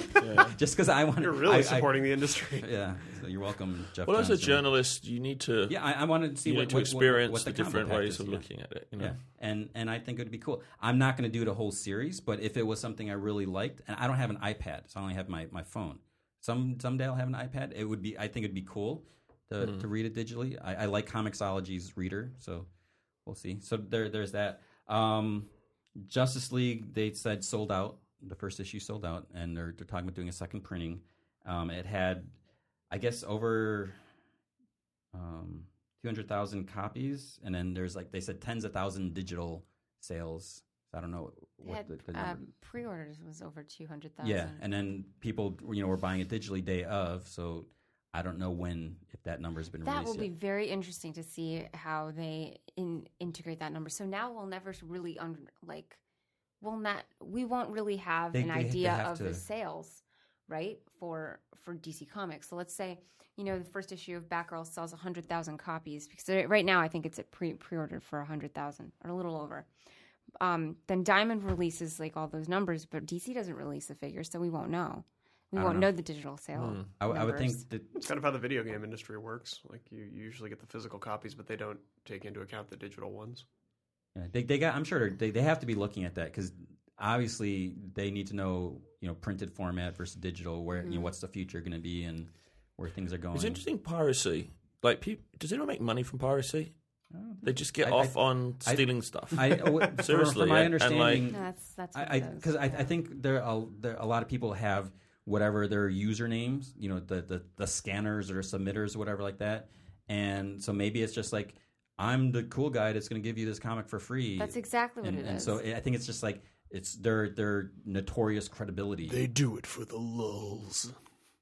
B: just because I want.
C: You're really
B: I- I-
C: supporting the industry.
B: yeah, so you're welcome, Jeff.
D: well, as a
B: Johnson.
D: journalist, you need to
B: yeah, I, I wanted to see
D: you
B: what
D: need to
B: what- what-
D: experience
B: what
D: the,
B: combo
D: different
B: pack
D: ways
B: is,
D: of
B: yeah.
D: looking at it. You know,
B: Yeah, and and I think it would be cool. I'm not going to do the whole series, but if it was something I really liked, and I don't have an iPad, so I only have my, my phone. Some someday I'll have an iPad. It would be I think it'd be cool to,
D: Mm-hmm.
B: to read it digitally. I, I like Comixology's reader, so we'll see. So there there's that. Um, Justice League they said sold out. The first issue sold out, and they're they're talking about doing a second printing. Um, it had, I guess, over um, 200,000 copies, and then there's like they said tens of thousand digital sales. So I don't know
A: They
B: what
A: had,
B: the, the number.
A: um, pre-orders was over two hundred thousand.
B: yeah, and then people you know were buying it digitally day of. So I don't know when if that number's been
A: That will
B: released.
A: be
B: yet.
A: very interesting to see how they in, integrate that number. So now we'll never really un, like we'll not we won't really have
B: They-
A: an
B: they- they
A: idea
B: have
A: of the
B: to-
A: sales, right? For for DC Comics. So let's say you know the first issue of Batgirl sells hundred thousand copies because they're- right now I think it's at pre pre order for hundred thousand or a little over. Um, then Diamond releases like all those numbers, but DC doesn't release the figures, so we won't know. We
B: I don't
A: won't
B: know. Hmm.
A: know. the digital sale.
B: I, w- I would
A: numbers.
B: think that
C: It's kind of how the video game industry works. Like you, you usually get the physical copies, but they don't take into account the digital ones.
B: yeah, they they got. I'm sure they're- they they have to be looking at that because obviously they need to know you know printed format versus digital where
A: Mm-hmm.
B: you know what's the future going to be and where things are going.
D: it's interesting piracy. Like, peop does anyone make money from piracy? They just get
B: I- I-
D: off on
B: I-
D: stealing stuff.
B: I, w-
D: Seriously,
B: from my
D: and- and, like-
B: understanding,
A: No, that's that's what
B: I
A: it is.
B: because I, I,
A: Yeah.
B: think there a, there a lot of people have whatever their usernames, you know, the, the the scanners or submitters or whatever like that, and so maybe it's just like I'm the cool guy that's going to give you this comic for free.
A: that's exactly what
B: and,
A: it is.
B: and so I think it's just like it's their their notorious credibility.
C: do it for the lulls.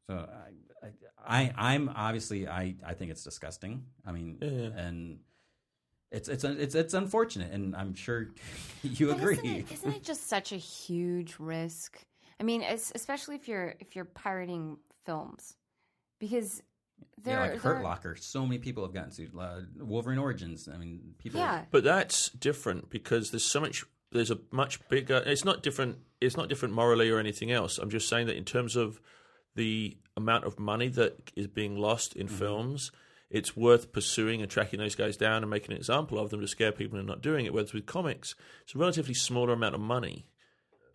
B: So I, I, I I'm obviously I, I think it's disgusting. I mean, and it's it's it's it's unfortunate, and I'm sure you
A: But
B: agree.
A: Isn't it, isn't it just such a huge risk? I mean, es- especially if you're if you're pirating films, because there,
B: yeah, like Hurt
A: there-
B: Locker. So many people have gotten sued. Uh, Wolverine Origins. I mean, people.
A: Yeah,
D: But that's different because there's so much. There's a much bigger. It's not different. It's not different morally or anything else. I'm just saying that in terms of the amount of money that is being lost in films, it's worth pursuing and tracking those guys down and making an example of them to scare people into not doing it. Whether it's with comics, it's a relatively smaller amount of money.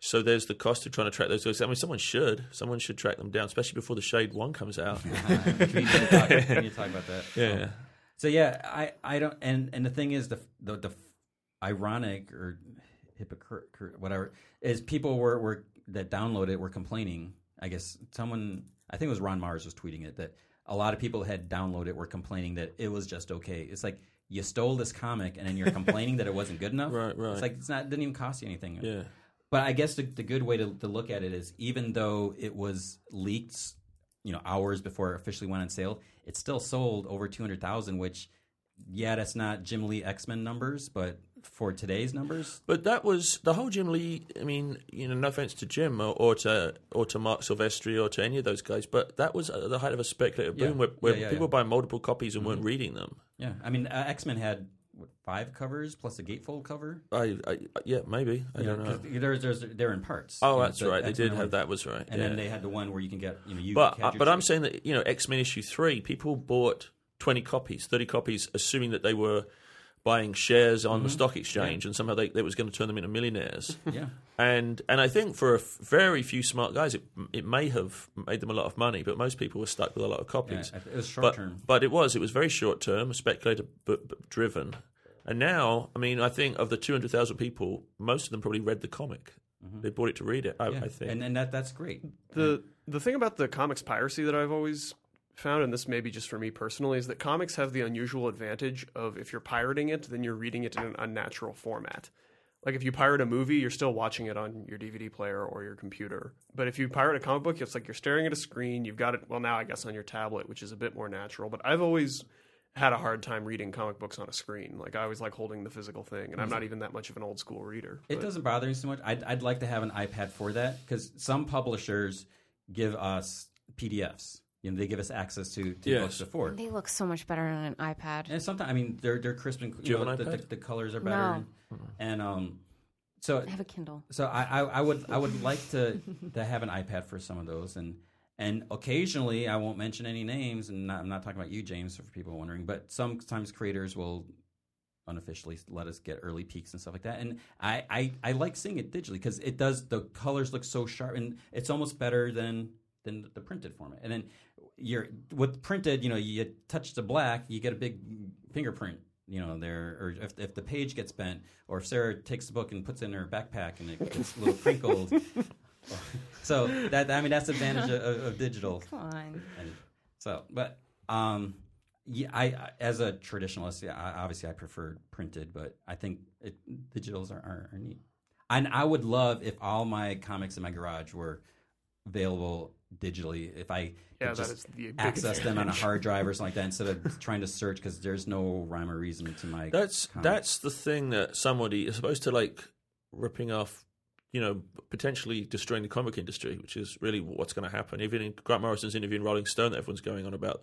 D: So there's the cost of trying to track those guys. I mean, someone should. Someone should track them down, especially before the Shade One comes out.
B: we, need to talk, we need to talk about that.
D: yeah.
B: So yeah, I, I don't and and the thing is the the, the ironic or hypocrite whatever is people were were that downloaded it were complaining. I guess someone I think it was Ron Mars was tweeting it that a lot of people had downloaded it were complaining that it was just okay. It's like you stole this comic and then you're complaining that it wasn't good enough.
D: Right, right.
B: It's like it's not it didn't even cost you anything.
D: Yeah.
B: But I guess the, the good way to, to look at it is even though it was leaked, you know, hours before it officially went on sale, it still sold over 200,000, which, yeah, that's not Jim Lee X Men numbers, but for today's numbers,
D: But that was the whole Jim Lee. I mean, you know, no offense to Jim or, or to or to Mark Silvestri or to any of those guys, but that was at the height of a speculative
B: Yeah.
D: boom where, where
B: Yeah, yeah, Mm-hmm.
D: people were buying multiple copies and weren't reading them.
B: yeah. I mean, uh, X Men had what, five covers plus a gatefold cover.
D: I, I yeah, maybe I don't know.
B: 'cause There's, there's, they're in parts. You
D: Oh,
B: know,
D: that's
B: the
D: right. They
B: X-Men
D: did
B: were-
D: have that. Was right.
B: And
D: yeah.
B: then they had the one where you can get, you know, you
D: But uh,
B: had your
D: but I'm
B: choice.
D: saying that you know X Men issue three, people bought twenty copies, thirty copies, assuming that they were buying shares
B: Mm-hmm.
D: on the stock exchange, and somehow they, they was going to turn them into millionaires.
B: yeah.
D: and and I think for a f- very few smart guys, it it may have made them a lot of money, but most people were stuck with a lot of copies.
B: Yeah, it was short
D: but
B: term.
D: but it was it was very short term, speculator b- b- driven. And now, I mean, I think of the two hundred thousand people, most of them probably read the comic. They bought it to read it. I,
B: Mm-hmm. Yeah.
D: I think.
B: And, and that, that's great.
C: the the thing about the comics piracy that I've always found, and this may be just for me personally, is that comics have the unusual advantage of if you're pirating it, then you're reading it in an unnatural format. Like if you pirate a movie, you're still watching it on your DVD player or your computer. But if you pirate a comic book, it's like you're staring at a screen. You've got it. Well, now I guess on your tablet, which is a bit more natural. But I've always had a hard time reading comic books on a screen. Like I always like holding the physical thing, and I'm not even that much of an old school reader.
B: Mm-hmm. It
C: but-
B: doesn't bother me so much. I'd, I'd like to have an iPad for that because some publishers give us PDFs. You know, they give us access to, to
D: Yes.
B: books before.
A: They look so much better on an iPad.
B: And sometimes, I mean, they're they're crisp and
D: you have
B: know,
D: an
B: the, the,
D: iPad? Mm-hmm.
B: the colors are better.
A: No.
B: And um, so
A: I have a Kindle.
B: so I, I, I would I would like to to have an iPad for some of those and and occasionally I won't mention any names and not, I'm not talking about you James for people wondering but sometimes creators will unofficially let us get early peaks and stuff like that and I I, I like seeing it digitally because it does the colors look so sharp and it's almost better than than the printed format and then you're with printed you know you touch the black you get a big fingerprint you know there or if, if the page gets bent or if sarah takes the book and puts it in her backpack and it gets a little crinkled so that i mean that's the advantage of, of, of digital
A: Come on.
B: and so but um yeah i, I as a traditionalist yeah, I, obviously i prefer printed but i think it, digitals are, are, are neat and i would love if all my comics in my garage were available digitally if i
C: Yeah,
B: could
C: that
B: just
C: is the big
B: access them on a
C: advantage.
B: hard drive or something like that instead of trying to search because there's no rhyme or reason to my
D: That's
B: comics.
D: that's the thing that somebody is supposed to like ripping off, you know, potentially destroying the comic industry, which is really what's going to happen. Even in Grant Morrison's interview in Rolling Stone, that everyone's going on about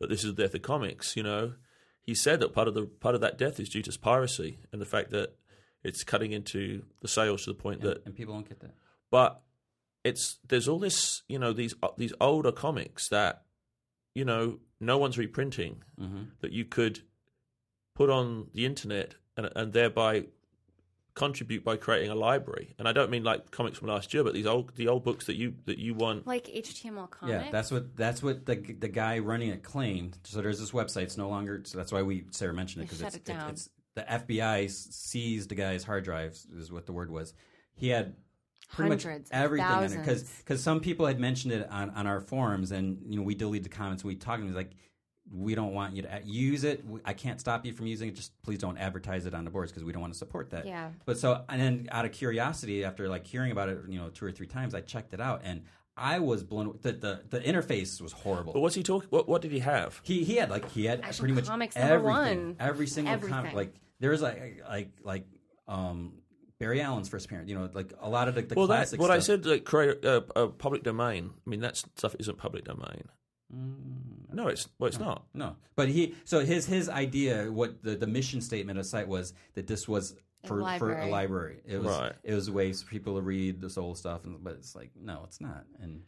D: that this is the death of comics. You know, he said that part of the part of that death is due to piracy and the fact that it's cutting into the sales to the point
B: and,
D: that
B: and people don't get that
D: but it's there's all this you know these these older comics that you know no one's reprinting
B: Mm-hmm.
D: that you could put on the internet and, and thereby contribute by creating a library and i don't mean like comics from last year but these old the old books that you that you want
A: Like HTML comics.
B: yeah that's what that's what the the guy running it claimed so there's this website it's no longer so that's why we sarah mentioned it
A: They
B: because
A: shut
B: it's,
A: it down.
B: it's the fbi s- seized the guy's hard drives is what the word was he had pretty
A: Hundreds,
B: much everything on it because
A: thousands.
B: because some people had mentioned it on, on our forums and you know we deleted the comments we talked to them like we don't want you to a- use it We- i can't stop you from using it just please don't advertise it on the boards because we don't want to support that
A: Yeah.
B: but so and then out of curiosity after like hearing about it you know two or three times i checked it out and i was blown the the, the interface was horrible
D: but what's he talking what, what did he have
B: he he had like he had
A: Action
B: pretty much
A: Comics number
B: everything,
A: one.
B: every single comic.
A: Everything.
B: Like there was like like like um Barry Allen's first parent. You know, like a lot of the, the
D: well that's
B: classic
D: what i
B: stuff.
D: said like create a, a public domain i mean that stuff isn't public domain
B: Mm.
D: no it's well it's not
B: No, but he so his his idea, what the, the mission statement of the site was that this was for for a
A: library.
B: library. It was
D: Right.
B: it was ways for people to read this old stuff, and but it's like no, it's not. And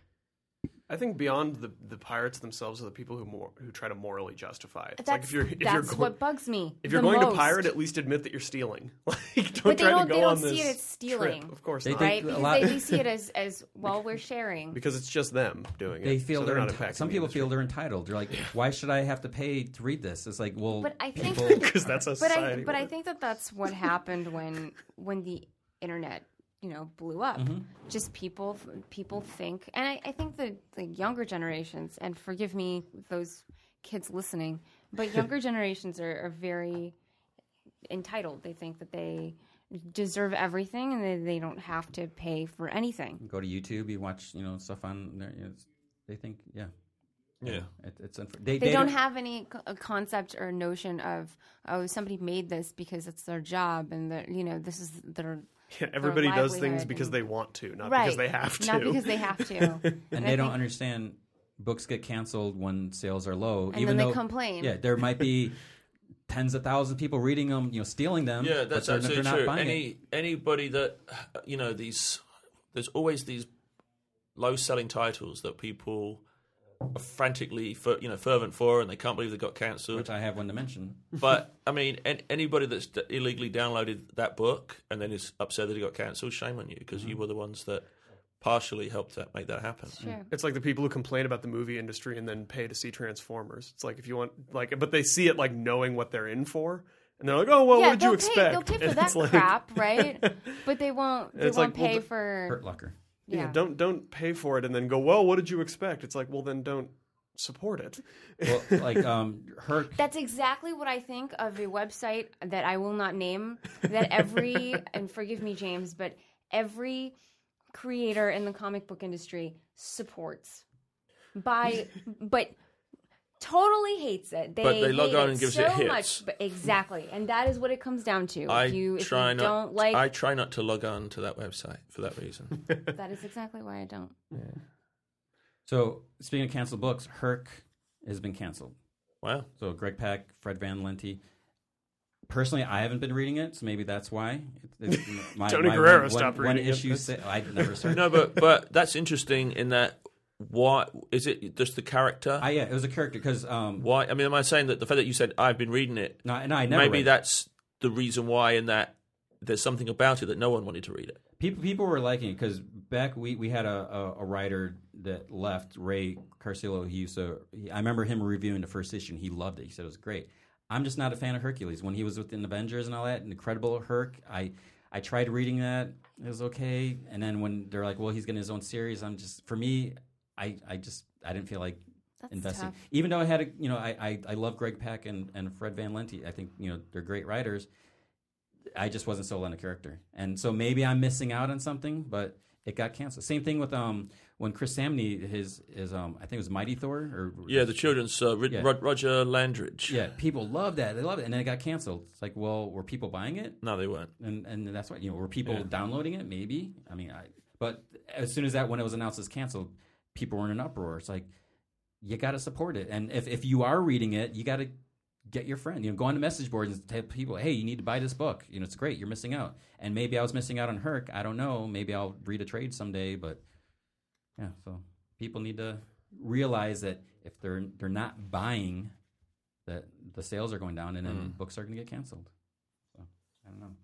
C: I think beyond the the pirates themselves are the people who mor- who try to morally justify it. It's
A: That's,
C: like if you're if
A: that's
C: you're going,
A: what bugs me.
C: if you're
A: the
C: going to
A: most.
C: pirate, at least admit that you're stealing. Like don't
A: But they
C: try
A: don't-
C: to
A: they
C: go
A: don't
C: on
A: see
C: this
A: it as stealing.
C: Trip. Of course
B: They
C: not.
B: think
A: right?
B: a
A: Because
B: lot-
A: they, they see it as as well, we're sharing.
C: Because it's just them doing it.
B: they feel
C: so
B: they're,
C: they're not
B: enti-
C: impacting
B: some
C: the
B: people
C: industry.
B: feel they're entitled. They're like, why should I have to pay to read this? It's like, well,
A: But I think-
B: people-
C: because that's a
A: but
C: society.
A: I but I
C: we're-
A: think that that's what happened when when the internet you know blew up. Just people people think, and I, I think the the younger generations, and forgive me those kids listening, but younger generations are, are very entitled. They think that they deserve everything and they, they don't have to pay for anything.
B: Go to YouTube. You watch, you know, stuff on there. You know, it's- they think, yeah,
D: Yeah.
B: it, it's unfair. They,
A: They, don't, have any co- uh, concept or notion of oh somebody made this because it's their job and they're- you know this is their
C: Yeah, everybody does
A: livelihood
C: things because
A: and-
C: they want to, not
A: right
C: because they have to.
A: not because they have to.
B: and they don't understand. Books get canceled when sales are low,
A: And
B: even
A: then they
B: though
A: complain.
B: Yeah, there might be tens of thousands of people reading them, you know, stealing them.
D: Yeah,
B: but
D: that's
B: they're,
D: absolutely
B: they're not
D: true.
B: buying
D: Any
B: it.
D: anybody that you know these, there's always these low selling titles that people are frantically fer, you know fervent for, and they can't believe they got cancelled.
B: Which I have one to mention.
D: But I mean, an, anybody that's d- illegally downloaded that book and then is upset that it got cancelled, shame on you because
B: Mm-hmm.
D: you were the ones that partially helped that make that happen.
A: True.
C: It's like the people who complain about the movie industry and then pay to see Transformers. It's like if you want, like, but they see it like knowing what they're in for, and they're like, "Oh well, what did you
A: they'll
C: expect?"
A: Pay, they'll pay for
C: And
A: that
C: it's like,
A: crap, right? But they won't. They
C: It's
A: won't
C: like, well,
A: pay
C: the-
A: for.
B: Hurt Locker.
C: Yeah.
A: Yeah.
C: don't don't pay for it and then go, "Well, what did you expect?" It's like, well, then don't support it.
B: Well, like um, Herc.
A: That's exactly what I think of a website that I will not name. That every and forgive me, James, but every creator in the comic book industry supports by, but totally hates it. They,
D: they log
A: hate
D: on
A: it
D: and gives
A: so
D: it hits.
A: much. But exactly, and that is what it comes down to.
D: I
A: if you, if
D: try
A: you
D: not.
A: don't like,
D: I try not to log on to that website for that reason.
A: that is exactly why I don't.
B: So speaking of canceled books, Herc has been canceled.
D: wow.
B: So Greg Pack, Fred Van Lente. Personally, I haven't been reading it, so maybe that's why. It's, it's my,
C: Tony
B: my
C: Guerrero
B: one,
C: stopped
B: one,
C: reading
B: one
C: it.
B: issue. Sa- I never started.
D: No, but but that's interesting in that why is it just the character?
B: I, yeah, it was a character because um,
D: why? I mean, am I saying that the fact that you said I've been reading it,
B: no, no, I never
D: maybe
B: read it.
D: that's the reason why, and that there's something about it that no one wanted to read it.
B: people people were liking it because back we we had a, a, a writer that left Ray Carcillo. He used to. He, I remember him reviewing the first issue. and He loved it. He said it was great. I'm just not a fan of Hercules. When he was within Avengers and all that, Incredible Herc, I I tried reading that. It was okay. And then when they're like, well, he's getting his own series. I'm just for me, I I just I didn't feel like.
A: That's
B: investing,
A: tough.
B: even though I had a, you know, I, I, I love Greg Peck and, and Fred Van Lente. I think you know they're great writers. I just wasn't sold on the character, and so maybe I'm missing out on something. But it got canceled. Same thing with um when Chris Samney his his um I think it was Mighty Thor or
D: Yeah, the children's uh, Rid-
B: Yeah.
D: Rod- Roger Landridge.
B: yeah people love that they love it, and then it got canceled. It's like, well, were people buying it?
D: No, they weren't.
B: And and that's why you know were people downloading it? Maybe I mean I but as soon as that when it was announced as canceled, people were in an uproar. It's like you got to support it, and if if you are reading it, you got to get your friend. You know, go on the message boards and tell people, hey, you need to buy this book. You know, it's great. You're missing out, and maybe I was missing out on Herc. I don't know. Maybe I'll read a trade someday, but yeah. So people need to realize that if they're they're not buying. That the sales are going down and then
D: Mm-hmm.
B: books are going to get canceled. So I don't know.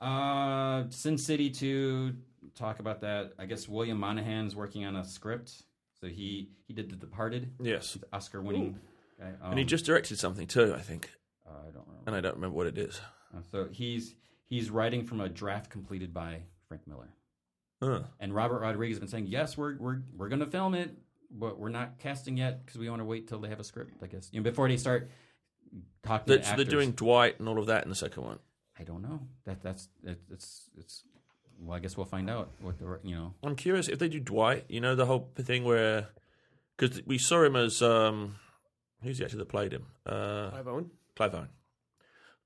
B: Uh, Sin City 2, talk about that. I guess William Monahan's working on a script. So he, he did The Departed,
D: Yes,
B: Oscar winning. guy. Um,
D: and he just directed something too, I think,
B: uh, I don't remember.
D: and I don't remember what it is.
B: Uh, so he's he's writing from a draft completed by Frank Miller.
D: Huh.
B: And Robert Rodriguez has been saying, yes, we're, we're, we're going to film it, but we're not casting yet because we want to wait till they have a script, I guess. You know, before they start talking
D: They're,
B: to
D: so they're
B: actors.
D: doing Dwight and all of that in the second one.
B: I don't know. That That's, that, it's, it's, well, I guess we'll find out what the, you know.
D: I'm curious if they do Dwight. You know the whole thing where because we saw him as um, who's the actor that played him? Uh,
C: Clive Owen.
D: Clive Owen.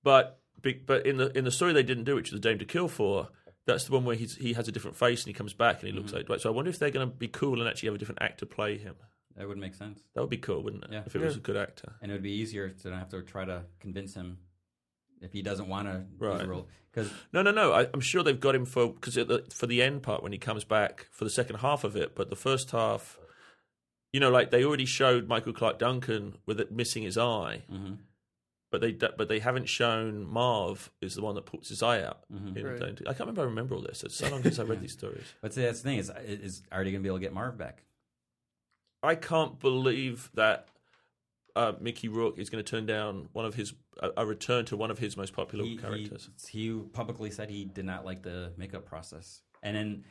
D: But big- but in the in the story they didn't do, which is Dame to Kill for, that's the one where he's, he has a different face and he comes back and he looks like Dwight. So I wonder if they're going to be cool and actually have a different actor play him.
B: That would make sense.
D: That would be cool, wouldn't it?
B: Yeah.
D: If it was a good actor.
B: and it would be easier to not have to try to convince him if he doesn't want to
D: Right.
B: role because
D: No, no, no. I, I'm sure they've got him for because for the end part when he comes back for the second half of it, but the first half, you know, like they already showed Michael Clark Duncan with it missing his eye,
B: Mm-hmm.
D: but they but they haven't shown Marv is the one that puts his eye out. in
C: Right.
D: Dante. I can't remember. I remember all this. It's so long since I read these stories.
B: Mm-hmm. but see that's the thing is is are they going to be able to get Marv back?
D: I can't believe that uh, Mickey Rourke is going to turn down one of his a, a return to one of his most popular
B: He, he,
D: characters.
B: he publicly said he did not like the makeup process, and then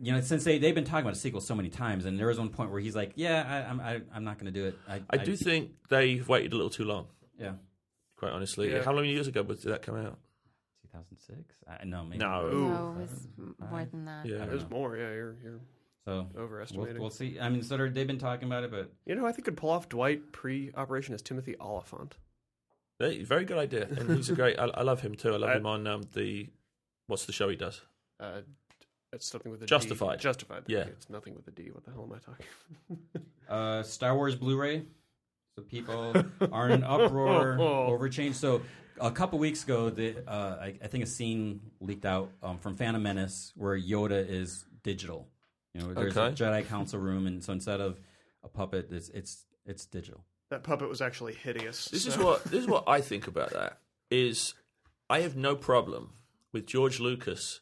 B: you know since they they've been talking about a sequel so many times, and there was one point where he's like, yeah, I, I'm I, I'm not going to do it. I,
D: I do think they've waited a little too long.
B: yeah,
D: Quite honestly,
C: Yeah.
D: how many years ago was- did that come out?
B: 2000 2006? I no, maybe
D: No.
C: Ooh.
A: No, it was m- more
B: Five.
A: than that.
D: Yeah.
B: don't
C: There's
B: know.
C: more. Yeah, you're you're
B: So we'll,
C: overestimating.
B: we'll see. I mean, so they're- they've been talking about it, but
C: You know, I think could pull off Dwight pre-operation as Timothy Oliphant.
D: Hey, very good idea, and he's a great. I, I love him too. I love
C: I-
D: him on um, the what's the show he does?
C: Uh, that's something with a D.
D: Justified.
C: Justified.
D: Yeah.
C: It's nothing with a D. What the hell am I talking?
B: uh, Star Wars Blu-ray. So people are in
C: Oh,
B: uproar over change. So a couple weeks ago, the, uh, I, I think a scene leaked out um, from Phantom Menace where Yoda is digital. You know, there's
D: Okay.
B: a Jedi Council room, and so instead of a puppet, it's it's it's digital.
C: That puppet was actually hideous.
D: This is
C: so-
D: what this is what I think about that. Is I have no problem with George Lucas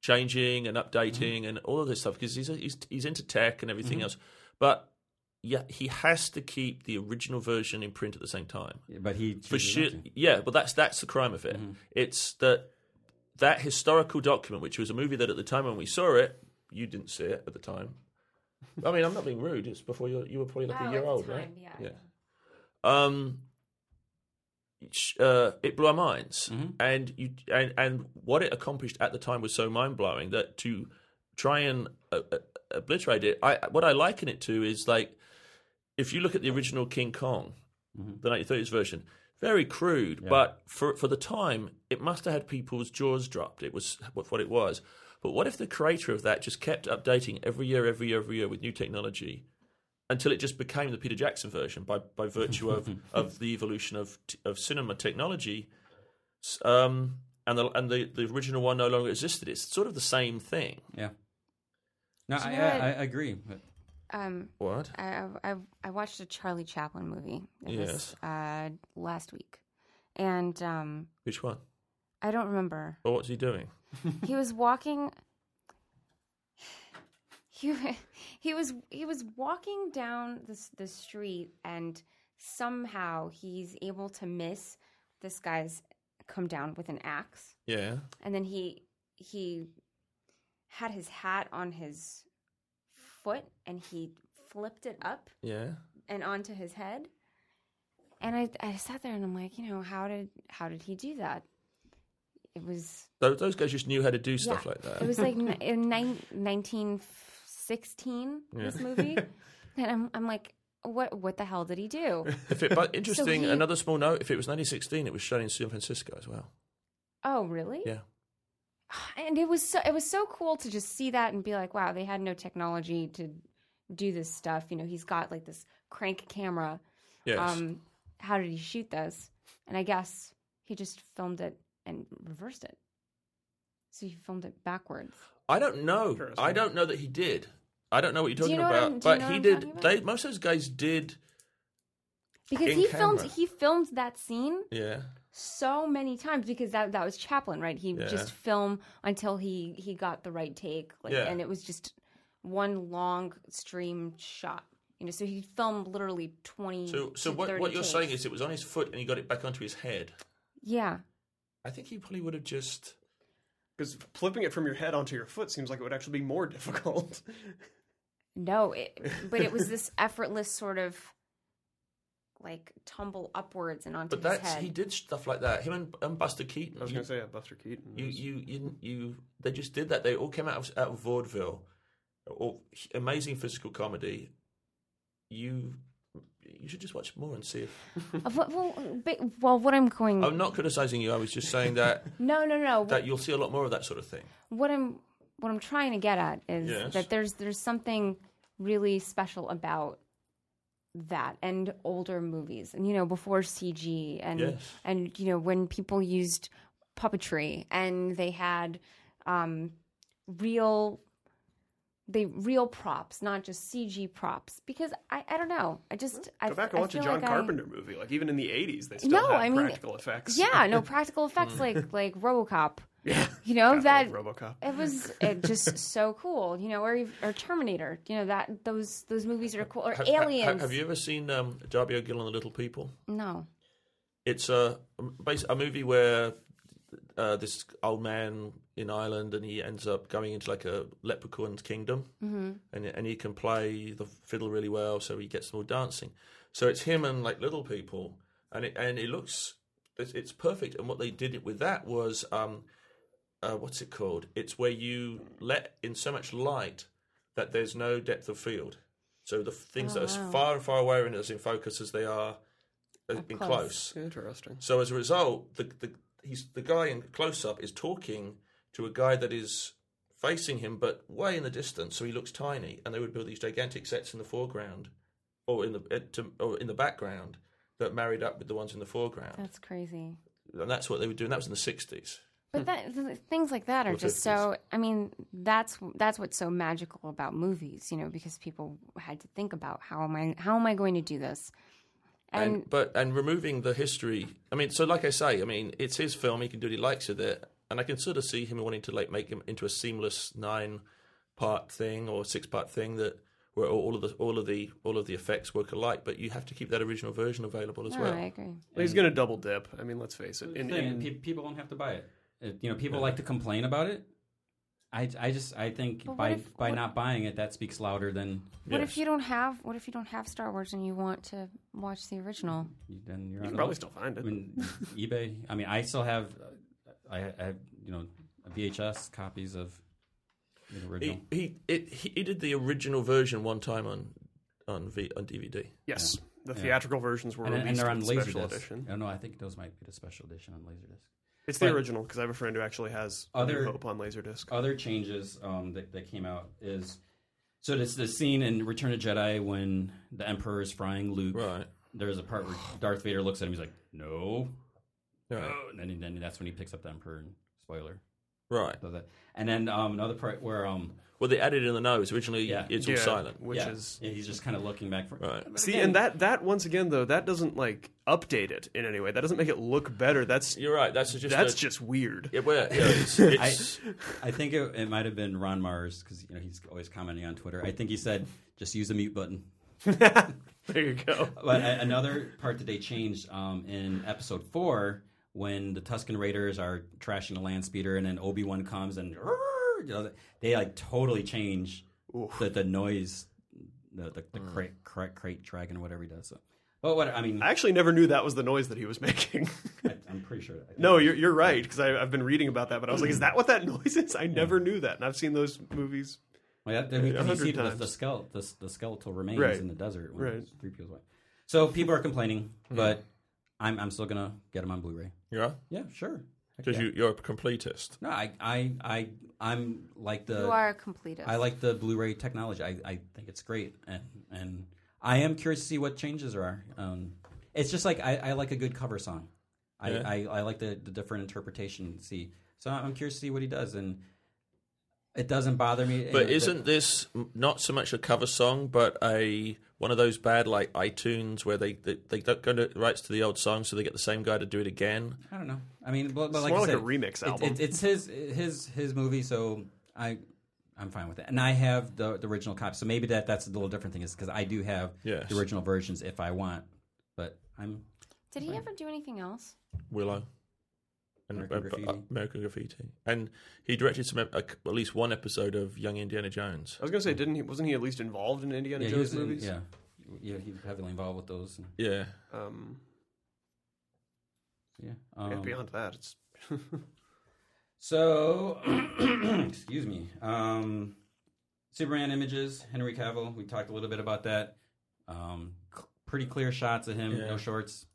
D: changing and updating and all of this stuff because he's he's he's into tech and everything else, but yeah, he has to keep the original version in print at the same time.
B: But he
D: for
B: chooses
D: sure.
B: not to.
D: Yeah, but that's that's the crime of it. It's that that historical document, which was a movie that at the time when we saw it, you didn't see it at the time. I mean, I'm not being rude. It's before you you were probably like
A: Oh,
D: a year
A: at the
D: old,
A: time,
D: right?
A: yeah.
D: Um. sh- Uh, it blew our minds, and you and and what it accomplished at the time was so mind blowing that to try and uh, uh, obliterate it, I what I liken it to is like if you look at the original King Kong, the 1930s version, very crude, but for for the time, it must have had people's jaws dropped. It was what, what it was. But what if the creator of that just kept updating every year, every year, every year with new technology until it just became the Peter Jackson version by, by virtue of, of the evolution of t- of cinema technology? S- Um, and the, and the, the original one no longer existed. It's sort of the same thing.
B: Yeah. No,
A: Do
B: I,
A: you
B: I,
A: know what-
B: I agree. But
A: Um,
D: What?
A: I, I I watched a Charlie Chaplin movie. It was, uh, last week, and um,
D: Which one?
A: I don't remember.
D: Or what's he doing?
A: he was walking. He he was he was walking down the s- the street, and somehow he's able to miss this guy's come down with an axe.
D: Yeah.
A: and then he he had his hat on his foot and he flipped it up
D: Yeah.
A: and onto his head and i i sat there and i'm like you know how did how did he do that it was
D: Those, those guys just knew how to do stuff
A: Yeah.
D: like that.
A: it was like ni- in nine- 1916 this movie and i'm i'm like what what the hell did he do
D: If it, but interesting,
A: he-
D: another small note. If it was 1916, it was shown in San Francisco as well.
A: oh really
D: Yeah,
A: and it was so it was so cool to just see that and be like wow they had no technology to do this stuff you know he's got like this crank camera
D: yes.
A: um how did he shoot this and i guess he just filmed it and reversed it so he filmed it backwards
D: I don't know.
C: Interesting.
D: I don't know that he did. I don't know what you're
A: Do
D: talking
A: you know what
D: about.
A: I'm- do you
D: but
A: know
D: he
A: what I'm
D: did.
A: talking
D: They
A: about?
D: most of those guys did.
A: because
D: In
A: he filmed
D: camera.
A: he filmed that scene
D: Yeah,
A: so many times because that that was Chaplin, right? He would
D: Yeah.
A: just film until he he got the right take, like,
D: Yeah.
A: and it was just one long stream shot. You know, so he filmed literally twenty.
D: so so
A: to
D: what,
A: 30
D: what you're
A: takes.
D: saying is it was on his foot and he got it back onto his head.
A: yeah,
D: I think he probably would have just.
C: Because flipping it from your head onto your foot seems like it would actually be more difficult.
A: no, it, but it was this effortless sort of like tumble upwards and onto
D: But
A: his
D: that's
A: head.
D: he did stuff like that. Him and, and Buster Keaton.
C: I was
D: you-
C: going to say, yeah, Buster Keaton.
D: You,
C: was-
D: you, you, you, they just did that. They all came out of, out of vaudeville, all amazing physical comedy. You, you should just watch more and see it.
A: Uh, but- well, but, well, what I'm going,
D: I'm not criticizing you. I was just saying that
A: no, no, no.
D: that you'll see a lot more of that sort of thing.
A: what I'm what I'm trying to get at is
D: Yes.
A: that there's there's something really special about that and older movies and you know before CG and
D: Yes.
A: and you know when people used puppetry and they had um real they real props not just CG props because I I don't know I just I
C: Go back
A: I
C: and watch a
A: feel
C: John
A: like I-
C: Carpenter movie. Like even in the '80s, they still
A: No,
C: had
A: I mean-
C: practical effects.
A: yeah no practical effects like like RoboCop
C: yeah.
A: you know that
C: Mm. RoboCop.
A: it was it just so cool, you know, or ev- or Terminator, you know that those those movies are cool, or
D: Have,
A: Aliens.
D: have, have you ever seen um, Darby O'Gill and the Little People?
A: No,
D: It's a bas a movie where uh, this old man in Ireland and he ends up going into like a leprechaun's kingdom, mm-hmm. and and he can play the fiddle really well, so he gets them all dancing. So it's him and like little people, and it and it looks it's, it's perfect. And what they did with that was, um, uh, what's it called? It's where you let in so much light that there's no depth of field. So the things
A: Oh,
D: that are as
A: wow.
D: far and far away and as in focus as they are uh,
A: Up
D: in
A: close.
D: close.
C: Interesting.
D: So as a result, the the he's the guy in close up is talking to a guy that is facing him, but way in the distance, so he looks tiny. And they would build these gigantic sets in the foreground, or in the eh, to, or in the background that married up with the ones in the foreground.
A: That's crazy.
D: and that's what they were doing. That was in the sixties.
A: But that th- things like that are
D: Or
A: just so. I mean, that's that's what's so magical about movies, you know, because people had to think about how am I how am I going to do this,
D: And,
A: and,
D: but and removing the history. I mean, so like I say, I mean, it's his film. He can do what he likes with it, and I can sort of see him wanting to like make him into a seamless nine part thing or six part thing that where all of the all of the all of the effects work alike. But you have to keep that original version available as
A: no, I
D: well.
A: agree.
C: He's going to double dip. I mean, let's face it.
B: The
C: In,
B: thing,
C: in-
B: pe- people don't have to buy it. It- You know, people like to complain about it. I, I just I think
A: But what
B: by
A: if-
B: by
A: what-
B: not buying it, that speaks louder than
A: What
D: Yes.
A: if you don't have What if you don't have Star Wars and you want to watch the original?
B: than your.
C: you can probably still find
B: I
C: it.
B: mean, eBay. I mean, I still have, I, I have, you know, VHS copies of the original.
D: He he, it, he he did the original version one time on on v, on DVD.
C: yes, the
B: Yeah.
C: theatrical versions were
B: and,
C: released
B: and they're on
C: with special
B: Laserdisc.
C: edition.
B: Oh no, I think those might be the special edition on Laserdisc.
C: It's the
B: But-
C: original because I have a friend who actually has
B: Other-
C: New Hope on Laserdisc.
B: Other changes um, that that came out is so this the scene in Return of Jedi when the Emperor is frying Luke.
D: Right.
B: There's a part where Darth Vader looks at him. He's like, "No,
D: Right.
B: no," and then, then that's when he picks up the Emperor. And spoiler.
D: Right.
B: So that, and then um, another part where um,
D: Well, they added in the nose. Originally,
B: Yeah.
D: it's all
C: Yeah,
D: silent.
C: which
B: yeah,
C: is
B: yeah, he's just kind of looking back for
D: Right.
C: see, and that that once again though that doesn't like update it in any way. That doesn't make it look better. That's
D: You're right. That's just
C: that's
D: a,
C: just weird.
D: yeah, well, yeah, it's, it's,
B: I think it, it might have been Ron Mars because you know he's always commenting on Twitter. I think he said just use the mute button.
C: There you go.
B: But a- another part that they changed um, in episode four when the Tuscan Raiders are trashing the land speeder and then Obi Wan comes and you know, they like totally change the, the noise, the the, the crate, crate crate dragon or whatever he does. So, but what I mean,
C: I
B: I,
C: actually never knew that was the noise that he was making.
B: I'm pretty sure. I think-
C: no, you're you're right because I've been reading about that, but I was like, is that what that noise is? I never knew that, and I've seen those movies.
B: Well, that, that, because you
C: hundred
B: see the,
C: times.
B: the, skeletal, the, the skeletal remains
C: Right.
B: in the desert when
C: Right. Mm-hmm.
B: it's three people away. So people are complaining, but I'm, I'm still going to get them on Blu-ray.
D: yeah.
B: Yeah, sure. Heck
D: Because
B: yeah.
D: you, you're a completist.
B: No, I, I, I, I'm like
D: Uh,
B: the...
A: you are a completist.
B: I like the Blu-ray technology. I, I think it's great, and and I am curious to see what changes there are. Um, it's just like I, I like a good cover song. I,
D: Yeah.
B: I, I like the, the different interpretation. See, so I'm curious to see what he does, and it doesn't bother me. you know,
D: But
B: that-
D: isn't this m- not so much a cover song, but a one of those bad like iTunes where they they, they don't go to rights to the old song, so they get the same guy to do it again?
B: I don't know. I mean, but, but
C: It's
B: like
C: more
B: I
C: like
B: said,
C: a remix album.
B: It, it, it's his his his movie, so I I'm fine with it. And I have the, the original copy, so maybe that that's a little different thing, is because I do have
D: Yes.
B: the original versions if I want. But I'm
A: Did he ever do anything else?
D: Willow and uh,
B: American Graffiti.
D: American Graffiti, and he directed some ep- like, at least one episode of Young Indiana Jones.
B: Oh.
C: I was gonna say, didn't he? Wasn't he at least involved in Indiana
B: yeah, he
C: Jones
B: was in-
C: movies?
B: yeah yeah he's heavily involved with those. And,
D: Yeah,
C: Um,
B: yeah.
C: and
B: Um,
C: beyond that, it's
B: so excuse me. Um, Superman images, Henry Cavill. We talked a little bit about that. Um, c- pretty clear shots of him,
D: Yeah.
B: no shorts.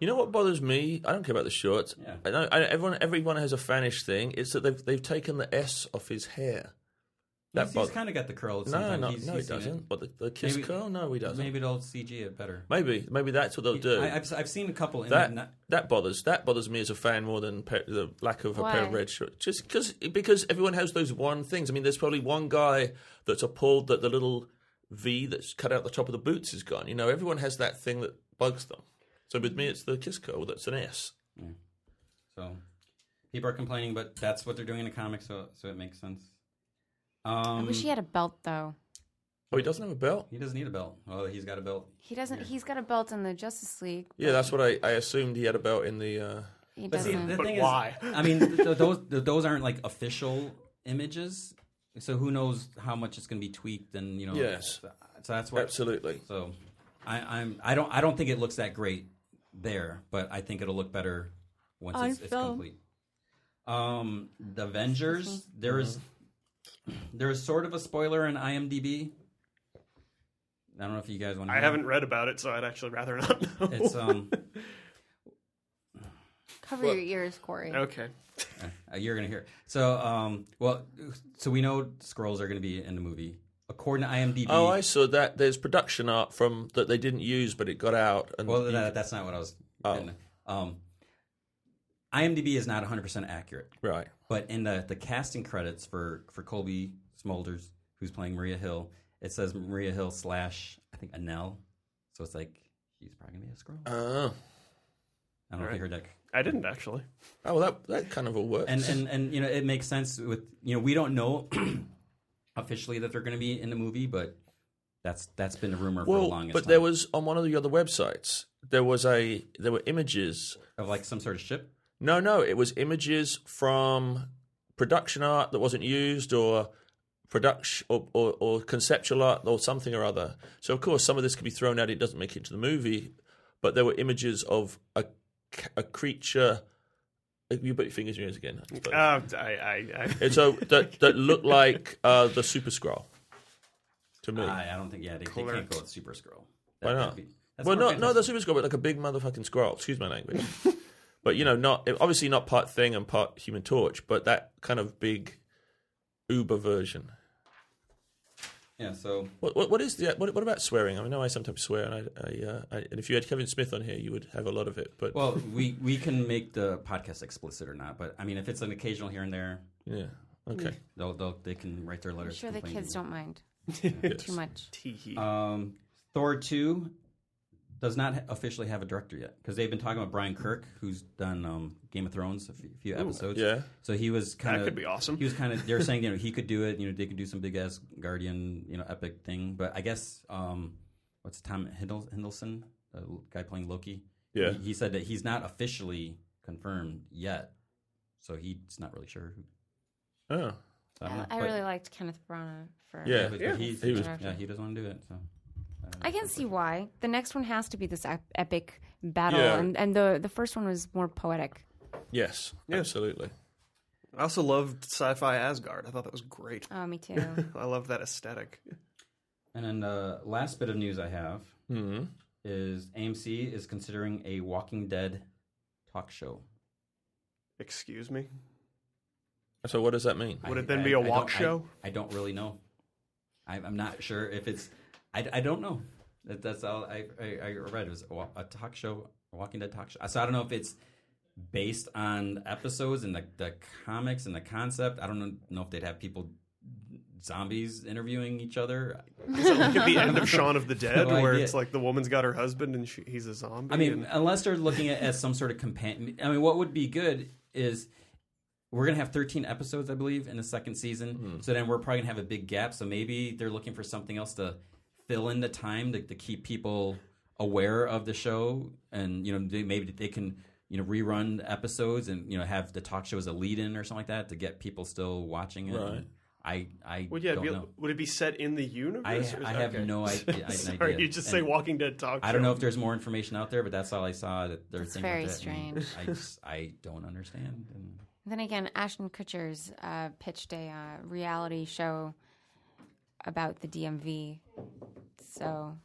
D: you know what bothers me? I don't care about the shorts.
B: Yeah.
D: I don't, I, everyone everyone has a fanish thing. It's that they've they've taken the S off his hair. That
B: He's, he's
D: bothers.
B: kind of got the curl. at some
D: no,
B: time.
D: no,
B: he's,
D: no,
B: he's
D: he
B: seen it.
D: doesn't. But the, the kiss
B: Maybe-
D: curl? No, he doesn't.
B: Maybe they'll CG it better.
D: Maybe, maybe that's what they'll do.
B: I, I've, I've seen a couple. In
D: Oh, that
B: that,
D: that bothers that bothers me as a fan more than pe- the lack of a pair of
A: Why?
D: red shorts. Just because because everyone has those one things. I mean, there's probably one guy that's appalled that the little V that's cut out the top of the boots is gone. You know, everyone has that thing that bugs them. So with me, it's the kiss curl that's an S.
B: so people are complaining, but that's what they're doing in the comics, so so it makes sense. Um,
A: I wish he had a belt though.
D: Oh, he doesn't have a belt.
B: he doesn't need a belt. Oh, he's got a belt.
A: He doesn't. He's got a belt in the Justice League.
D: Yeah, that's what I, I assumed he had a belt in the. Uh,
A: He
B: But see,
A: doesn't.
B: the
C: But
B: thing
C: why?
B: is, I mean, th- th- those th- those aren't like official images, so who knows how much it's going to be tweaked and you know.
D: Yes.
B: so that's what.
D: absolutely.
B: So I, I'm I don't I don't think it looks that great there, but I think it'll look better once
A: On
B: it's, it's
A: film.
B: complete. Um, the Avengers. There is there is sort of a spoiler in IMDb. I don't know if you guys want. to
C: I haven't read about it, so I'd actually rather not know.
B: It's um.
A: Cover your ears, Corey.
C: okay.
B: Uh, you're gonna hear. it. So, um, well, so we know scrolls are gonna be in the movie according to IMDb.
D: Oh, I saw that. There's production art from that they didn't use, but it got out. And
B: well,
D: you-
B: that, that's not what I was.
D: Oh.
B: Um, IMDb is not 100 percent accurate,
D: right.
B: but in the the casting credits for for Colby Smulders, who's playing Maria Hill, it says Maria Hill slash I think Anel. So it's like she's probably gonna be a scroll. I
D: Oh,
B: don't know if you heard that
C: I didn't actually.
D: oh, well, that that kind of all works.
B: and and and you know it makes sense with you know we don't know officially that they're going to be in the movie but that's that's been the rumor for
D: well,
B: the longest
D: but
B: time.
D: there was on one of the other websites there was a there were images.
B: of like some sort of ship
D: No, no, it was images from production art that wasn't used or production or, or, or conceptual art or something or other. So of course, some of this could be thrown out. It doesn't make it to the movie, but there were images of a c- a creature. You put your fingers in your ears again. I suppose.
C: Uh, I, I, I,
D: And so that that looked like uh, the Super Scroll to me.
B: I, I don't think yeah they, they can't
C: Correct.
B: go with super scroll
D: Why not? well, not no, the Super Scroll, but like a big motherfucking scroll. Excuse my language. but you know, not obviously not part Thing and part Human Torch, but that kind of big Uber version.
B: yeah so
D: What what, what is the what, what about swearing? I know I sometimes swear, and I, I, uh, I and if you had Kevin Smith on here, you would have a lot of it. But
B: well we we can make the podcast explicit or not but i mean if it's an occasional here and there
D: yeah, okay,
B: they'll, they'll they can write their
A: I'm
B: letters
A: sure the
B: complaining.
A: kids don't mind
D: yes.
A: too much.
C: Teehee.
B: um thor 2 does not ha- officially have a director yet because they've been talking about Brian Kirk, who's done um, Game of Thrones a few, few episodes.
D: yeah.
B: So he was kind of
C: could be awesome.
B: He was kind of they're saying you know he could do it. You know they could do some big ass guardian you know epic thing. But I guess um, what's Tom Hiddle- Hiddleston, the l- guy playing Loki?
D: Yeah.
B: he, he said that he's not officially confirmed yet, so he's not really sure. Who, Mm-hmm.
D: Oh,
B: so I, don't know.
A: I
B: But-
A: really liked Kenneth Branagh for.
D: Yeah.
B: but, but
C: Yeah.
B: he's-
D: He was-
B: yeah, he doesn't want to do it. So
A: I can see why. The next one has to be this ep- epic battle,
D: Yeah.
A: and, and the the first one was more poetic.
D: yes, absolutely.
C: I also loved sci-fi Asgard. I thought that was great.
A: Oh, me too.
C: I love that aesthetic.
B: And then the last bit of news I have
D: hmm
B: is AMC is considering a Walking Dead talk show.
C: Excuse me.
D: So what does that mean?
C: Would
B: I-
C: it then
B: I-
C: be a
B: I don't-
C: walk
B: I-
C: show?
B: I, don't really know. I, I'm not sure if it's. I, I don't know. That, that's all I, I, I read. It was a, wa- a talk show, a Walking Dead talk show. So I don't know if it's based on episodes and the, the comics and the concept. I don't know, know if they'd have people zombies interviewing each other.
C: Is it like at the end of Shaun of the Dead,
B: No
C: where
B: idea.
C: it's like the woman's got her husband and she, he's a zombie?
B: I mean, uh,
C: and-
B: unless they're looking at it as some sort of companion. I mean, what would be good is we're gonna have 13 episodes, I believe, in the second season.
C: Hmm.
B: So then we're probably gonna have a big gap. So maybe they're looking for something else to fill in the time to, to keep people aware of the show, and you know, they, maybe they can you know rerun episodes and you know have the talk show as a lead-in or something like that to get people still watching it.
D: Right.
B: I I
C: well, yeah, it'd
B: don't
C: be,
B: know.
C: would it be set in the universe?
B: I,
C: or is-
B: I have
C: okay.
B: no idea.
C: Sorry,
B: idea.
C: you
B: And-
C: just say Walking Dead talk.
B: I don't
C: show.
B: know if there's more information out there, but that's all I saw. That they're
A: That's
B: thinking
A: very
B: about that, and I just I don't understand. And
A: then again, Ashton Kutcher's uh, pitched a uh, reality show about the DMV, so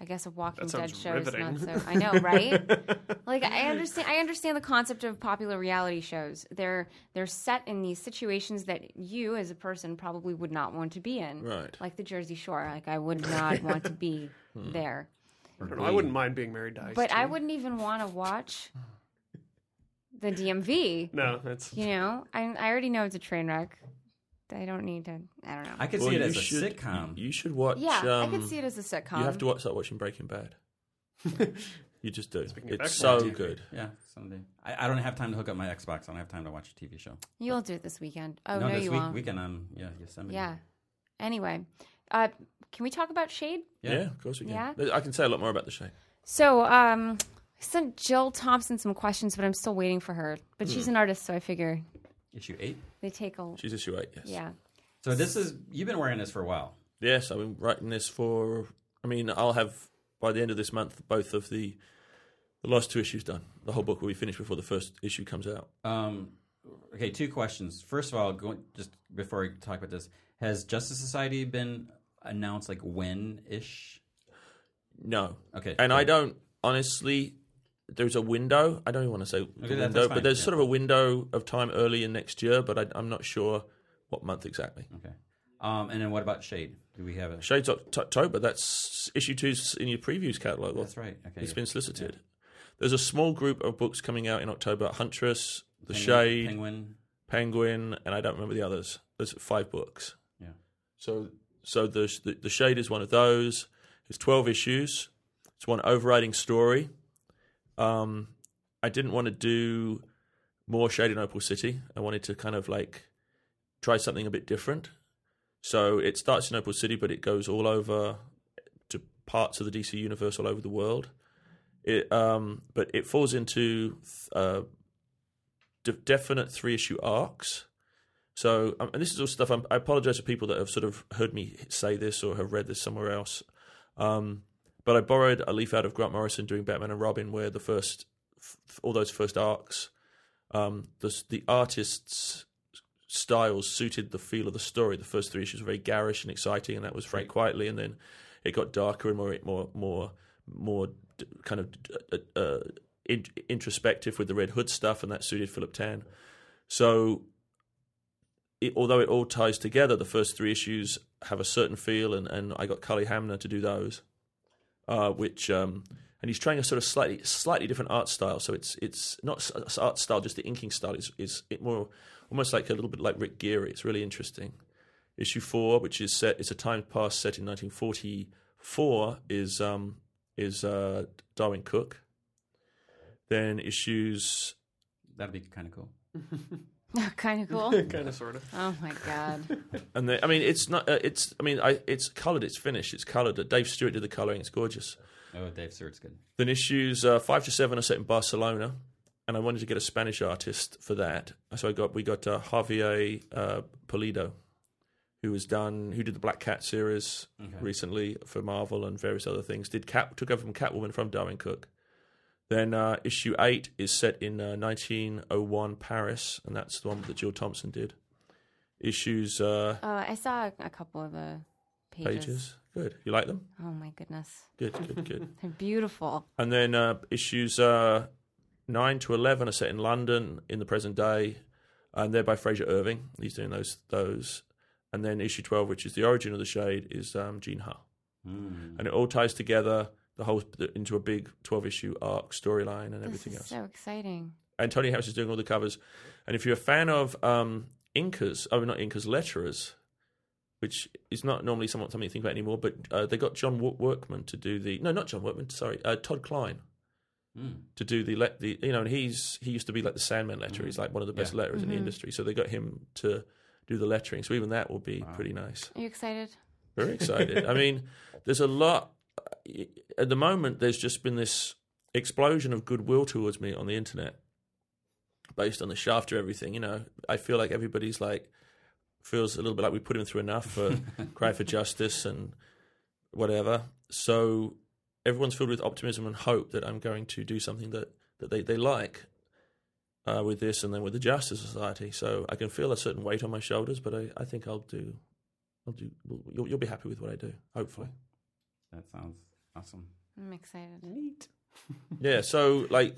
A: I guess a Walking
C: That
A: Dead
C: sounds
A: show is
C: riveting.
A: not so. I know, right? like I understand, I understand the concept of popular reality shows. They're they're set in these situations that you, as a person, probably would not want to be in,
D: Right.
A: Like the Jersey Shore. Like I would not want to be there.
C: I, don't know. I wouldn't mind being married to Ice.
A: But I
C: Cube.
A: wouldn't even want to watch the DMV.
C: No, that's
A: You know, I, I already know it's a train wreck. I don't need to. I don't know.
B: I could
D: Well,
B: see it
D: you
B: as a
D: should-
B: sitcom.
D: You should watch.
A: yeah, I
D: um,
A: could see it as a sitcom.
D: You have to watch, start watching Breaking Bad. you just do.
C: of
D: It's
C: excellent,
D: so Oh, good.
B: yeah, someday. I, I don't have time to hook up my Xbox. I don't have time to watch a TV show.
A: You'll do it this weekend. Oh no,
B: this
A: you
B: week,
A: won't.
B: weekend on yeah Yosemite.
A: Yeah. Anyway, uh, can we talk about Shade?
D: Yeah,
B: Yeah.
D: of course we can.
A: Yeah.
D: But I can say a lot more about the show.
A: So, um, I sent Jill Thompson some questions, but I'm still waiting for her. But she's
D: Hmm.
A: an artist, so I figure
B: issue eight.
A: they take a
D: She's issue eight. Yes.
A: yeah.
B: So this is you've been wearing this for a while.
D: Yes, I've been writing this for. I mean, I'll have by the end of this month both of the The last two issues done. The whole book will be finished before the first issue comes out.
B: Um, okay, two questions. First of all, going, just before I talk about this, has Justice Society been announced like when ish?
D: No,
B: Okay,
D: and I
B: cool.
D: don't honestly. There's a window. I don't even want to say the
B: that-
D: window,
B: that's
D: but
B: fine,
D: there's
B: yeah.
D: sort of a window of time early in next year. But I, I'm not sure what month exactly.
B: Okay. Um, and then what about Shade? Do we have a?
D: Shades of October. That's issue two's in your previews catalog. Well,
B: That's right. Okay.
D: It's
B: yeah.
D: been solicited. There's a small group of books coming out in October: Huntress, The
B: Penguin-
D: Shade, Penguin.
B: Penguin.
D: and I don't remember the others. There's five books.
B: Yeah.
D: So, so the the, the Shade is one of those. It's twelve issues. It's one overriding story. Um, I didn't want to do more Shade in Opal City. I wanted to kind of like try something a bit different. So it starts in Opal City, but it goes all over to parts of the DC universe all over the world. It, um, but it falls into uh, de- definite three issue arcs. So, um, and this is all stuff. I'm, I apologize to people that have sort of heard me say this or have read this somewhere else. Um, but I borrowed a leaf out of Grant Morrison doing Batman and Robin, where the first, f- all those first arcs, um, the the artists' styles suited the feel of the story. The first three issues were very garish and exciting, and that was Frank Quietly, and then it got darker and more more more more d- kind of d- uh, uh, in, introspective with the Red Hood stuff, and that suited Philip Tan. So, it, although it all ties together, the first three issues have a certain feel, and, and I got Cully Hamner to do those, uh, which um, and he's trying a sort of slightly slightly different art style. So it's it's not s- s- art style, just the inking style is is it more almost like a little bit like Rick Geary. It's really interesting. Issue four, which is set, it's a time past set in 1944, is um is uh, Darwin Cook. Then issues
B: That'd be kind of cool.
A: kind of cool.
C: kind of, sort of.
A: Oh my god.
D: And they, I mean, it's not. Uh, it's. I mean, I. It's coloured. It's finished. It's coloured. Dave Stewart did the colouring. It's gorgeous.
B: Oh, Dave Stewart's good.
D: Then issues uh, five to seven are set in Barcelona, and I wanted to get a Spanish artist for that. So I got we got uh, Javier uh, Pulido, who has done who did the Black Cat series recently for Marvel and various other things. Did Cat took over from Catwoman from Darwin Cook. Then uh, issue eight is set in uh, 1901 Paris, and that's the one that Jill Thompson did. Issues. Uh,
A: Oh, I saw a couple of the pages.
D: pages. Good. You like them?
A: Oh my goodness.
D: Good, good, good.
A: They're beautiful.
D: and then uh, issues uh, 9 to 11 are set in London in the present day, and they're by Fraser Irving. He's doing those. those. And then issue 12, which is The Origin of the Shade, is um, Gene Ha.
B: Hmm.
D: And it all ties together the whole into a big 12 issue arc storyline and
A: This
D: everything
A: is
D: else.
A: so exciting.
D: and Tony Harris is doing all the covers. And if you're a fan of um, Incas, oh, not Incas, Letterers, which is not normally someone something you think about anymore, but uh, they got John Wo- Workman to do the no, not John Workman, sorry, uh, Todd Klein
B: Mm.
D: to do the let the you know, and he's he used to be like the Sandman letter. He's like one of the best
B: Yeah.
D: letterers in the industry, so they got him to do the lettering. So even that will be pretty nice.
A: Are you excited?
D: Very excited. I mean, there's a lot at the moment. There's just been this explosion of goodwill towards me on the internet, based on the shaft of everything. You know, I feel like everybody's like feels a little bit like we put him through enough for cry for justice and whatever. So everyone's filled with optimism and hope that I'm going to do something that that they they like. Uh, with this and then with the Justice Society, so I can feel a certain weight on my shoulders, but I, I think I'll do I'll do. Well, you'll, you'll be happy with what I do, hopefully.
B: That sounds awesome.
A: I'm excited.
C: Neat.
D: yeah. So, like,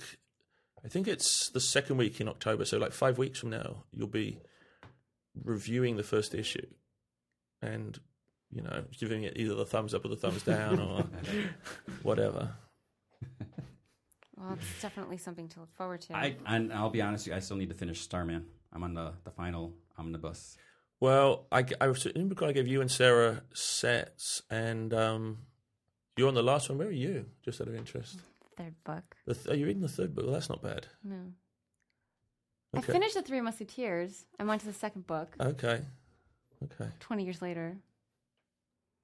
D: I think it's the second week in October. So, like, five weeks from now, you'll be reviewing the first issue, and you know, giving it either the thumbs up or the thumbs down or whatever.
A: Well, it's definitely something to look forward to.
B: I and I'll be honest with you, I still need to finish Starman. I'm on the the final omnibus.
D: Well, I, g- I was remember I gave you and Sarah sets, and um, you're on the last one. Where are you? Just out of interest,
A: Third book.
D: the th- are you reading the third book? Well, that's not bad.
A: No. I
D: Okay.
A: finished the Three Musketeers. I went to the second book
D: Okay. Okay.
A: 20 years later.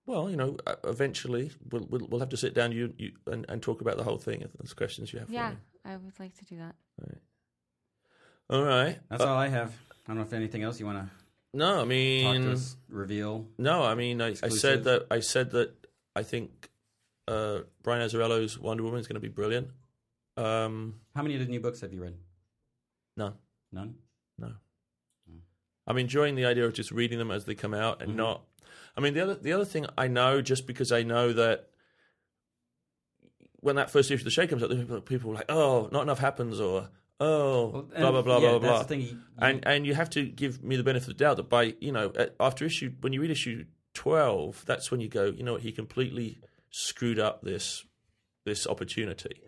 D: Well, you know, uh, eventually we'll we'll, we'll have to sit down you, you and, and talk about the whole thing. If there's questions you have.
A: Yeah,
D: For me.
A: I would like to do that.
D: All right. Uh,
B: That's all I have. I don't know if anything else you want to
D: No, I
B: talk to
D: mean,
B: us, reveal.
D: no, I mean, I, I
B: Exclusive.
D: said that I said that I think uh, Brian Azzarello's Wonder Woman is going to be brilliant. Um,
B: How many of the new books have you read?
D: no,
B: None.
D: no. I'm enjoying the idea of just reading them as they come out
B: Mm-hmm.
D: and not. I mean, the other the other thing I know just because I know that when that first issue of the Shade comes out, there's people- people are like, "Oh, not enough happens," or "Oh,
B: and-
D: blah blah blah
B: yeah,
D: blah blah."
B: That's the thing. You-
D: and and you have to give me the benefit of the doubt that by you know at- after issue when you read issue 12 that's when you go you know what he completely screwed up this this opportunity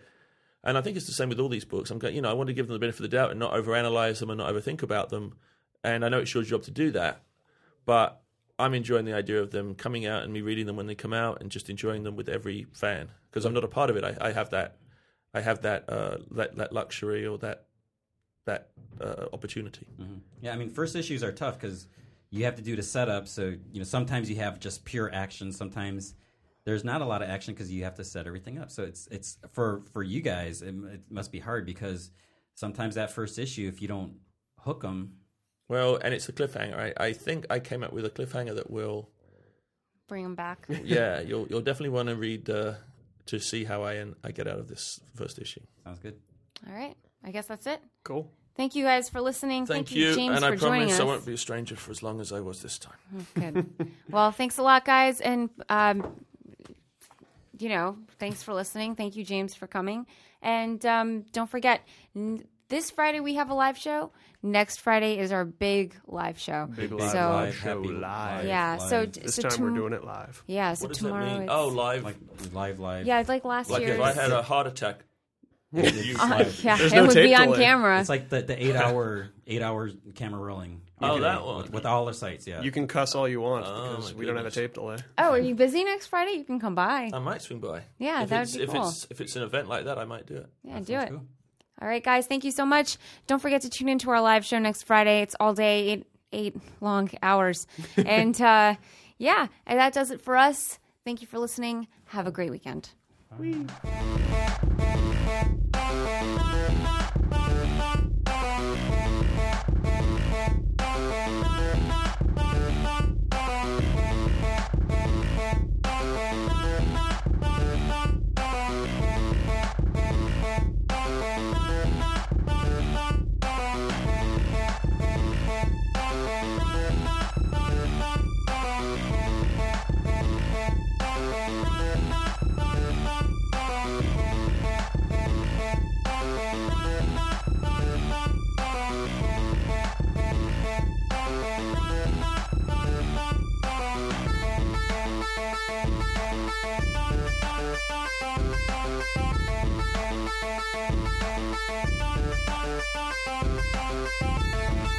D: and i think it's the same with all these books i'm going you know i want to give them the benefit of the doubt and not overanalyze them and not overthink about them and i know it's your job to do that but i'm enjoying the idea of them coming out and me reading them when they come out and just enjoying them with every fan because i'm not a part of it i, I have that i have that uh that, that luxury or that that uh, opportunity
B: Yeah, I mean, first issues are tough because you have to do the setup. So you know, sometimes you have just pure action. Sometimes there's not a lot of action because you have to set everything up. So it's it's for for you guys, it, it must be hard because sometimes that first issue, if you don't hook them,
D: Well, and it's a cliffhanger. I, I think I came up with a cliffhanger that will.
A: Bring them back.
D: Yeah, you'll you'll definitely want to read uh, to see how I en- I get out of this first issue.
B: sounds good.
A: All right. I guess that's it.
C: Cool.
A: Thank you guys for listening. Thank, James,
D: and
A: for
D: I
A: joining
D: promise
A: us.
D: I won't be a stranger for as long as I was this time.
A: Good. well, thanks a lot, guys, and um, you know, thanks for listening. Thank you, James, for coming, and um, don't forget n- this Friday we have a live show. Next Friday is our big live show. Big
C: live,
A: so,
C: live. show live.
A: Yeah. So
B: live.
A: t-
C: This
A: so
C: time we're
A: tom-
C: doing it live.
A: Yeah. So
D: What does
A: tomorrow.
D: that mean?
A: It's,
D: Oh, live.
B: like
D: Like,
B: live live.
A: yeah. It's like last year.
D: if I had a heart attack.
B: It's live.
A: yeah,
C: There's
A: it
C: no
A: would
C: tape
A: be on
C: delay.
A: camera.
B: It's like the, the eight hour eight hour camera rolling.
D: Oh,
B: Yeah,
D: that
B: with-
D: one.
B: with, all the sites. Yeah,
C: You can cuss all you want
D: Oh,
C: because
D: my
C: we don't have a
D: goodness.
C: tape delay.
A: oh, are you busy next Friday? You can come by.
D: I might swing by.
A: Yeah,
D: if
A: that would
D: it's,
A: be
D: if
A: cool.
D: it's if it's an event like that, I might do it.
A: yeah, do it.
B: Sounds cool.
A: All right, guys, thank you so much. Don't forget to tune into our live show next Friday. It's all day, eight, eight long hours. and uh, yeah, and that does it for us. Thank you for listening. Have a great weekend.
E: Thank